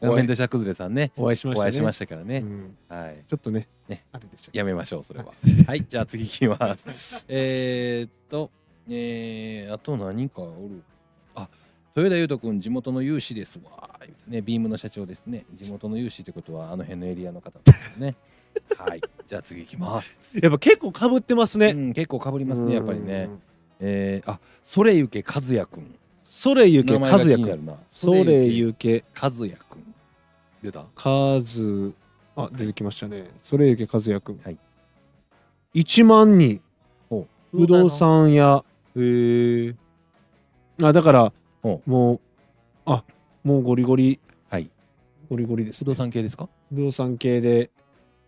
[SPEAKER 1] おい
[SPEAKER 2] 顔面土砂崩れさんね、
[SPEAKER 1] お会いしました
[SPEAKER 2] お
[SPEAKER 1] ね。
[SPEAKER 2] 会いしましたからね。
[SPEAKER 1] うん
[SPEAKER 2] はい。
[SPEAKER 1] ちょっとね、
[SPEAKER 2] ね
[SPEAKER 1] あれでしたけ
[SPEAKER 2] やめましょう、 それは。はい、じゃあ次いきます。えーっと、えー、あと何かおるあ豊田裕斗君、地元の有志ですわ。ね、ビームの社長ですね。地元の有志ってことは、あの辺のエリアの方です ね。はい、じゃあ次いきます。
[SPEAKER 1] どやっぱ結構かぶってます
[SPEAKER 2] う
[SPEAKER 1] ね。
[SPEAKER 2] ん、結構かぶります
[SPEAKER 1] うん
[SPEAKER 2] ね、やっぱりね。。えー、あそれゆけ和也くん。
[SPEAKER 1] それゆけ、
[SPEAKER 2] 名前
[SPEAKER 1] か
[SPEAKER 2] が
[SPEAKER 1] ずや
[SPEAKER 2] 気
[SPEAKER 1] く。
[SPEAKER 2] になんるな。
[SPEAKER 1] それゆけ、
[SPEAKER 2] 和也くん。出た
[SPEAKER 1] かず。あ、出てきましたね。それゆけ、かずやくん。
[SPEAKER 2] はい
[SPEAKER 1] 1万人、
[SPEAKER 2] ほ
[SPEAKER 1] 不動産屋。へえ。あ、だから、
[SPEAKER 2] ほ
[SPEAKER 1] もう、あ、もうゴリゴリ、
[SPEAKER 2] はい。
[SPEAKER 1] ゴリゴリです、
[SPEAKER 2] 不動。産系ですか
[SPEAKER 1] 不動産系で、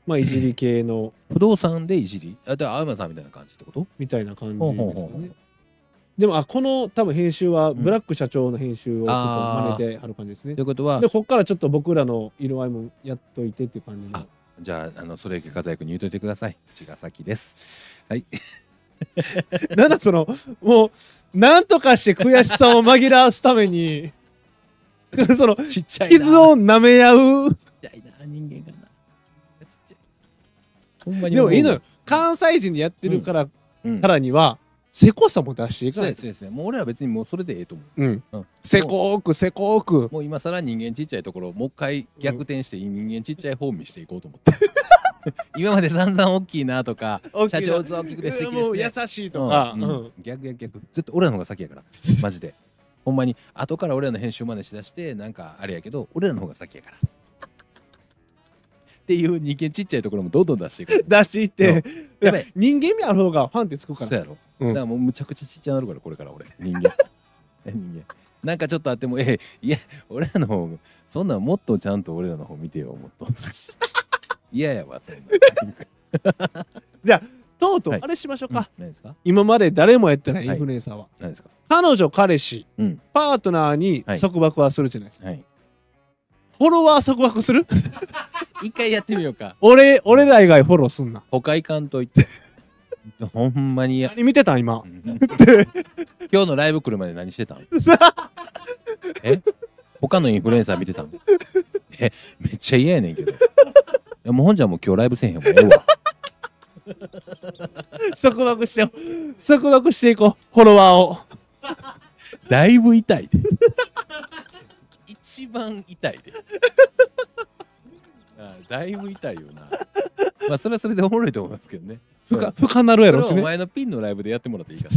[SPEAKER 1] まあ、いじり系の。
[SPEAKER 2] 不動産でいじりあ、で、青山さんみたいな感じってこと
[SPEAKER 1] みたいな感じ
[SPEAKER 2] ほうほう
[SPEAKER 1] です
[SPEAKER 2] ほ
[SPEAKER 1] か
[SPEAKER 2] う
[SPEAKER 1] ね。でもあこの多分編集は
[SPEAKER 2] ん
[SPEAKER 1] ブラック社長の編集をちょっと
[SPEAKER 2] あー
[SPEAKER 1] 真似てある感じですね
[SPEAKER 2] とい。うことは
[SPEAKER 1] で、こっからちょっと僕らの色合いもやっといてっていう感じの
[SPEAKER 2] あじゃあ、あのそれゆけ和也くんに言うといてください。茅ヶ崎です。はい。
[SPEAKER 1] なんだそのもうなんとかして悔しさを紛らわすために その
[SPEAKER 2] ちっちゃ
[SPEAKER 1] 傷を舐め合 う
[SPEAKER 2] ちっちゃいな、人間がな。ちっちゃい。ほんまに
[SPEAKER 1] で
[SPEAKER 2] 思う
[SPEAKER 1] もいいのよ。関西人でやってるから
[SPEAKER 2] うん
[SPEAKER 1] からには、せこさも出していか
[SPEAKER 2] そう
[SPEAKER 1] な
[SPEAKER 2] で
[SPEAKER 1] い
[SPEAKER 2] す、そうです。もう俺は別にもうそれでええと思
[SPEAKER 1] うん
[SPEAKER 2] うん
[SPEAKER 1] せこーくせこーく
[SPEAKER 2] う。もう今更人間ちっちゃいところをもう一回逆転して人間ちっちゃい方見していこうと思って。 今まで散々大きいなとか、
[SPEAKER 1] 大き
[SPEAKER 2] 社
[SPEAKER 1] な
[SPEAKER 2] 長図大きくて素敵で
[SPEAKER 1] も
[SPEAKER 2] す
[SPEAKER 1] う
[SPEAKER 2] ね
[SPEAKER 1] 優。しいとか、
[SPEAKER 2] うん
[SPEAKER 1] うん
[SPEAKER 2] 逆逆逆絶対俺らの方が先や からマジでほんまに後から俺らの編集真似しだしてなんかあれやけど俺らの方が先やからっていう人間ちっちゃいところもどんどん出していく
[SPEAKER 1] 出していっ
[SPEAKER 2] う
[SPEAKER 1] て、
[SPEAKER 2] んやばい
[SPEAKER 1] いや人間味ある方がファンってつくから
[SPEAKER 2] そうやろ、
[SPEAKER 1] うん
[SPEAKER 2] だからもうむちゃくちゃちっちゃなるからこれから俺 人間え人間なんかちょっとあってもえいや俺らの方がそんなんもっとちゃんと俺らの方見てよもっ と嫌やわ そんなん
[SPEAKER 1] とうとう、
[SPEAKER 2] はい
[SPEAKER 1] あれしましょうか、
[SPEAKER 2] うん何ですか
[SPEAKER 1] 今まで誰もやってないインフルエンサーは、
[SPEAKER 2] 何ですか
[SPEAKER 1] 彼女彼氏、
[SPEAKER 2] うん
[SPEAKER 1] パートナーに
[SPEAKER 2] はい
[SPEAKER 1] 束縛はするじゃないですか、
[SPEAKER 2] はい
[SPEAKER 1] フォロワー束縛する
[SPEAKER 2] 一回やってみようか
[SPEAKER 1] 俺俺ら以外フォローすんな
[SPEAKER 2] 他行かんといてほんまにや
[SPEAKER 1] 何見てたん今
[SPEAKER 2] 今日のライブ来るまで何してたんえ他のインフルエンサー見てたんえめっちゃ嫌やねんけどいやもうほんじゃもう今日ライブせえへんもんええわ
[SPEAKER 1] 束縛して束縛していこうフォロワーを
[SPEAKER 2] だいぶ痛いで一番痛いでだいぶ痛いよな。まあそれはそれでおもろいと思いますけどね。
[SPEAKER 1] ふかふかなる
[SPEAKER 2] そ
[SPEAKER 1] やろ
[SPEAKER 2] れは
[SPEAKER 1] し
[SPEAKER 2] お
[SPEAKER 1] ね
[SPEAKER 2] 前のピンのライブでやってもらっていい か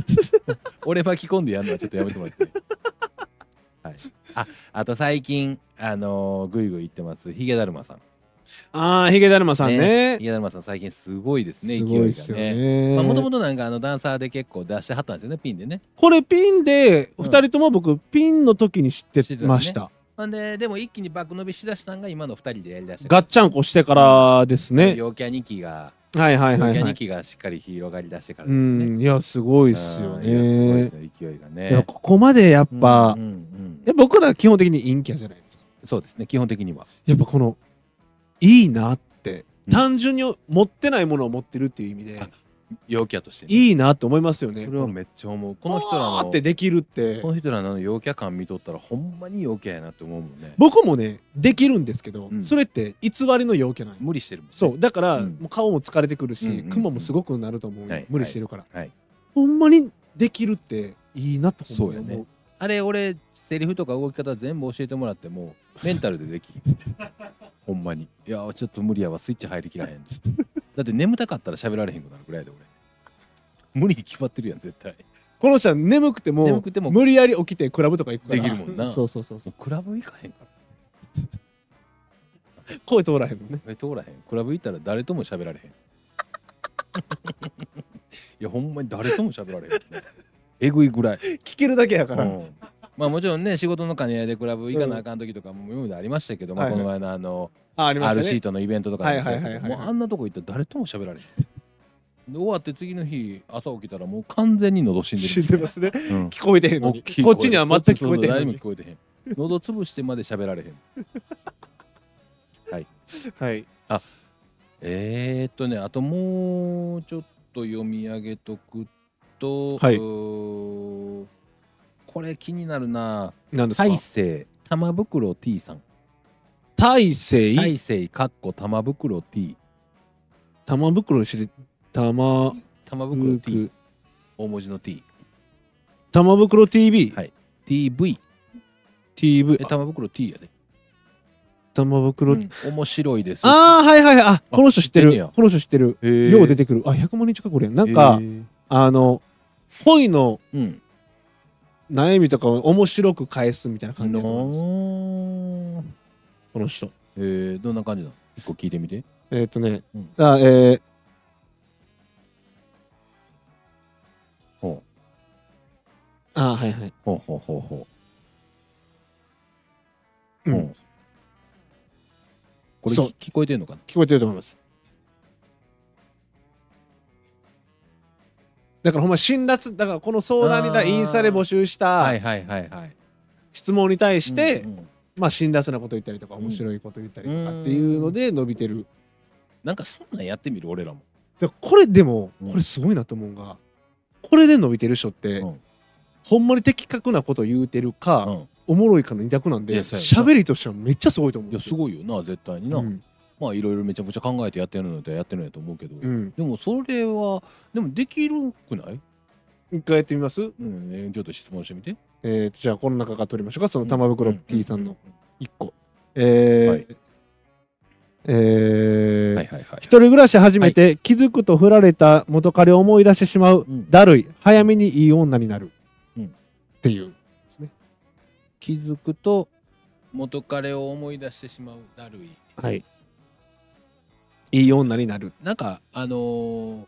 [SPEAKER 2] な。俺巻き込んでやるのはちょっとやめてもらって。はい、ああと最近、あのー、ぐいぐい言ってますヒゲだるまさん。
[SPEAKER 1] ああヒゲだるまさんね
[SPEAKER 2] ヒゲだるまさん最近すごいですね
[SPEAKER 1] す
[SPEAKER 2] 勢
[SPEAKER 1] ごい
[SPEAKER 2] い
[SPEAKER 1] っ
[SPEAKER 2] が
[SPEAKER 1] すよ
[SPEAKER 2] ね。
[SPEAKER 1] ね
[SPEAKER 2] まあもともとなんかあのダンサーで結構出してはったんですよねピンでね。
[SPEAKER 1] これピンで
[SPEAKER 2] うん
[SPEAKER 1] 2人とも僕ピンの時に知ってました
[SPEAKER 2] なんででも一気にバック伸びしだしたんが今の二人でやりだした
[SPEAKER 1] ガッチャンコしてからですね
[SPEAKER 2] 陽キャニキが、
[SPEAKER 1] はいはいは
[SPEAKER 2] 陽
[SPEAKER 1] い
[SPEAKER 2] キ
[SPEAKER 1] は
[SPEAKER 2] ャニ
[SPEAKER 1] い
[SPEAKER 2] キがしっかり広がり出してから
[SPEAKER 1] う
[SPEAKER 2] ですよね。
[SPEAKER 1] んいやすごいっすよ
[SPEAKER 2] あーいやすごい
[SPEAKER 1] ね
[SPEAKER 2] ですね勢いが
[SPEAKER 1] いや
[SPEAKER 2] ね。
[SPEAKER 1] ここまでやっぱ
[SPEAKER 2] うんうんうん
[SPEAKER 1] え僕ら基本的に陰キャじゃないですか
[SPEAKER 2] そうですね基本的には。
[SPEAKER 1] やっぱこのいいなって
[SPEAKER 2] うん
[SPEAKER 1] 単純に持ってないものを持ってるっていう意味で
[SPEAKER 2] あ陽キャとしてね、
[SPEAKER 1] いいなって思いますよね
[SPEAKER 2] それはめっちゃ思う。こ
[SPEAKER 1] こ
[SPEAKER 2] の人らの
[SPEAKER 1] っ、てできるって
[SPEAKER 2] この人らのあの陽キャ感見とったら、ほんまに陽キャやなって思うもんね。
[SPEAKER 1] 僕もねできるんですけど、
[SPEAKER 2] うん
[SPEAKER 1] それって偽りの陽キャなんよ
[SPEAKER 2] 無理してるもん、ね。
[SPEAKER 1] そう。だから、
[SPEAKER 2] うん
[SPEAKER 1] もう顔も疲れてくるし、
[SPEAKER 2] うんうんうん
[SPEAKER 1] クマもすごくなると思うよ、
[SPEAKER 2] はい
[SPEAKER 1] 無理してるから、
[SPEAKER 2] はい
[SPEAKER 1] ほんまにできるっていいなと思うよ
[SPEAKER 2] そうやね
[SPEAKER 1] もう
[SPEAKER 2] あれ、俺、セリフとか動き方全部教えてもらって も、メンタルでできん。ほんまに。いや、ちょっと無理やわ、スイッチ入りきらへ ん。だって眠たかったら喋られへんくなるぐらいで、俺。無理に決まってるやん、絶対。
[SPEAKER 1] この人は眠くても
[SPEAKER 2] 眠くても
[SPEAKER 1] 無理やり起きてクラブとか行くから
[SPEAKER 2] できるもんな
[SPEAKER 1] そうそうそうそ
[SPEAKER 2] そうクラブ行かへんから。
[SPEAKER 1] う声通らへんもんね
[SPEAKER 2] え通らへんクラブ行ったら誰とも喋られ へんいやほんまに誰とも喋られへんですねえぐいぐらい、
[SPEAKER 1] 聞けるだけやから、
[SPEAKER 2] うんまあもちろんね仕事の兼ね合いでクラブ行かなあかん時とかも今までありましたけど、まあ、
[SPEAKER 1] はい
[SPEAKER 2] こ
[SPEAKER 1] はい
[SPEAKER 2] の間あの、
[SPEAKER 1] あありまし
[SPEAKER 2] R
[SPEAKER 1] たね
[SPEAKER 2] シートのイベントとかでもそうやけど
[SPEAKER 1] はいはいはいはい
[SPEAKER 2] も
[SPEAKER 1] はい
[SPEAKER 2] うあんなとこ行ったら誰とも喋られへんで終わって次の日朝起きたらもう完全に喉死んでる
[SPEAKER 1] 死んでますね
[SPEAKER 2] うん
[SPEAKER 1] 聞こえてへんのに
[SPEAKER 2] 大きい
[SPEAKER 1] こ
[SPEAKER 2] 声
[SPEAKER 1] っちには全く聞こえて
[SPEAKER 2] そうそう
[SPEAKER 1] へんの
[SPEAKER 2] 誰も
[SPEAKER 1] に
[SPEAKER 2] 聞こえてへん喉潰してまで喋られへん
[SPEAKER 1] はい
[SPEAKER 2] えー、っとねあともうちょっと読み上げとくと、
[SPEAKER 1] はいう
[SPEAKER 2] ーこれ気になるな
[SPEAKER 1] 何ですか
[SPEAKER 2] 大勢玉袋 T さん
[SPEAKER 1] 大勢
[SPEAKER 2] 大勢かっこ玉袋 T
[SPEAKER 1] 玉袋にして玉
[SPEAKER 2] 玉袋 T
[SPEAKER 1] 袋
[SPEAKER 2] 大文字の TTV
[SPEAKER 1] 玉袋 TV、
[SPEAKER 2] はい TV え
[SPEAKER 1] TV あ
[SPEAKER 2] 玉袋 T やで、
[SPEAKER 1] 玉袋、
[SPEAKER 2] うん面白いです
[SPEAKER 1] ああはいはいはいあこの人知って
[SPEAKER 2] 知ってんねや
[SPEAKER 1] るこの人知ってる
[SPEAKER 2] へー
[SPEAKER 1] よう出てくる。あ、100万人近くおるやん。なんか、
[SPEAKER 2] へー
[SPEAKER 1] あの、恋の
[SPEAKER 2] うん
[SPEAKER 1] 悩みとかを面白く返すみたいな感じだと思います。
[SPEAKER 2] のー
[SPEAKER 1] この人。
[SPEAKER 2] えー、どんな感じなの一個聞いてみて
[SPEAKER 1] えっ、とね、
[SPEAKER 2] うん
[SPEAKER 1] あ、えー
[SPEAKER 2] ほう
[SPEAKER 1] あ、はいはい。
[SPEAKER 2] ほうほうほうほ
[SPEAKER 1] う
[SPEAKER 2] う、
[SPEAKER 1] ん
[SPEAKER 2] ほうこれ
[SPEAKER 1] そう
[SPEAKER 2] き聞こえてんのかな
[SPEAKER 1] 聞こえてると思います。だからほんま辛辣だからこの相談に対
[SPEAKER 2] あー
[SPEAKER 1] インスタで募集し
[SPEAKER 2] は
[SPEAKER 1] た
[SPEAKER 2] いはいはいはい。
[SPEAKER 1] 質問に対して、
[SPEAKER 2] うんうん
[SPEAKER 1] まあ辛辣なこと言ったりとか
[SPEAKER 2] ん
[SPEAKER 1] 面白いこと言ったりとかっていうので伸びてる。
[SPEAKER 2] なんかそんなんやってみる俺らも。
[SPEAKER 1] でこれでも
[SPEAKER 2] うん
[SPEAKER 1] これすごいなと思うんがこれで伸びてる人って、
[SPEAKER 2] うん
[SPEAKER 1] ほんまに的確なこと言うてるか、
[SPEAKER 2] うん
[SPEAKER 1] おもろいかの二択なん
[SPEAKER 2] い
[SPEAKER 1] で
[SPEAKER 2] やそうや
[SPEAKER 1] 喋りとしてはめっちゃすごいと思う
[SPEAKER 2] いやすごいよな絶対にな。
[SPEAKER 1] うん
[SPEAKER 2] まあいろいろめちゃくちゃ考えてやってるのでやってるんやと思うけど。
[SPEAKER 1] うん
[SPEAKER 2] でもそれはでもできるくない？
[SPEAKER 1] 一回やってみます
[SPEAKER 2] うんえーちょっと質問してみて。
[SPEAKER 1] えーとじゃあこの中から取りましょうかその玉袋 T さんの。一個えー
[SPEAKER 2] はい
[SPEAKER 1] え
[SPEAKER 2] う
[SPEAKER 1] ー
[SPEAKER 2] んはいはいはい。
[SPEAKER 1] 一人暮らし始めて、気づくと振られた元彼を思い出してしまう、
[SPEAKER 2] うん
[SPEAKER 1] だるい早めにいい女になる、
[SPEAKER 2] うん
[SPEAKER 1] っていうですね
[SPEAKER 2] 気づくと元彼を思い出してしまうだるい。
[SPEAKER 1] はいいい女になる
[SPEAKER 2] なんかあの ー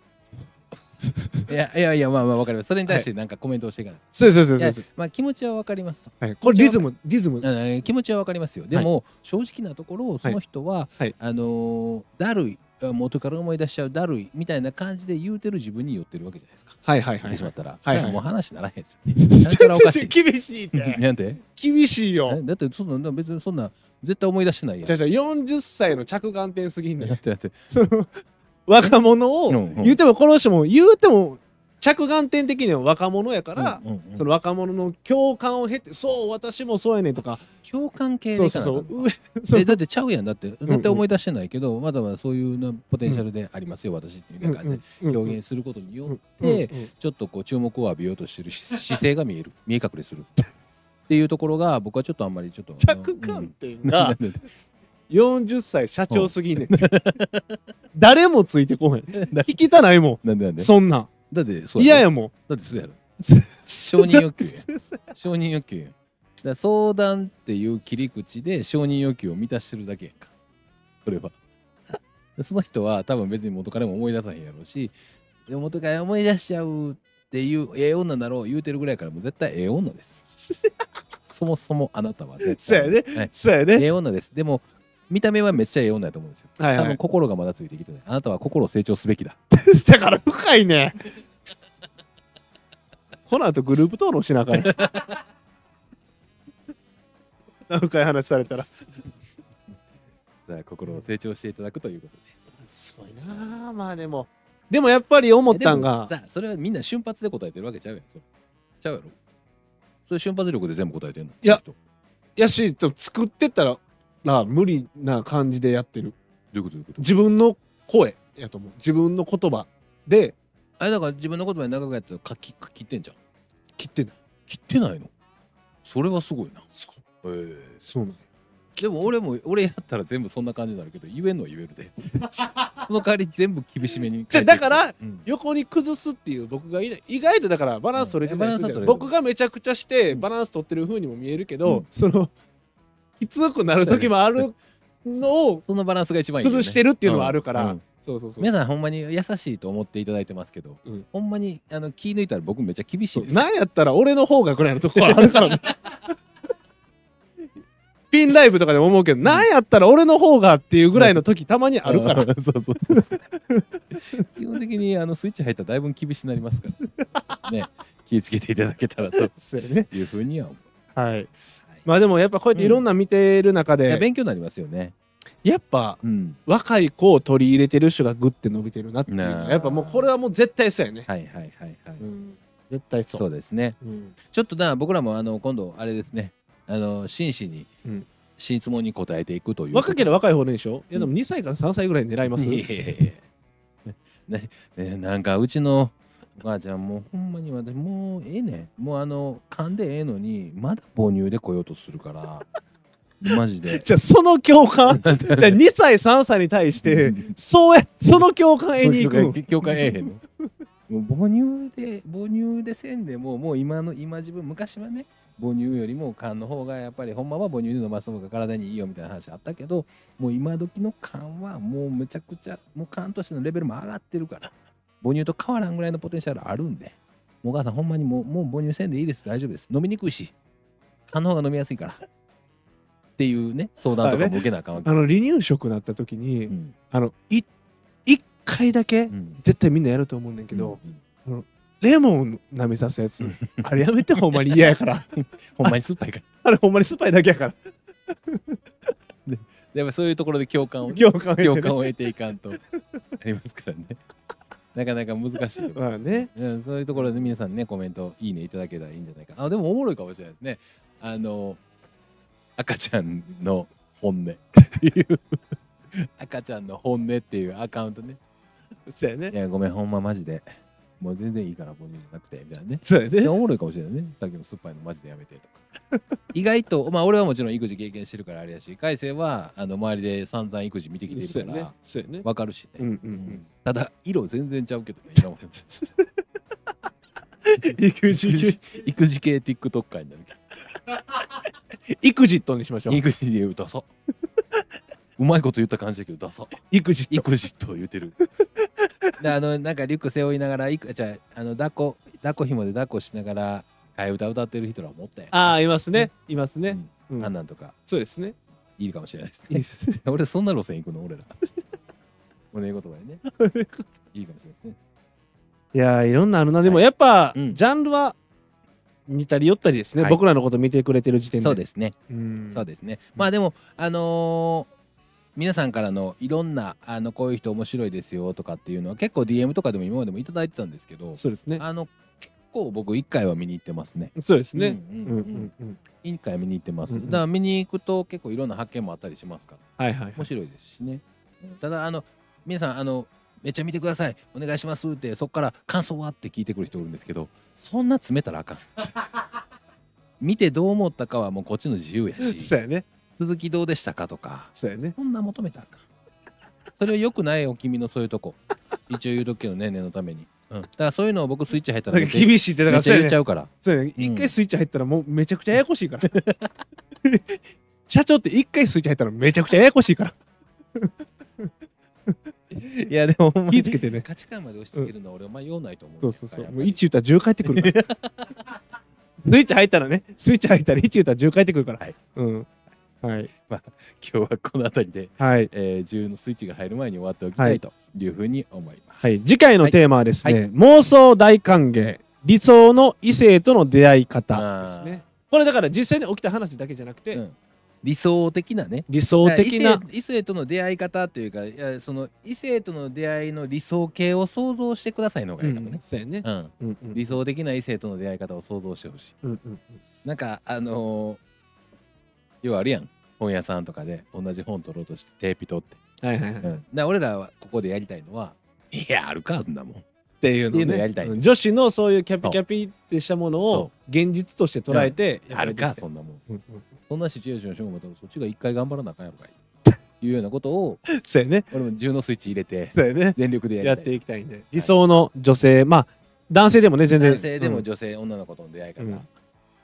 [SPEAKER 2] いやいやいやまあまあわかります。それに対してなんかコメントをしていかない。
[SPEAKER 1] そうですそう
[SPEAKER 2] い
[SPEAKER 1] で
[SPEAKER 2] や
[SPEAKER 1] すそうです、
[SPEAKER 2] まあ気持ちはわかりますと。
[SPEAKER 1] はい、これリズムリズム
[SPEAKER 2] うん気持ちはわかりますよでも、正直なところその人は、
[SPEAKER 1] はい
[SPEAKER 2] あのーだるいあ元から思い出しちゃうだるいみたいな感じで言うてる自分に寄ってるわけじゃないですか、
[SPEAKER 1] はいはい
[SPEAKER 2] 言
[SPEAKER 1] は
[SPEAKER 2] っ
[SPEAKER 1] い
[SPEAKER 2] てし まったら、
[SPEAKER 1] はいはい
[SPEAKER 2] だからもう話にならへんですよ、 ね、なんちゃらおかしい
[SPEAKER 1] 厳しいって
[SPEAKER 2] なんで
[SPEAKER 1] 厳しいよ
[SPEAKER 2] えだってそんなでも別にそんな絶対思い出してないやん
[SPEAKER 1] じゃあじゃあ40歳の着眼点すぎんね
[SPEAKER 2] だっ
[SPEAKER 1] ん
[SPEAKER 2] てだって
[SPEAKER 1] その 若者を
[SPEAKER 2] うんうん
[SPEAKER 1] 言うてもこの人も言うても着眼点的には若者やから、
[SPEAKER 2] うんうんうん
[SPEAKER 1] その若者の共感を経てそう私もそうやねんとか
[SPEAKER 2] 共感系で
[SPEAKER 1] そう
[SPEAKER 2] い
[SPEAKER 1] そ
[SPEAKER 2] か
[SPEAKER 1] う
[SPEAKER 2] な
[SPEAKER 1] そ
[SPEAKER 2] あ
[SPEAKER 1] う
[SPEAKER 2] かん
[SPEAKER 1] 上そう
[SPEAKER 2] えだってちゃうやんだって絶対思い出してないけど、まだまだそういうなポテンシャルでありますよ、私っていうなんか ね、表現することによって、ちょっとこう注目を浴びようとして るし姿勢が見える見え隠れするっていうところが僕はちょっとあんまりちょっとあの
[SPEAKER 1] 着眼点
[SPEAKER 2] うんな
[SPEAKER 1] が
[SPEAKER 2] んで
[SPEAKER 1] 40歳社長すぎんねんて 誰もついてこへん聞きたないも
[SPEAKER 2] なんでなん
[SPEAKER 1] ん
[SPEAKER 2] で
[SPEAKER 1] そんなん
[SPEAKER 2] だってそう
[SPEAKER 1] 嫌
[SPEAKER 2] ろ
[SPEAKER 1] や もん
[SPEAKER 2] だってそうやろ承認欲求や承認欲求やだから相談っていう切り口で承認欲求を満たしてるだけやんかこれはその人は多分別に元彼も思い出さへんやろうしでも元彼思い出しちゃうっていうええ女だろう言うてるぐらいからもう絶対ええ女ですそもそもあなたは絶対
[SPEAKER 1] そうや
[SPEAKER 2] はい
[SPEAKER 1] そうや
[SPEAKER 2] え
[SPEAKER 1] ね
[SPEAKER 2] え女ですでも見た目はめっちゃええ女やと思うんですよ、
[SPEAKER 1] はい
[SPEAKER 2] 多
[SPEAKER 1] は
[SPEAKER 2] 分
[SPEAKER 1] い
[SPEAKER 2] 心がまだついてきてないあなたは心を成長すべきだ
[SPEAKER 1] だから深いねこの後グループ討論しな あかんやん何回話されたら
[SPEAKER 2] さあ心を成長していただくということです
[SPEAKER 1] ごいなあまあでもでもやっぱり思ったん
[SPEAKER 2] でも
[SPEAKER 1] が
[SPEAKER 2] さそれはみんな瞬発で答えてるわけちゃうやんそれちゃうやろそれ瞬発力で全部答えてんの
[SPEAKER 1] いや
[SPEAKER 2] この人ど
[SPEAKER 1] やしでも作ってったらなあ無理な感じでやってる
[SPEAKER 2] ういうことどういうこと
[SPEAKER 1] 自分の声やと思う自分の言葉で
[SPEAKER 2] あれだから自分の言葉に長くやって書き書き切ってんじゃん
[SPEAKER 1] 切ってない
[SPEAKER 2] 切ってないのそれはすごいなへ
[SPEAKER 1] そ
[SPEAKER 2] え
[SPEAKER 1] そうなんや
[SPEAKER 2] でも俺も俺やったら全部そんな感じになるけど言えんのは言えるで その代わり全部厳しめに書いて
[SPEAKER 1] じゃあだから、
[SPEAKER 2] うん
[SPEAKER 1] 横に崩すっていう僕がいない意外とだからバランス取れてたりするじゃな
[SPEAKER 2] うんバランス
[SPEAKER 1] い
[SPEAKER 2] は取れる
[SPEAKER 1] 僕がめちゃくちゃしてバランス取ってる風にも見えるけど、
[SPEAKER 2] うん
[SPEAKER 1] そのきつくなる時もあるのを
[SPEAKER 2] そのバランスが一番いいよね
[SPEAKER 1] 崩してるっていうのはあるから、
[SPEAKER 2] うんうん
[SPEAKER 1] そうそうそう
[SPEAKER 2] 皆さんほんまに優しいと思っていただいてますけど、
[SPEAKER 1] うん
[SPEAKER 2] ほんまにあの気抜いたら僕めっちゃ厳しい
[SPEAKER 1] そう
[SPEAKER 2] ですから
[SPEAKER 1] なんやったら俺の方がぐらいのとこはあるから ねピンライブとかでも思うけど、なんやったら俺の方がっていうぐらいの時たまにあるから、
[SPEAKER 2] うん。 そうそうそう そう。基本的にあのスイッチ入ったらだいぶ厳しになりますから。ね、気をつけていただけたらと
[SPEAKER 1] そうやね
[SPEAKER 2] いうふうには思う。
[SPEAKER 1] はいまあでもやっぱこうやっていろんな見てる中
[SPEAKER 2] い
[SPEAKER 1] で、
[SPEAKER 2] や勉強になりますよね。
[SPEAKER 1] やっぱ
[SPEAKER 2] うん。
[SPEAKER 1] 若い子を取り入れてる人がグッて伸びてるなっていうのは
[SPEAKER 2] なあ
[SPEAKER 1] やっぱもうこれはもう絶対そうやね、
[SPEAKER 2] はいはいはいはい。
[SPEAKER 1] うん、絶対そう
[SPEAKER 2] そうですね。
[SPEAKER 1] うん
[SPEAKER 2] ちょっとだ僕らもあの今度あれですね。あの真摯に、
[SPEAKER 1] うん
[SPEAKER 2] 真質問に答えていくということ。
[SPEAKER 1] 若ければ若い方でいいでしょいやでも2歳から3歳ぐらい狙います、
[SPEAKER 2] いやいやいやねねなんかうちのお母ちゃんもうほんまに私もうええねんもうあの噛んでええのにまだ母乳で来ようとするからマ ジで
[SPEAKER 1] じゃあその共 感じゃあ2歳3歳に対してそうやその共感得に行くん
[SPEAKER 2] 教会ええへんの もう母乳で母乳でせんでももう今の今自分昔はね母乳よりも缶の方がやっぱりほんまは母乳で飲ませた方が体にいいよみたいな話あったけどもう今時の缶はもうめちゃくちゃもう缶としてのレベルも上がってるから母乳と変わらんぐらいのポテンシャルあるんでもうお母さんほんまにもうもう母乳せんでいいです大丈夫です飲みにくいし缶の方が飲みやすいからっていうね相談とかも受けなあかんわけ、
[SPEAKER 1] あの離乳食になった時に、
[SPEAKER 2] うん
[SPEAKER 1] あのい1回だけ、
[SPEAKER 2] うん
[SPEAKER 1] 絶対みんなやると思うねんだけど、
[SPEAKER 2] うん
[SPEAKER 1] レモン舐めさすやつ
[SPEAKER 2] うん
[SPEAKER 1] あれやめてほんまに嫌やから
[SPEAKER 2] ほんまに酸っぱいから
[SPEAKER 1] あれほんまに酸っぱいだけやから
[SPEAKER 2] やっぱそういうところで共感を、
[SPEAKER 1] 共感得て
[SPEAKER 2] 共
[SPEAKER 1] ね
[SPEAKER 2] 感を得ていかんとありますからね。なかなか難しいところ
[SPEAKER 1] まあね
[SPEAKER 2] うんそういうところで皆さんねコメントいいねいただけたらいいんじゃないかなあでもおもろいかもしれないですねあの赤ちゃんの本 音っていう赤ちゃんの本音っていうアカウントね
[SPEAKER 1] そうやね
[SPEAKER 2] いやごめんほんまマジでもう全然いいから母乳じゃなくてみたいなね
[SPEAKER 1] そうやね
[SPEAKER 2] でおもろいかもしれないね。さっきの酸っぱいのマジでやめてとか。 意外と、まあ俺はもちろん育児経験してるからあれやし、海星はあの周りで散々育児見てきて
[SPEAKER 1] そう
[SPEAKER 2] る
[SPEAKER 1] や
[SPEAKER 2] か
[SPEAKER 1] ね
[SPEAKER 2] ら、
[SPEAKER 1] そうやね
[SPEAKER 2] わかるしね。
[SPEAKER 1] うんう
[SPEAKER 2] うんんただ、色全然ちゃうけどね、今まで
[SPEAKER 1] うん育
[SPEAKER 2] 育
[SPEAKER 1] 児
[SPEAKER 2] 児育児系 TikToker になるけ
[SPEAKER 1] 育児とにしましょ
[SPEAKER 2] ど。
[SPEAKER 1] う
[SPEAKER 2] 育児で言うダサ。うまいこと言った感じだけどダサ。
[SPEAKER 1] 育児と
[SPEAKER 2] 育児と言うてる。であの、なんかリュック背負いながら、いくじゃあ、あの、抱っこ、抱っこ紐で抱っこしながら、替え歌歌ってる人らもおったやん。
[SPEAKER 1] ああいますねいます
[SPEAKER 2] う
[SPEAKER 1] ね
[SPEAKER 2] ん
[SPEAKER 1] うん
[SPEAKER 2] あんなんとか、
[SPEAKER 1] そうですね
[SPEAKER 2] いいかもしれないですね
[SPEAKER 1] いい。ですね
[SPEAKER 2] 俺そんな路線行くの俺ら。 おねえ言葉 にね。いいかもしれないですね。
[SPEAKER 1] いやーいろんなあるなでも
[SPEAKER 2] はい
[SPEAKER 1] やっぱジ
[SPEAKER 2] うん
[SPEAKER 1] ャンルは似たり寄ったりですね
[SPEAKER 2] はい
[SPEAKER 1] 僕らのこと見てくれてる時点で
[SPEAKER 2] そうですね。
[SPEAKER 1] うん
[SPEAKER 2] そうですね。まあでも、あのー皆さんからのいろんなあのこういう人面白いですよとかっていうのは結構 DM とかでも今までもいただいてたんですけど、
[SPEAKER 1] そうですね
[SPEAKER 2] あの結構僕1回は見に行ってますね。
[SPEAKER 1] そうですね
[SPEAKER 2] う
[SPEAKER 1] うんん
[SPEAKER 2] う
[SPEAKER 1] うん
[SPEAKER 2] うん
[SPEAKER 1] んうん
[SPEAKER 2] 1回は見に行ってます。
[SPEAKER 1] うん
[SPEAKER 2] だ
[SPEAKER 1] う
[SPEAKER 2] か
[SPEAKER 1] ん
[SPEAKER 2] ら見に行くと結構いろんな発見もあったりしますから。
[SPEAKER 1] はいはい
[SPEAKER 2] 面白いですしね。ただあの皆さんあのめっちゃ見てくださいお願いしますってそこから感想はって聞いてくる人おるんですけどそんな 詰めたらあかん見てどう思ったかはもうこっちの自由やし
[SPEAKER 1] そうやね
[SPEAKER 2] 続きどうでしたかとか
[SPEAKER 1] そうやね
[SPEAKER 2] そんな求めたらあかんそれはよくないよ君のそういうとこ一応言うとくけどね念のために、うん、だからそういうのを僕スイッチ入ったら
[SPEAKER 1] なん
[SPEAKER 2] めっ
[SPEAKER 1] か
[SPEAKER 2] ちゃ
[SPEAKER 1] 厳しいってだ
[SPEAKER 2] め
[SPEAKER 1] か
[SPEAKER 2] っ
[SPEAKER 1] ら
[SPEAKER 2] ち
[SPEAKER 1] そ
[SPEAKER 2] ゃ
[SPEAKER 1] う
[SPEAKER 2] 言
[SPEAKER 1] や
[SPEAKER 2] っち
[SPEAKER 1] ね
[SPEAKER 2] ゃうから
[SPEAKER 1] そうやね
[SPEAKER 2] うん
[SPEAKER 1] 一回スイッチ入ったらもうめちゃくちゃややこしいから社長って一回スイッチ入ったらめちゃくちゃややこしいから
[SPEAKER 2] いやでもほんま
[SPEAKER 1] 気
[SPEAKER 2] に
[SPEAKER 1] ぃつけてね
[SPEAKER 2] 価値観まで押し付けるのは俺はまあ用ないと思う
[SPEAKER 1] そ
[SPEAKER 2] ん
[SPEAKER 1] う
[SPEAKER 2] だ
[SPEAKER 1] そ
[SPEAKER 2] よ
[SPEAKER 1] うそう
[SPEAKER 2] やっぱ
[SPEAKER 1] もう
[SPEAKER 2] り
[SPEAKER 1] 1言ったら10返ってく るからスイッチ入ったらねスイッチ入ったら1言ったら10返ってくるから
[SPEAKER 2] はい
[SPEAKER 1] うんはい
[SPEAKER 2] 今日はこの辺りで、
[SPEAKER 1] はい
[SPEAKER 2] えー、銃のスイッチが入る前に終わっておきたいというふうに思います。
[SPEAKER 1] はい、次回のテーマはですね、
[SPEAKER 2] は
[SPEAKER 1] 妄想大歓迎理想の異性との出会い方ですねこれだから実際に起きた話だけじゃなくて、
[SPEAKER 2] うん理想的なね
[SPEAKER 1] 理想的
[SPEAKER 2] だ
[SPEAKER 1] な
[SPEAKER 2] から異性異性との出会い方というかいやその異性との出会いの理想形を想像してくださいの方がいいかも
[SPEAKER 1] うん
[SPEAKER 2] ね、
[SPEAKER 1] そうやね
[SPEAKER 2] うん
[SPEAKER 1] うんうん
[SPEAKER 2] 理想的な異性との出会い方を想像してほしい
[SPEAKER 1] うんうん
[SPEAKER 2] なんかあのー、要はあるやん本屋さんとかで同じ本取ろうとしてテーピ取って、
[SPEAKER 1] うんはいはいはい、
[SPEAKER 2] うん、だから俺らはここでやりたいのはいやあるかそんなもん
[SPEAKER 1] っていう
[SPEAKER 2] ってい
[SPEAKER 1] ね
[SPEAKER 2] うのをやりたい
[SPEAKER 1] うん女子のそういうキャピキャピってしたもの
[SPEAKER 2] そう
[SPEAKER 1] を現実として捉えて
[SPEAKER 2] あるかそ
[SPEAKER 1] うん
[SPEAKER 2] なもん
[SPEAKER 1] うんうん
[SPEAKER 2] そんなシチュエーションしようもそっちが一回頑張らなあかんやろかい いうようなことを
[SPEAKER 1] そうやね
[SPEAKER 2] 俺も銃のスイッチ入れて
[SPEAKER 1] そうやね
[SPEAKER 2] 全力でやりた
[SPEAKER 1] や
[SPEAKER 2] い
[SPEAKER 1] っていきたいんで理想の女性まあ男性でもね全然
[SPEAKER 2] 男性で
[SPEAKER 1] う
[SPEAKER 2] も
[SPEAKER 1] ん
[SPEAKER 2] 女性、女の子との出会い方、
[SPEAKER 1] うん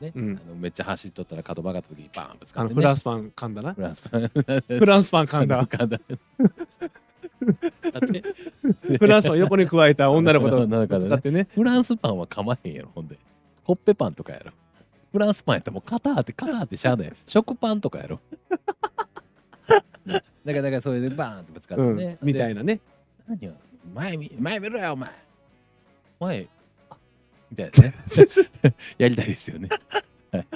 [SPEAKER 2] ね、
[SPEAKER 1] うん
[SPEAKER 2] あのめっちゃ走っとったら角曲がった時にバーンぶつか
[SPEAKER 1] あ
[SPEAKER 2] っ
[SPEAKER 1] の
[SPEAKER 2] て、ね、
[SPEAKER 1] フランスパン噛んだな
[SPEAKER 2] フランスパン
[SPEAKER 1] フランスパン噛んだ
[SPEAKER 2] 噛んだ
[SPEAKER 1] フランスパン横に加えた女の子と
[SPEAKER 2] 女の子とね
[SPEAKER 1] 使ってね
[SPEAKER 2] フランスパンは噛まへんやろほんでコッペパンとかやろフランスパンやったらもう肩あって肩あってしゃあない食パンとか やろだからだからそれでバーンってぶつかって
[SPEAKER 1] う
[SPEAKER 2] ね
[SPEAKER 1] ん、みたい
[SPEAKER 2] な
[SPEAKER 1] なね
[SPEAKER 2] 何よ前見前見ろよお前前あみたい なねやりたいですよねはい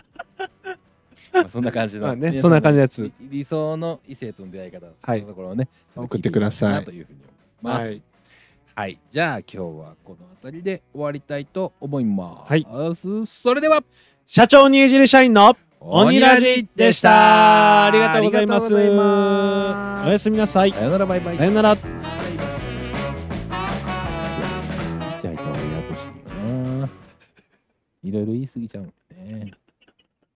[SPEAKER 2] まあそんな感じの、
[SPEAKER 1] まあねそんな感じのやつ
[SPEAKER 2] 理理想の異性との出会い方の
[SPEAKER 1] はい
[SPEAKER 2] ところをね、ちょと
[SPEAKER 1] 送ってくだ
[SPEAKER 2] 聞てみた
[SPEAKER 1] さい
[SPEAKER 2] なというふうに思います、はいじゃあ今日はこの辺りで終わりたいと思います、
[SPEAKER 1] はい
[SPEAKER 2] それでは
[SPEAKER 1] 社長にいじる社員の
[SPEAKER 2] 鬼
[SPEAKER 1] 鬼
[SPEAKER 2] ラ
[SPEAKER 1] ラ
[SPEAKER 2] ジ
[SPEAKER 1] ジ
[SPEAKER 2] で
[SPEAKER 1] で
[SPEAKER 2] し
[SPEAKER 1] したたありがとうございま
[SPEAKER 2] あ
[SPEAKER 1] す
[SPEAKER 2] りがとうございます
[SPEAKER 1] おやすみなさい
[SPEAKER 2] さよならバイバイ
[SPEAKER 1] さよなら
[SPEAKER 2] ちっちゃいとややこしいよな。いろいろ言い過ぎちゃうの。